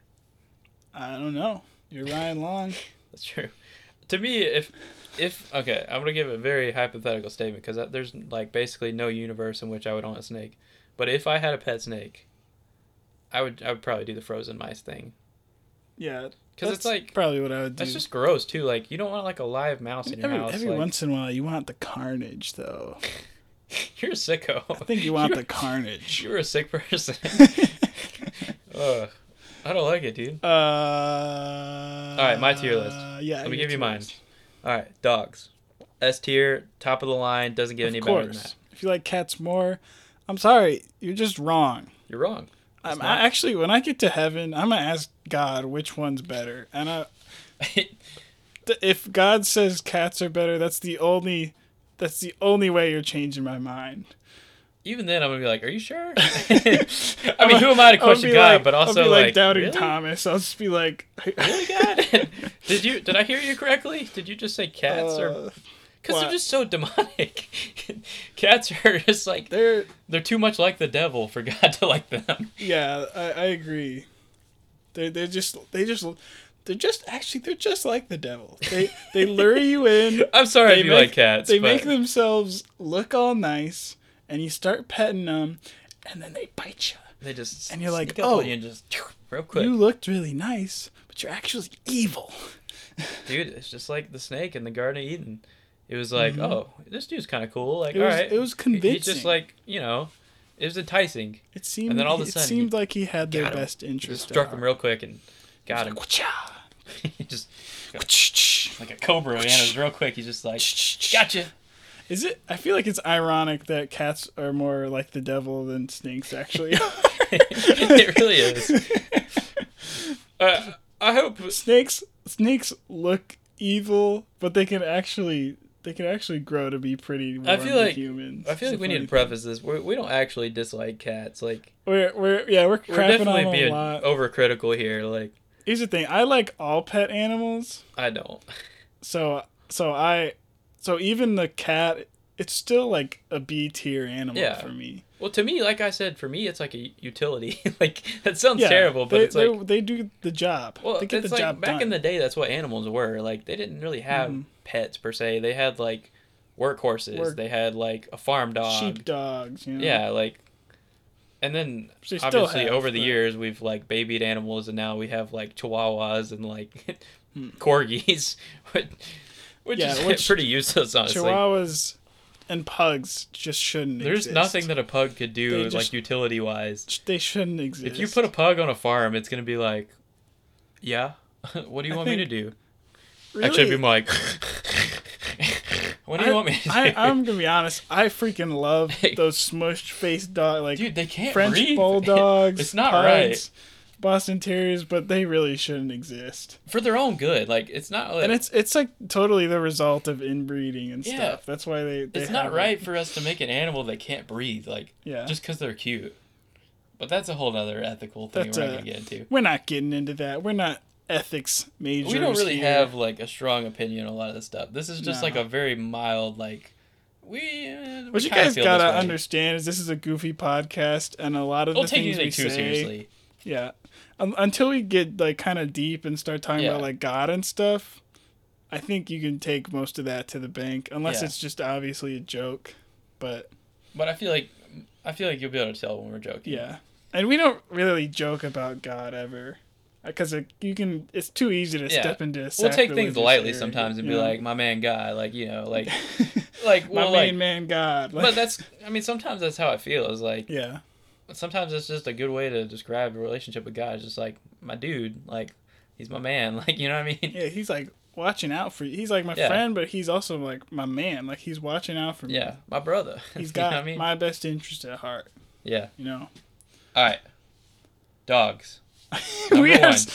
[SPEAKER 2] I don't know. You're Ryan Long.
[SPEAKER 3] That's true. To me, if if okay, I'm gonna give a very hypothetical statement because there's like basically no universe in which I would own a snake. But if I had a pet snake, I would I would probably do the frozen mice thing
[SPEAKER 2] Yeah,
[SPEAKER 3] because it's
[SPEAKER 2] that's
[SPEAKER 3] like
[SPEAKER 2] probably what I would do.
[SPEAKER 3] that's just gross too. Like you don't want like a live mouse in your
[SPEAKER 2] every,
[SPEAKER 3] house.
[SPEAKER 2] every
[SPEAKER 3] like,
[SPEAKER 2] once in a while, you want the carnage though.
[SPEAKER 3] You're a sicko.
[SPEAKER 2] I think you want the carnage.
[SPEAKER 3] You're a sick person. Ugh. I don't like it, dude.
[SPEAKER 2] uh, All
[SPEAKER 3] right, my tier list.
[SPEAKER 2] Yeah,
[SPEAKER 3] Let me
[SPEAKER 2] your
[SPEAKER 3] give you
[SPEAKER 2] tier
[SPEAKER 3] mine.
[SPEAKER 2] list.
[SPEAKER 3] All right, dogs. S tier, top of the line, doesn't get any
[SPEAKER 2] Of
[SPEAKER 3] better than that.
[SPEAKER 2] course, if you like cats more, I'm sorry, you're just wrong.
[SPEAKER 3] You're wrong.
[SPEAKER 2] I'm,
[SPEAKER 3] not.
[SPEAKER 2] Um, I actually, when I get to heaven, I'm gonna ask God which one's better, and I, th- if God says cats are better, that's the only, that's the only way you're changing my mind.
[SPEAKER 3] Even then, I'm gonna be like, "Are you sure?" I mean, who am I to question
[SPEAKER 2] be
[SPEAKER 3] God?
[SPEAKER 2] like-
[SPEAKER 3] but
[SPEAKER 2] I'll
[SPEAKER 3] also,
[SPEAKER 2] be
[SPEAKER 3] like,
[SPEAKER 2] like, doubting
[SPEAKER 3] really?
[SPEAKER 2] Thomas. I'll just be like,
[SPEAKER 3] Really, God? did you? Did I hear you correctly? Did you just say cats
[SPEAKER 2] Uh,
[SPEAKER 3] or? Because
[SPEAKER 2] what?
[SPEAKER 3] they're just so demonic. cats are just like they're,
[SPEAKER 2] they're
[SPEAKER 3] too much like the devil for God to like them.
[SPEAKER 2] yeah, I, I agree. They they just they just they're just actually they're just like the devil. They they lure you in.
[SPEAKER 3] I'm sorry if you
[SPEAKER 2] make-
[SPEAKER 3] like cats.
[SPEAKER 2] They
[SPEAKER 3] but...
[SPEAKER 2] make themselves look all nice, and you start petting them, and then they bite you.
[SPEAKER 3] They just
[SPEAKER 2] And you're like,
[SPEAKER 3] sneak up on
[SPEAKER 2] "Oh,
[SPEAKER 3] you and just real quick,
[SPEAKER 2] You looked really nice, but you're actually evil.
[SPEAKER 3] dude. It's just like the snake in the Garden of Eden. It was like, oh, this dude's kind of cool. Like,
[SPEAKER 2] Mm-hmm. It was-
[SPEAKER 3] all right,
[SPEAKER 2] it was
[SPEAKER 3] He- He's just
[SPEAKER 2] convincing.
[SPEAKER 3] like, you know, it was enticing.
[SPEAKER 2] It seemed.
[SPEAKER 3] then all of a
[SPEAKER 2] it
[SPEAKER 3] sudden
[SPEAKER 2] seemed
[SPEAKER 3] you
[SPEAKER 2] like he had their
[SPEAKER 3] got 'em.
[SPEAKER 2] best
[SPEAKER 3] Just uh,
[SPEAKER 2] interest.
[SPEAKER 3] struck
[SPEAKER 2] at
[SPEAKER 3] him
[SPEAKER 2] heart.
[SPEAKER 3] real quick and got
[SPEAKER 2] Like,
[SPEAKER 3] him.
[SPEAKER 2] "Wacha,
[SPEAKER 3] He just
[SPEAKER 2] wacha,
[SPEAKER 3] like a cobra, man. It was real quick. He's just like,
[SPEAKER 2] wacha."
[SPEAKER 3] gotcha.
[SPEAKER 2] Is it? I feel like it's ironic that cats are more like the devil than snakes actually.
[SPEAKER 3] it really is. Uh, I hope
[SPEAKER 2] snakes snakes look evil, but they can actually they can actually grow to be pretty. Warm
[SPEAKER 3] I feel like-
[SPEAKER 2] humans.
[SPEAKER 3] I feel
[SPEAKER 2] It's
[SPEAKER 3] like
[SPEAKER 2] a
[SPEAKER 3] we need
[SPEAKER 2] funny
[SPEAKER 3] to preface this. We're, we don't actually dislike cats. Like
[SPEAKER 2] thing. We're we're yeah we're
[SPEAKER 3] we're
[SPEAKER 2] crapping on
[SPEAKER 3] definitely
[SPEAKER 2] them a
[SPEAKER 3] being
[SPEAKER 2] lot.
[SPEAKER 3] overcritical here. Like
[SPEAKER 2] Here's the thing: I like all pet animals,
[SPEAKER 3] I don't.
[SPEAKER 2] so so I so even the cat, it's still like a B tier animal
[SPEAKER 3] Yeah.
[SPEAKER 2] for me.
[SPEAKER 3] Well, to me, like I said, for me, it's like a utility. like that sounds
[SPEAKER 2] Yeah,
[SPEAKER 3] terrible, but
[SPEAKER 2] they,
[SPEAKER 3] it's like
[SPEAKER 2] they, they do the job.
[SPEAKER 3] Well,
[SPEAKER 2] they get
[SPEAKER 3] it's
[SPEAKER 2] the
[SPEAKER 3] like
[SPEAKER 2] job
[SPEAKER 3] back
[SPEAKER 2] done. Mm-hmm.
[SPEAKER 3] in the day, that's what animals were. Like they didn't really have pets per se. They had like workhorses.
[SPEAKER 2] Work-
[SPEAKER 3] They had like a farm dog.
[SPEAKER 2] sheep Mm-hmm. dogs. You know?
[SPEAKER 3] Yeah, like, and then
[SPEAKER 2] Which they still
[SPEAKER 3] obviously
[SPEAKER 2] have,
[SPEAKER 3] over the
[SPEAKER 2] but-
[SPEAKER 3] years we've like babied animals, and now we have like chihuahuas and like corgis, which, which
[SPEAKER 2] Mm. Yeah,
[SPEAKER 3] is
[SPEAKER 2] which-
[SPEAKER 3] pretty useless honestly.
[SPEAKER 2] Chihuahuas and pugs just shouldn't.
[SPEAKER 3] There's
[SPEAKER 2] exist.
[SPEAKER 3] nothing that a pug could do
[SPEAKER 2] They
[SPEAKER 3] like
[SPEAKER 2] just-
[SPEAKER 3] utility wise.
[SPEAKER 2] they shouldn't exist.
[SPEAKER 3] If you put a pug on a farm, it's gonna be like, yeah, what do you want me
[SPEAKER 2] think-
[SPEAKER 3] to do?
[SPEAKER 2] really,
[SPEAKER 3] Actually, be like, what do you want me to do?
[SPEAKER 2] I, I'm gonna be honest. I freaking love those smushed face dog like
[SPEAKER 3] Dude, they can't
[SPEAKER 2] French
[SPEAKER 3] breathe.
[SPEAKER 2] bulldogs.
[SPEAKER 3] it's not
[SPEAKER 2] pugs, Boston Terriers, but they really shouldn't exist.
[SPEAKER 3] right for their own good. Like, it's not. Like,
[SPEAKER 2] And it's it's like totally the result of inbreeding and
[SPEAKER 3] Yeah.
[SPEAKER 2] stuff. That's why they. they
[SPEAKER 3] it's not
[SPEAKER 2] have it.
[SPEAKER 3] right for us to make an animal that can't breathe. Like,
[SPEAKER 2] Yeah.
[SPEAKER 3] just because they're cute. But that's a whole other ethical thing
[SPEAKER 2] That's
[SPEAKER 3] we're
[SPEAKER 2] a-
[SPEAKER 3] not gonna get into.
[SPEAKER 2] We're not getting into that. We're not ethics majors.
[SPEAKER 3] We don't really
[SPEAKER 2] here.
[SPEAKER 3] have like a strong opinion on a lot of this stuff. This is just
[SPEAKER 2] No.
[SPEAKER 3] like a very mild like. We. Uh, we
[SPEAKER 2] What you
[SPEAKER 3] kinda
[SPEAKER 2] guys
[SPEAKER 3] feel
[SPEAKER 2] gotta
[SPEAKER 3] this way.
[SPEAKER 2] understand is this is a goofy podcast, and a lot of
[SPEAKER 3] Don't
[SPEAKER 2] the
[SPEAKER 3] take
[SPEAKER 2] things we
[SPEAKER 3] anything too
[SPEAKER 2] say,
[SPEAKER 3] seriously.
[SPEAKER 2] yeah. Um, until we get like kind of deep and start talking
[SPEAKER 3] Yeah.
[SPEAKER 2] about like God and stuff, I think you can take most of that to the bank, unless
[SPEAKER 3] Yeah.
[SPEAKER 2] it's just obviously a joke. But
[SPEAKER 3] But I feel like I feel like you'll be able to tell when we're joking.
[SPEAKER 2] yeah, and we don't really joke about God ever, because you can. It's too easy to
[SPEAKER 3] Yeah.
[SPEAKER 2] step into.
[SPEAKER 3] We'll take things
[SPEAKER 2] sacrilegious
[SPEAKER 3] lightly
[SPEAKER 2] area,
[SPEAKER 3] sometimes and
[SPEAKER 2] you
[SPEAKER 3] be
[SPEAKER 2] know?
[SPEAKER 3] like, my man guy, like, you know, like like
[SPEAKER 2] my
[SPEAKER 3] well
[SPEAKER 2] main
[SPEAKER 3] like
[SPEAKER 2] man God. Like,
[SPEAKER 3] but that's I mean sometimes that's how it feels. Like
[SPEAKER 2] yeah,
[SPEAKER 3] sometimes that's just a good way to describe a relationship with God. It's just like my dude, like he's my man. Like you know what I mean?
[SPEAKER 2] yeah. He's like watching out for you. He's like my
[SPEAKER 3] Yeah.
[SPEAKER 2] friend, but he's also like my man. Like he's watching out for me.
[SPEAKER 3] Yeah, my brother.
[SPEAKER 2] He's
[SPEAKER 3] you know
[SPEAKER 2] got
[SPEAKER 3] what I mean?
[SPEAKER 2] my best interest at heart.
[SPEAKER 3] Yeah.
[SPEAKER 2] You know,
[SPEAKER 3] All right. Dogs.
[SPEAKER 2] we
[SPEAKER 3] Number
[SPEAKER 2] are
[SPEAKER 3] one.
[SPEAKER 2] s-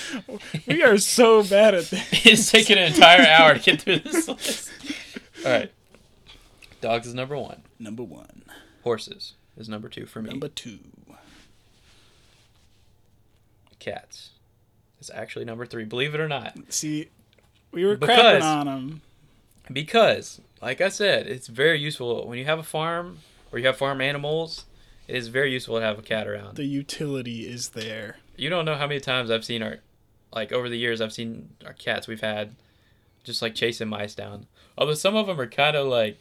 [SPEAKER 2] we are so bad at that.
[SPEAKER 3] it's taken an entire hour to get through this list. All right. Dogs is number one.
[SPEAKER 2] Number one,
[SPEAKER 3] Horses is number two for me.
[SPEAKER 2] number two.
[SPEAKER 3] Cats is actually number three. Believe it or not.
[SPEAKER 2] See, we were
[SPEAKER 3] Because-
[SPEAKER 2] crapping on him.
[SPEAKER 3] because like i said it's very useful when you have a farm or you have farm animals it is very useful to have a cat around
[SPEAKER 2] The utility is there.
[SPEAKER 3] you don't know how many times i've seen our like over the years i've seen our cats we've had just like chasing mice down although some of them are kind of like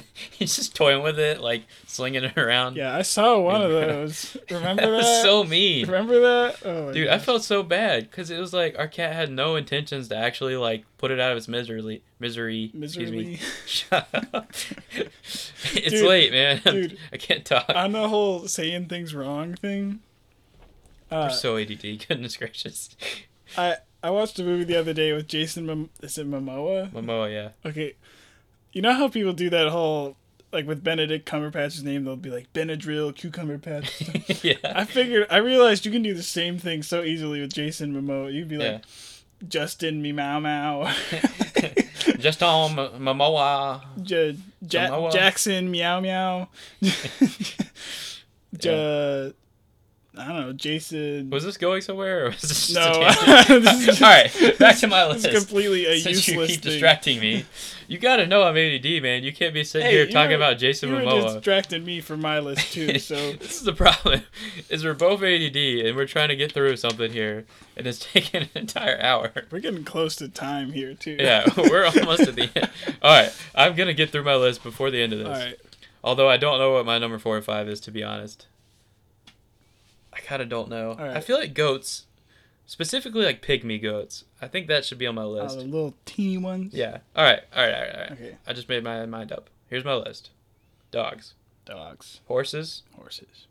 [SPEAKER 3] he's just toying with it like slinging it around
[SPEAKER 2] Yeah, I saw one of those. Remember
[SPEAKER 3] that
[SPEAKER 2] that?
[SPEAKER 3] was so mean
[SPEAKER 2] Remember that? Oh, my
[SPEAKER 3] dude i
[SPEAKER 2] gosh.
[SPEAKER 3] felt so bad because it was like our cat had no intentions to actually like put it out of its misery misery excuse me
[SPEAKER 2] miserably.
[SPEAKER 3] Shut up. it's
[SPEAKER 2] Dude,
[SPEAKER 3] late, man.
[SPEAKER 2] dude.
[SPEAKER 3] I can't talk.
[SPEAKER 2] on the whole saying things wrong thing.
[SPEAKER 3] I'm
[SPEAKER 2] Uh,
[SPEAKER 3] so ADD. Goodness gracious.
[SPEAKER 2] I I watched a movie the other day with Jason. Mom- is it Momoa?
[SPEAKER 3] Momoa, yeah.
[SPEAKER 2] Okay, you know how people do that whole like with Benedict Cumberbatch's name, they'll be like Benadryl, cucumber patch.
[SPEAKER 3] yeah.
[SPEAKER 2] I figured I realized you can do the same thing so easily with Jason Momoa. You'd be
[SPEAKER 3] Yeah.
[SPEAKER 2] like Justin me Mau Mau,
[SPEAKER 3] Just on Mo- Momoa.
[SPEAKER 2] J- ja-
[SPEAKER 3] Momoa.
[SPEAKER 2] Jackson Meow Meow. J- I don't know, Jason.
[SPEAKER 3] Was this going somewhere or was this just
[SPEAKER 2] no,
[SPEAKER 3] a tangent?
[SPEAKER 2] this is just-
[SPEAKER 3] All right, back to my
[SPEAKER 2] this
[SPEAKER 3] list.
[SPEAKER 2] is completely a
[SPEAKER 3] Since you
[SPEAKER 2] useless
[SPEAKER 3] keep
[SPEAKER 2] thing.
[SPEAKER 3] distracting me, you gotta know I'm ADD, man. You can't be sitting
[SPEAKER 2] Hey,
[SPEAKER 3] here
[SPEAKER 2] you
[SPEAKER 3] talking
[SPEAKER 2] were-
[SPEAKER 3] about Jason
[SPEAKER 2] you were
[SPEAKER 3] Momoa.
[SPEAKER 2] distracting me for my list too. So
[SPEAKER 3] this is the problem. Is we're both ADD and we're trying to get through something here, and it's taking an entire hour.
[SPEAKER 2] we're getting close to time here too.
[SPEAKER 3] Yeah, we're almost at the end. All right, I'm gonna get through my list before the end of this.
[SPEAKER 2] All right.
[SPEAKER 3] Although I don't know what my number four and five is, to be honest. I kind of don't know.
[SPEAKER 2] All right.
[SPEAKER 3] I feel like goats, specifically like pygmy goats. I think that should be on my
[SPEAKER 2] Oh,
[SPEAKER 3] list.
[SPEAKER 2] the little teeny ones.
[SPEAKER 3] yeah. All right. All right. All right. All right.
[SPEAKER 2] Okay.
[SPEAKER 3] I just made my mind up. Here's my list: dogs,
[SPEAKER 2] Dogs,
[SPEAKER 3] horses.
[SPEAKER 2] horses,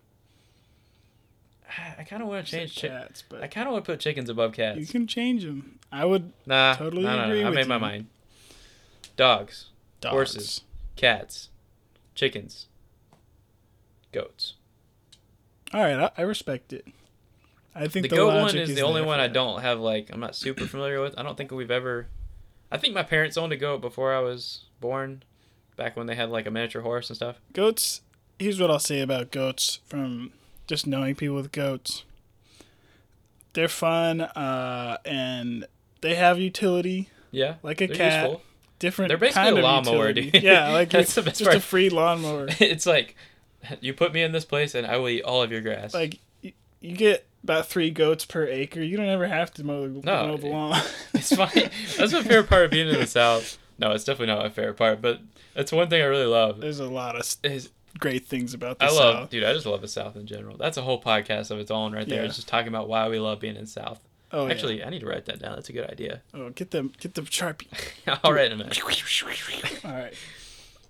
[SPEAKER 3] I- I kind of want to change. Chi-
[SPEAKER 2] cats, but
[SPEAKER 3] I kind of want to put chickens above
[SPEAKER 2] you
[SPEAKER 3] cats.
[SPEAKER 2] can change them. I would
[SPEAKER 3] Nah.
[SPEAKER 2] totally
[SPEAKER 3] nah, nah, nah,
[SPEAKER 2] agree
[SPEAKER 3] I
[SPEAKER 2] with
[SPEAKER 3] made my
[SPEAKER 2] you.
[SPEAKER 3] mind. Dogs,
[SPEAKER 2] dogs.
[SPEAKER 3] Horses. cats, chickens, goats.
[SPEAKER 2] All right, I, I respect it. I think
[SPEAKER 3] the,
[SPEAKER 2] the,
[SPEAKER 3] goat one
[SPEAKER 2] logic
[SPEAKER 3] is, the
[SPEAKER 2] there
[SPEAKER 3] only
[SPEAKER 2] for
[SPEAKER 3] one I
[SPEAKER 2] that.
[SPEAKER 3] don't have like I'm not super familiar with. I don't think we've ever I think my parents owned a goat before I was born, back when they had like a miniature horse and stuff.
[SPEAKER 2] Goats. Here's what I'll say about goats from just knowing people with goats. They're fun, uh, and they have utility,
[SPEAKER 3] Yeah,
[SPEAKER 2] like a
[SPEAKER 3] they're
[SPEAKER 2] cat.
[SPEAKER 3] useful.
[SPEAKER 2] Different.
[SPEAKER 3] They're basically
[SPEAKER 2] kind
[SPEAKER 3] a
[SPEAKER 2] of
[SPEAKER 3] lawnmower,
[SPEAKER 2] utility.
[SPEAKER 3] dude.
[SPEAKER 2] Yeah, like
[SPEAKER 3] That's
[SPEAKER 2] it's
[SPEAKER 3] the best
[SPEAKER 2] just a
[SPEAKER 3] part.
[SPEAKER 2] free lawnmower.
[SPEAKER 3] It's like you put me in this place and I will eat all of your grass.
[SPEAKER 2] like you, you get about three goats per acre. You don't ever have to mow the,
[SPEAKER 3] No,
[SPEAKER 2] mow the lawn.
[SPEAKER 3] It's fine. that's my favorite part of being in the South. No, it's definitely not my favorite part, but that's one thing I really love.
[SPEAKER 2] There's a lot of s-
[SPEAKER 3] Is
[SPEAKER 2] great things about the
[SPEAKER 3] I love,
[SPEAKER 2] South.
[SPEAKER 3] dude. I just love the South in general. That's a whole podcast of its own, right there.
[SPEAKER 2] Yeah.
[SPEAKER 3] It's just talking about why we love being in the South.
[SPEAKER 2] Oh, yeah.
[SPEAKER 3] Actually, I need to write that down. That's a good idea.
[SPEAKER 2] oh, get them, get the sharpie.
[SPEAKER 3] I'll write it in a minute.
[SPEAKER 2] All right.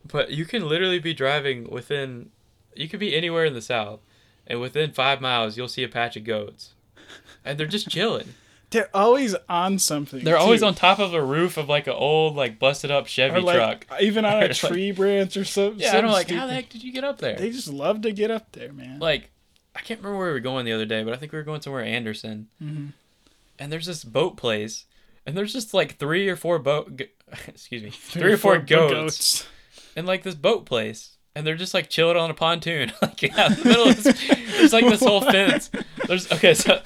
[SPEAKER 3] But you can literally be driving within, you could be anywhere in the South, and within five miles, you'll see a patch of goats. And they're just chilling.
[SPEAKER 2] They're always on something.
[SPEAKER 3] They're always
[SPEAKER 2] too.
[SPEAKER 3] on top of a roof of like an old, like busted up Chevy
[SPEAKER 2] or like,
[SPEAKER 3] truck.
[SPEAKER 2] Even on
[SPEAKER 3] Or
[SPEAKER 2] a
[SPEAKER 3] like-
[SPEAKER 2] tree branch or something.
[SPEAKER 3] Yeah, I don't like, how the
[SPEAKER 2] stupid.
[SPEAKER 3] heck did you get up there?
[SPEAKER 2] They just love to get up there, man.
[SPEAKER 3] like I can't remember where we were going the other day, but I think we were going somewhere Anderson. And there's this boat place, and there's just like three or four boat, g- excuse me, three, or four, goats, in like this boat place, and they're just like chilling on a pontoon, like out in the middle. Of this, there's like this whole fence. There's okay, so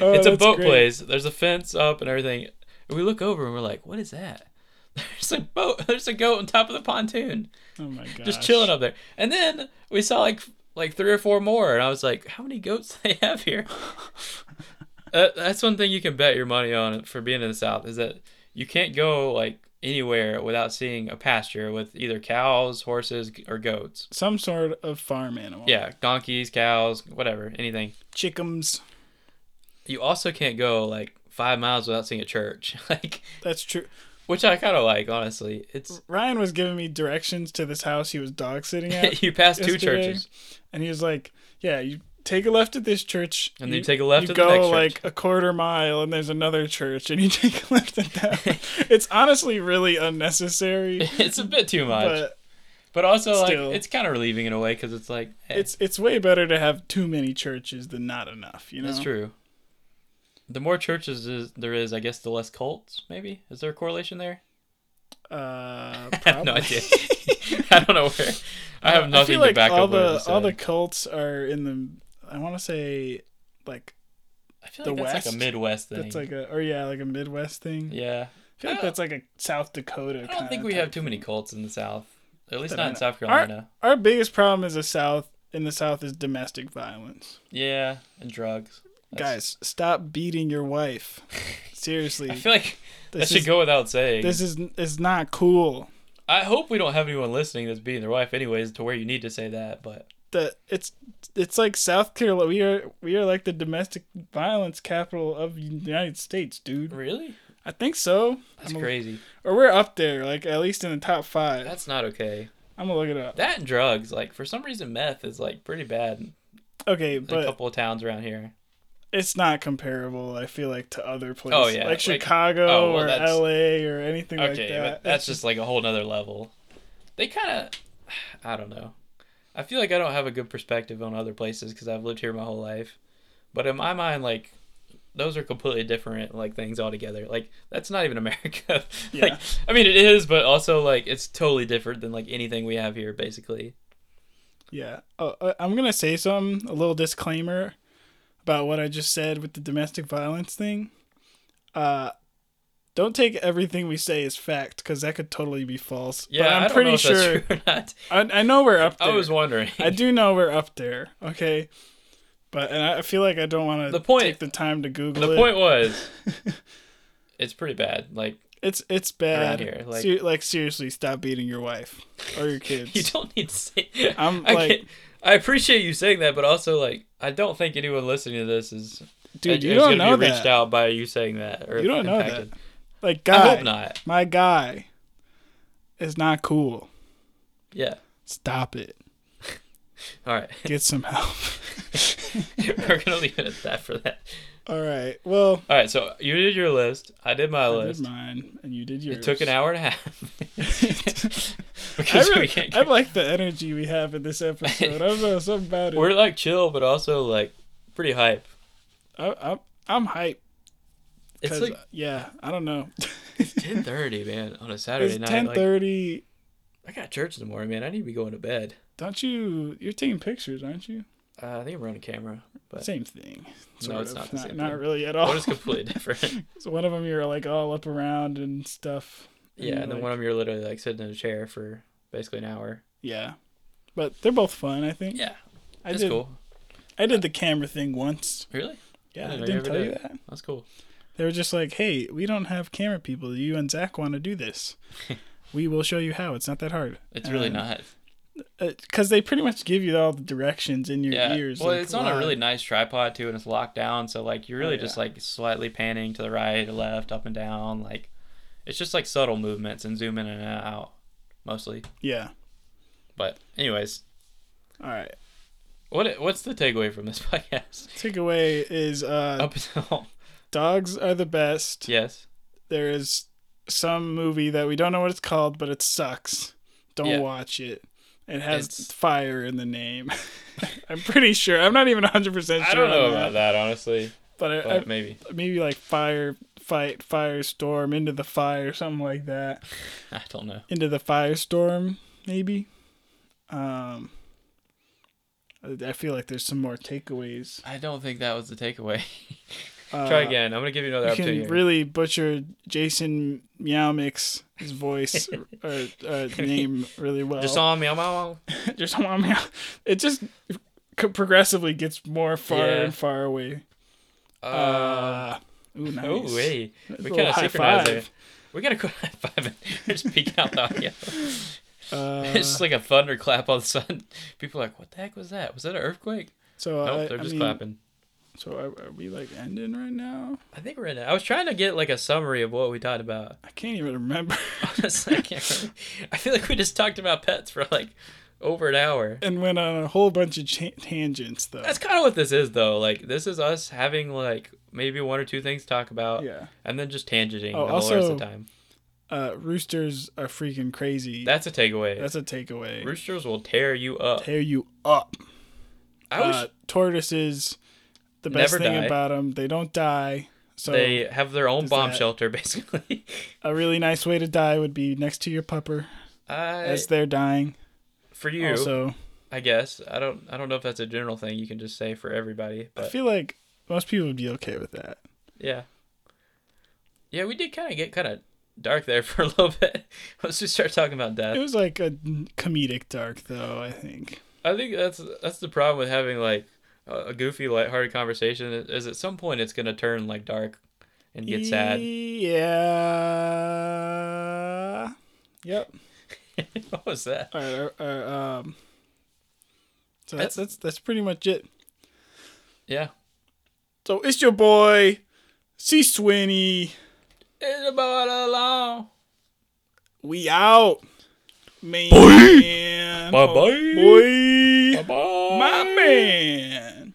[SPEAKER 2] Oh,
[SPEAKER 3] it's a
[SPEAKER 2] that's
[SPEAKER 3] boat
[SPEAKER 2] great.
[SPEAKER 3] place. There's a fence up and everything. And we look over and we're like, what is that? There's a boat. There's a goat on top of the pontoon
[SPEAKER 2] Oh my god.
[SPEAKER 3] just chilling up there. And then we saw like like three or four more, and I was like, "How many goats do they have here?" Uh, that's one thing you can bet your money on for being in the South is that you can't go like anywhere without seeing a pasture with either cows, horses, or goats.
[SPEAKER 2] Some sort of farm animal.
[SPEAKER 3] Yeah, donkeys, cows, whatever, anything.
[SPEAKER 2] Chickums.
[SPEAKER 3] You also can't go like five miles without seeing a church, like
[SPEAKER 2] That's true.
[SPEAKER 3] which I kind of like honestly. It's
[SPEAKER 2] Ryan was giving me directions to this house he was dog sitting at,
[SPEAKER 3] you pass two
[SPEAKER 2] Yesterday,
[SPEAKER 3] churches.
[SPEAKER 2] and he was like, "Yeah, you take a left at this church,
[SPEAKER 3] And then you take a left
[SPEAKER 2] You
[SPEAKER 3] at the
[SPEAKER 2] go
[SPEAKER 3] next church."
[SPEAKER 2] like a quarter mile, and there's another church, and you take a left at that. one. it's honestly really unnecessary,
[SPEAKER 3] It's a bit too much, but,
[SPEAKER 2] but
[SPEAKER 3] also like
[SPEAKER 2] still.
[SPEAKER 3] it's kind of relieving in a way because it's like eh.
[SPEAKER 2] it's it's way better to have too many churches than not enough. You know,
[SPEAKER 3] That's true. The more churches is, there is, I guess, the less cults. Maybe is there a correlation there?
[SPEAKER 2] Uh,
[SPEAKER 3] I have
[SPEAKER 2] probably.
[SPEAKER 3] no idea. I don't know where. I have
[SPEAKER 2] I
[SPEAKER 3] nothing
[SPEAKER 2] feel like
[SPEAKER 3] to back
[SPEAKER 2] all
[SPEAKER 3] up what I
[SPEAKER 2] the
[SPEAKER 3] was
[SPEAKER 2] all the
[SPEAKER 3] saying.
[SPEAKER 2] cults are in the. I want to say, like
[SPEAKER 3] I feel like
[SPEAKER 2] the
[SPEAKER 3] that's like
[SPEAKER 2] West.
[SPEAKER 3] a Midwest thing.
[SPEAKER 2] that's like a or yeah, like a Midwest thing.
[SPEAKER 3] yeah.
[SPEAKER 2] I feel like that's like a South Dakota.
[SPEAKER 3] I don't think we have too many cults in the South. At least not in South
[SPEAKER 2] Our,
[SPEAKER 3] Carolina.
[SPEAKER 2] our biggest problem is the South in the South is domestic violence.
[SPEAKER 3] Yeah, and drugs. That's-
[SPEAKER 2] Guys, stop beating your wife. Seriously,
[SPEAKER 3] I feel like that
[SPEAKER 2] This
[SPEAKER 3] should
[SPEAKER 2] is-
[SPEAKER 3] go without saying.
[SPEAKER 2] this is is not cool.
[SPEAKER 3] I hope we don't have anyone listening that's beating their wife, anyways, to where you need to say that. But
[SPEAKER 2] The it's it's like South Carolina. We are we are like the domestic violence capital of the United States, dude.
[SPEAKER 3] really,
[SPEAKER 2] I think so.
[SPEAKER 3] that's
[SPEAKER 2] I'm a-
[SPEAKER 3] crazy.
[SPEAKER 2] or we're up there, like at least in the top five.
[SPEAKER 3] That's not okay.
[SPEAKER 2] I'm gonna look it up.
[SPEAKER 3] That and drugs, like for some reason, meth is like pretty bad in
[SPEAKER 2] Okay,
[SPEAKER 3] a
[SPEAKER 2] but
[SPEAKER 3] couple of towns around here.
[SPEAKER 2] it's not comparable. I feel like to other places,
[SPEAKER 3] Oh, yeah,
[SPEAKER 2] like
[SPEAKER 3] like-
[SPEAKER 2] Chicago
[SPEAKER 3] oh, well,
[SPEAKER 2] or
[SPEAKER 3] that's-
[SPEAKER 2] L.A. or anything
[SPEAKER 3] Okay,
[SPEAKER 2] like that.
[SPEAKER 3] but that's just like a whole nother level. They kind of, I don't know. I feel like I don't have a good perspective on other places because I've lived here my whole life. But in my mind, like those are completely different like things altogether. Like that's not even America.
[SPEAKER 2] Yeah.
[SPEAKER 3] like I mean it is, but also like it's totally different than like anything we have here basically.
[SPEAKER 2] Yeah. Oh, uh, I'm going to say something, a little disclaimer about what I just said with the domestic violence thing. Uh, don't take everything we say as fact because that could totally be false.
[SPEAKER 3] Yeah,
[SPEAKER 2] but I'm
[SPEAKER 3] I don't
[SPEAKER 2] pretty
[SPEAKER 3] know if that's
[SPEAKER 2] sure.
[SPEAKER 3] true or not.
[SPEAKER 2] I, I know we're up there.
[SPEAKER 3] I was wondering.
[SPEAKER 2] I do know we're up there. Okay. But and I feel like I don't want
[SPEAKER 3] The
[SPEAKER 2] to
[SPEAKER 3] point-
[SPEAKER 2] take the time to Google
[SPEAKER 3] the
[SPEAKER 2] it.
[SPEAKER 3] point was, it's pretty bad. Like
[SPEAKER 2] it's it's bad.
[SPEAKER 3] here, like-
[SPEAKER 2] Se- like seriously, stop beating your wife or your kids.
[SPEAKER 3] You don't need to say.
[SPEAKER 2] I'm,
[SPEAKER 3] I
[SPEAKER 2] like-
[SPEAKER 3] can't- I appreciate you saying that, but also like I don't think anyone listening to this is
[SPEAKER 2] Dude,
[SPEAKER 3] is
[SPEAKER 2] you don't
[SPEAKER 3] gonna
[SPEAKER 2] know
[SPEAKER 3] be reached
[SPEAKER 2] that.
[SPEAKER 3] out by you saying that. Or
[SPEAKER 2] You don't know
[SPEAKER 3] impacted.
[SPEAKER 2] Like
[SPEAKER 3] I
[SPEAKER 2] guy,
[SPEAKER 3] hope not.
[SPEAKER 2] my guy, is not cool.
[SPEAKER 3] Yeah.
[SPEAKER 2] Stop it.
[SPEAKER 3] All right.
[SPEAKER 2] Get some help.
[SPEAKER 3] We're gonna leave it at that for that.
[SPEAKER 2] All right. Well,
[SPEAKER 3] All right. So you did your list. I did my
[SPEAKER 2] I did
[SPEAKER 3] list.
[SPEAKER 2] mine, and you did yours.
[SPEAKER 3] It took an hour and a half.
[SPEAKER 2] I,
[SPEAKER 3] because we
[SPEAKER 2] really,
[SPEAKER 3] can't.
[SPEAKER 2] I like the energy we have in this episode. I don't know something about it.
[SPEAKER 3] We're like chill, but also like pretty hype.
[SPEAKER 2] I, I'm, I'm hype
[SPEAKER 3] It's
[SPEAKER 2] because
[SPEAKER 3] like
[SPEAKER 2] yeah, I don't know.
[SPEAKER 3] Ten thirty, man, on a Saturday
[SPEAKER 2] It's
[SPEAKER 3] night.
[SPEAKER 2] ten
[SPEAKER 3] Like,
[SPEAKER 2] thirty.
[SPEAKER 3] I got church in the morning, man. I need to be going to bed.
[SPEAKER 2] Don't you? You're taking pictures, aren't you?
[SPEAKER 3] Uh, I think I'm running camera, but
[SPEAKER 2] Same thing.
[SPEAKER 3] no,
[SPEAKER 2] sort
[SPEAKER 3] it's
[SPEAKER 2] of.
[SPEAKER 3] not the same.
[SPEAKER 2] Not
[SPEAKER 3] thing.
[SPEAKER 2] really at all.
[SPEAKER 3] One is completely different.
[SPEAKER 2] So one of them you're like all up around and stuff. and
[SPEAKER 3] yeah,
[SPEAKER 2] you're
[SPEAKER 3] and then
[SPEAKER 2] like-
[SPEAKER 3] one of them you're literally like sitting in a chair for basically an hour.
[SPEAKER 2] Yeah, but they're both fun. I think.
[SPEAKER 3] Yeah,
[SPEAKER 2] I
[SPEAKER 3] that's
[SPEAKER 2] did.
[SPEAKER 3] cool.
[SPEAKER 2] I did the camera thing once.
[SPEAKER 3] Really,
[SPEAKER 2] Yeah,
[SPEAKER 3] I
[SPEAKER 2] I
[SPEAKER 3] didn't know you
[SPEAKER 2] didn't
[SPEAKER 3] ever
[SPEAKER 2] tell you
[SPEAKER 3] did.
[SPEAKER 2] that.
[SPEAKER 3] that's cool.
[SPEAKER 2] They were just like, "Hey, we don't have camera people. Do You and Zach want to do this? we will show you how. It's not that hard.
[SPEAKER 3] It's really
[SPEAKER 2] Uh,
[SPEAKER 3] not.
[SPEAKER 2] because they pretty much give you all the directions in your
[SPEAKER 3] Yeah.
[SPEAKER 2] ears.
[SPEAKER 3] well,
[SPEAKER 2] like,
[SPEAKER 3] it's on a
[SPEAKER 2] live.
[SPEAKER 3] really nice tripod too, and it's locked down. So like you're really
[SPEAKER 2] Oh, yeah.
[SPEAKER 3] just like slightly panning to the right, or left, up and down. Like it's just like subtle movements and zoom in and out mostly.
[SPEAKER 2] yeah.
[SPEAKER 3] But anyways,
[SPEAKER 2] All right.
[SPEAKER 3] what what's the takeaway from this podcast?
[SPEAKER 2] Takeaway is uh,
[SPEAKER 3] Up until
[SPEAKER 2] dogs are the best.
[SPEAKER 3] yes,
[SPEAKER 2] There is some movie that we don't know what it's called, but it sucks. Don't
[SPEAKER 3] Yeah.
[SPEAKER 2] watch it. It has
[SPEAKER 3] It's-
[SPEAKER 2] fire in the name. I'm pretty sure. I'm not even 100 percent sure.
[SPEAKER 3] I don't know
[SPEAKER 2] on
[SPEAKER 3] about that honestly,
[SPEAKER 2] but, I,
[SPEAKER 3] but
[SPEAKER 2] I,
[SPEAKER 3] maybe
[SPEAKER 2] maybe like fire fight, firestorm, into the fire, something like that.
[SPEAKER 3] I don't know.
[SPEAKER 2] into the firestorm maybe um i I feel like there's some more takeaways
[SPEAKER 3] I don't think that was the takeaway.
[SPEAKER 2] uh,
[SPEAKER 3] Try again. I'm gonna give you another
[SPEAKER 2] you can
[SPEAKER 3] opportunity.
[SPEAKER 2] really butcher jason meowmix's voice or uh, name really well
[SPEAKER 3] Just on me. I'm out.
[SPEAKER 2] Just meow, meow. it just co- progressively gets more far
[SPEAKER 3] Yeah.
[SPEAKER 2] and far away
[SPEAKER 3] Uh,
[SPEAKER 2] uh ooh, nice.
[SPEAKER 3] oh wait,
[SPEAKER 2] That's
[SPEAKER 3] we
[SPEAKER 2] a
[SPEAKER 3] kind
[SPEAKER 2] little
[SPEAKER 3] of
[SPEAKER 2] high
[SPEAKER 3] synchronized
[SPEAKER 2] five.
[SPEAKER 3] it. We gotta go high five and just peek out the audio.
[SPEAKER 2] Uh,
[SPEAKER 3] it's just like a thunderclap all of a sudden. People are like, "What the heck was that? Was that an earthquake?"
[SPEAKER 2] so
[SPEAKER 3] Nope,
[SPEAKER 2] I,
[SPEAKER 3] they're
[SPEAKER 2] I
[SPEAKER 3] just
[SPEAKER 2] mean,
[SPEAKER 3] clapping.
[SPEAKER 2] so are, are we like ending right now
[SPEAKER 3] I think we're in it. I was trying to get like a summary of what we talked about.
[SPEAKER 2] i can't even remember
[SPEAKER 3] Honestly, I can't. Remember. I feel like we just talked about pets for like over an hour.
[SPEAKER 2] and went on a whole bunch of cha- tangents though
[SPEAKER 3] That's kind of what this is, though. Like, this is us having like maybe one or two things to talk about,
[SPEAKER 2] Uh, yeah
[SPEAKER 3] and then just tangenting
[SPEAKER 2] Oh,
[SPEAKER 3] the whole rest
[SPEAKER 2] also-
[SPEAKER 3] of the time.
[SPEAKER 2] uh, roosters are freaking crazy.
[SPEAKER 3] That's a takeaway.
[SPEAKER 2] That's a takeaway.
[SPEAKER 3] Roosters will tear you up.
[SPEAKER 2] Tear you up.
[SPEAKER 3] I wish
[SPEAKER 2] uh, tortoises, the best
[SPEAKER 3] Never
[SPEAKER 2] thing
[SPEAKER 3] die.
[SPEAKER 2] about them, they don't die. So
[SPEAKER 3] they have their own bomb
[SPEAKER 2] that-
[SPEAKER 3] shelter, basically.
[SPEAKER 2] a really nice way to die would be next to your pupper
[SPEAKER 3] I,
[SPEAKER 2] as they're dying.
[SPEAKER 3] for you,
[SPEAKER 2] Also,
[SPEAKER 3] I guess. I don't. I don't know if that's a general thing you can just say for everybody,
[SPEAKER 2] I
[SPEAKER 3] but
[SPEAKER 2] feel like most people would be okay with that.
[SPEAKER 3] yeah, yeah. We did kind of get kind of dark there for a little bit. Once we start talking about
[SPEAKER 2] It
[SPEAKER 3] death,
[SPEAKER 2] was like a comedic dark, though. I think.
[SPEAKER 3] I think that's that's the problem with having like a a goofy, lighthearted conversation. Is at some point it's gonna turn like dark and get sad.
[SPEAKER 2] Yeah. Yep.
[SPEAKER 3] what was that?
[SPEAKER 2] Or, or, um, so
[SPEAKER 3] That's-
[SPEAKER 2] that's that's that's pretty much it.
[SPEAKER 3] Yeah.
[SPEAKER 2] So it's your boy, C Sweeney.
[SPEAKER 3] It's about a long.
[SPEAKER 2] We out. Man. Boy.
[SPEAKER 3] Bye bye.
[SPEAKER 2] Boy.
[SPEAKER 3] Bye bye.
[SPEAKER 2] My man.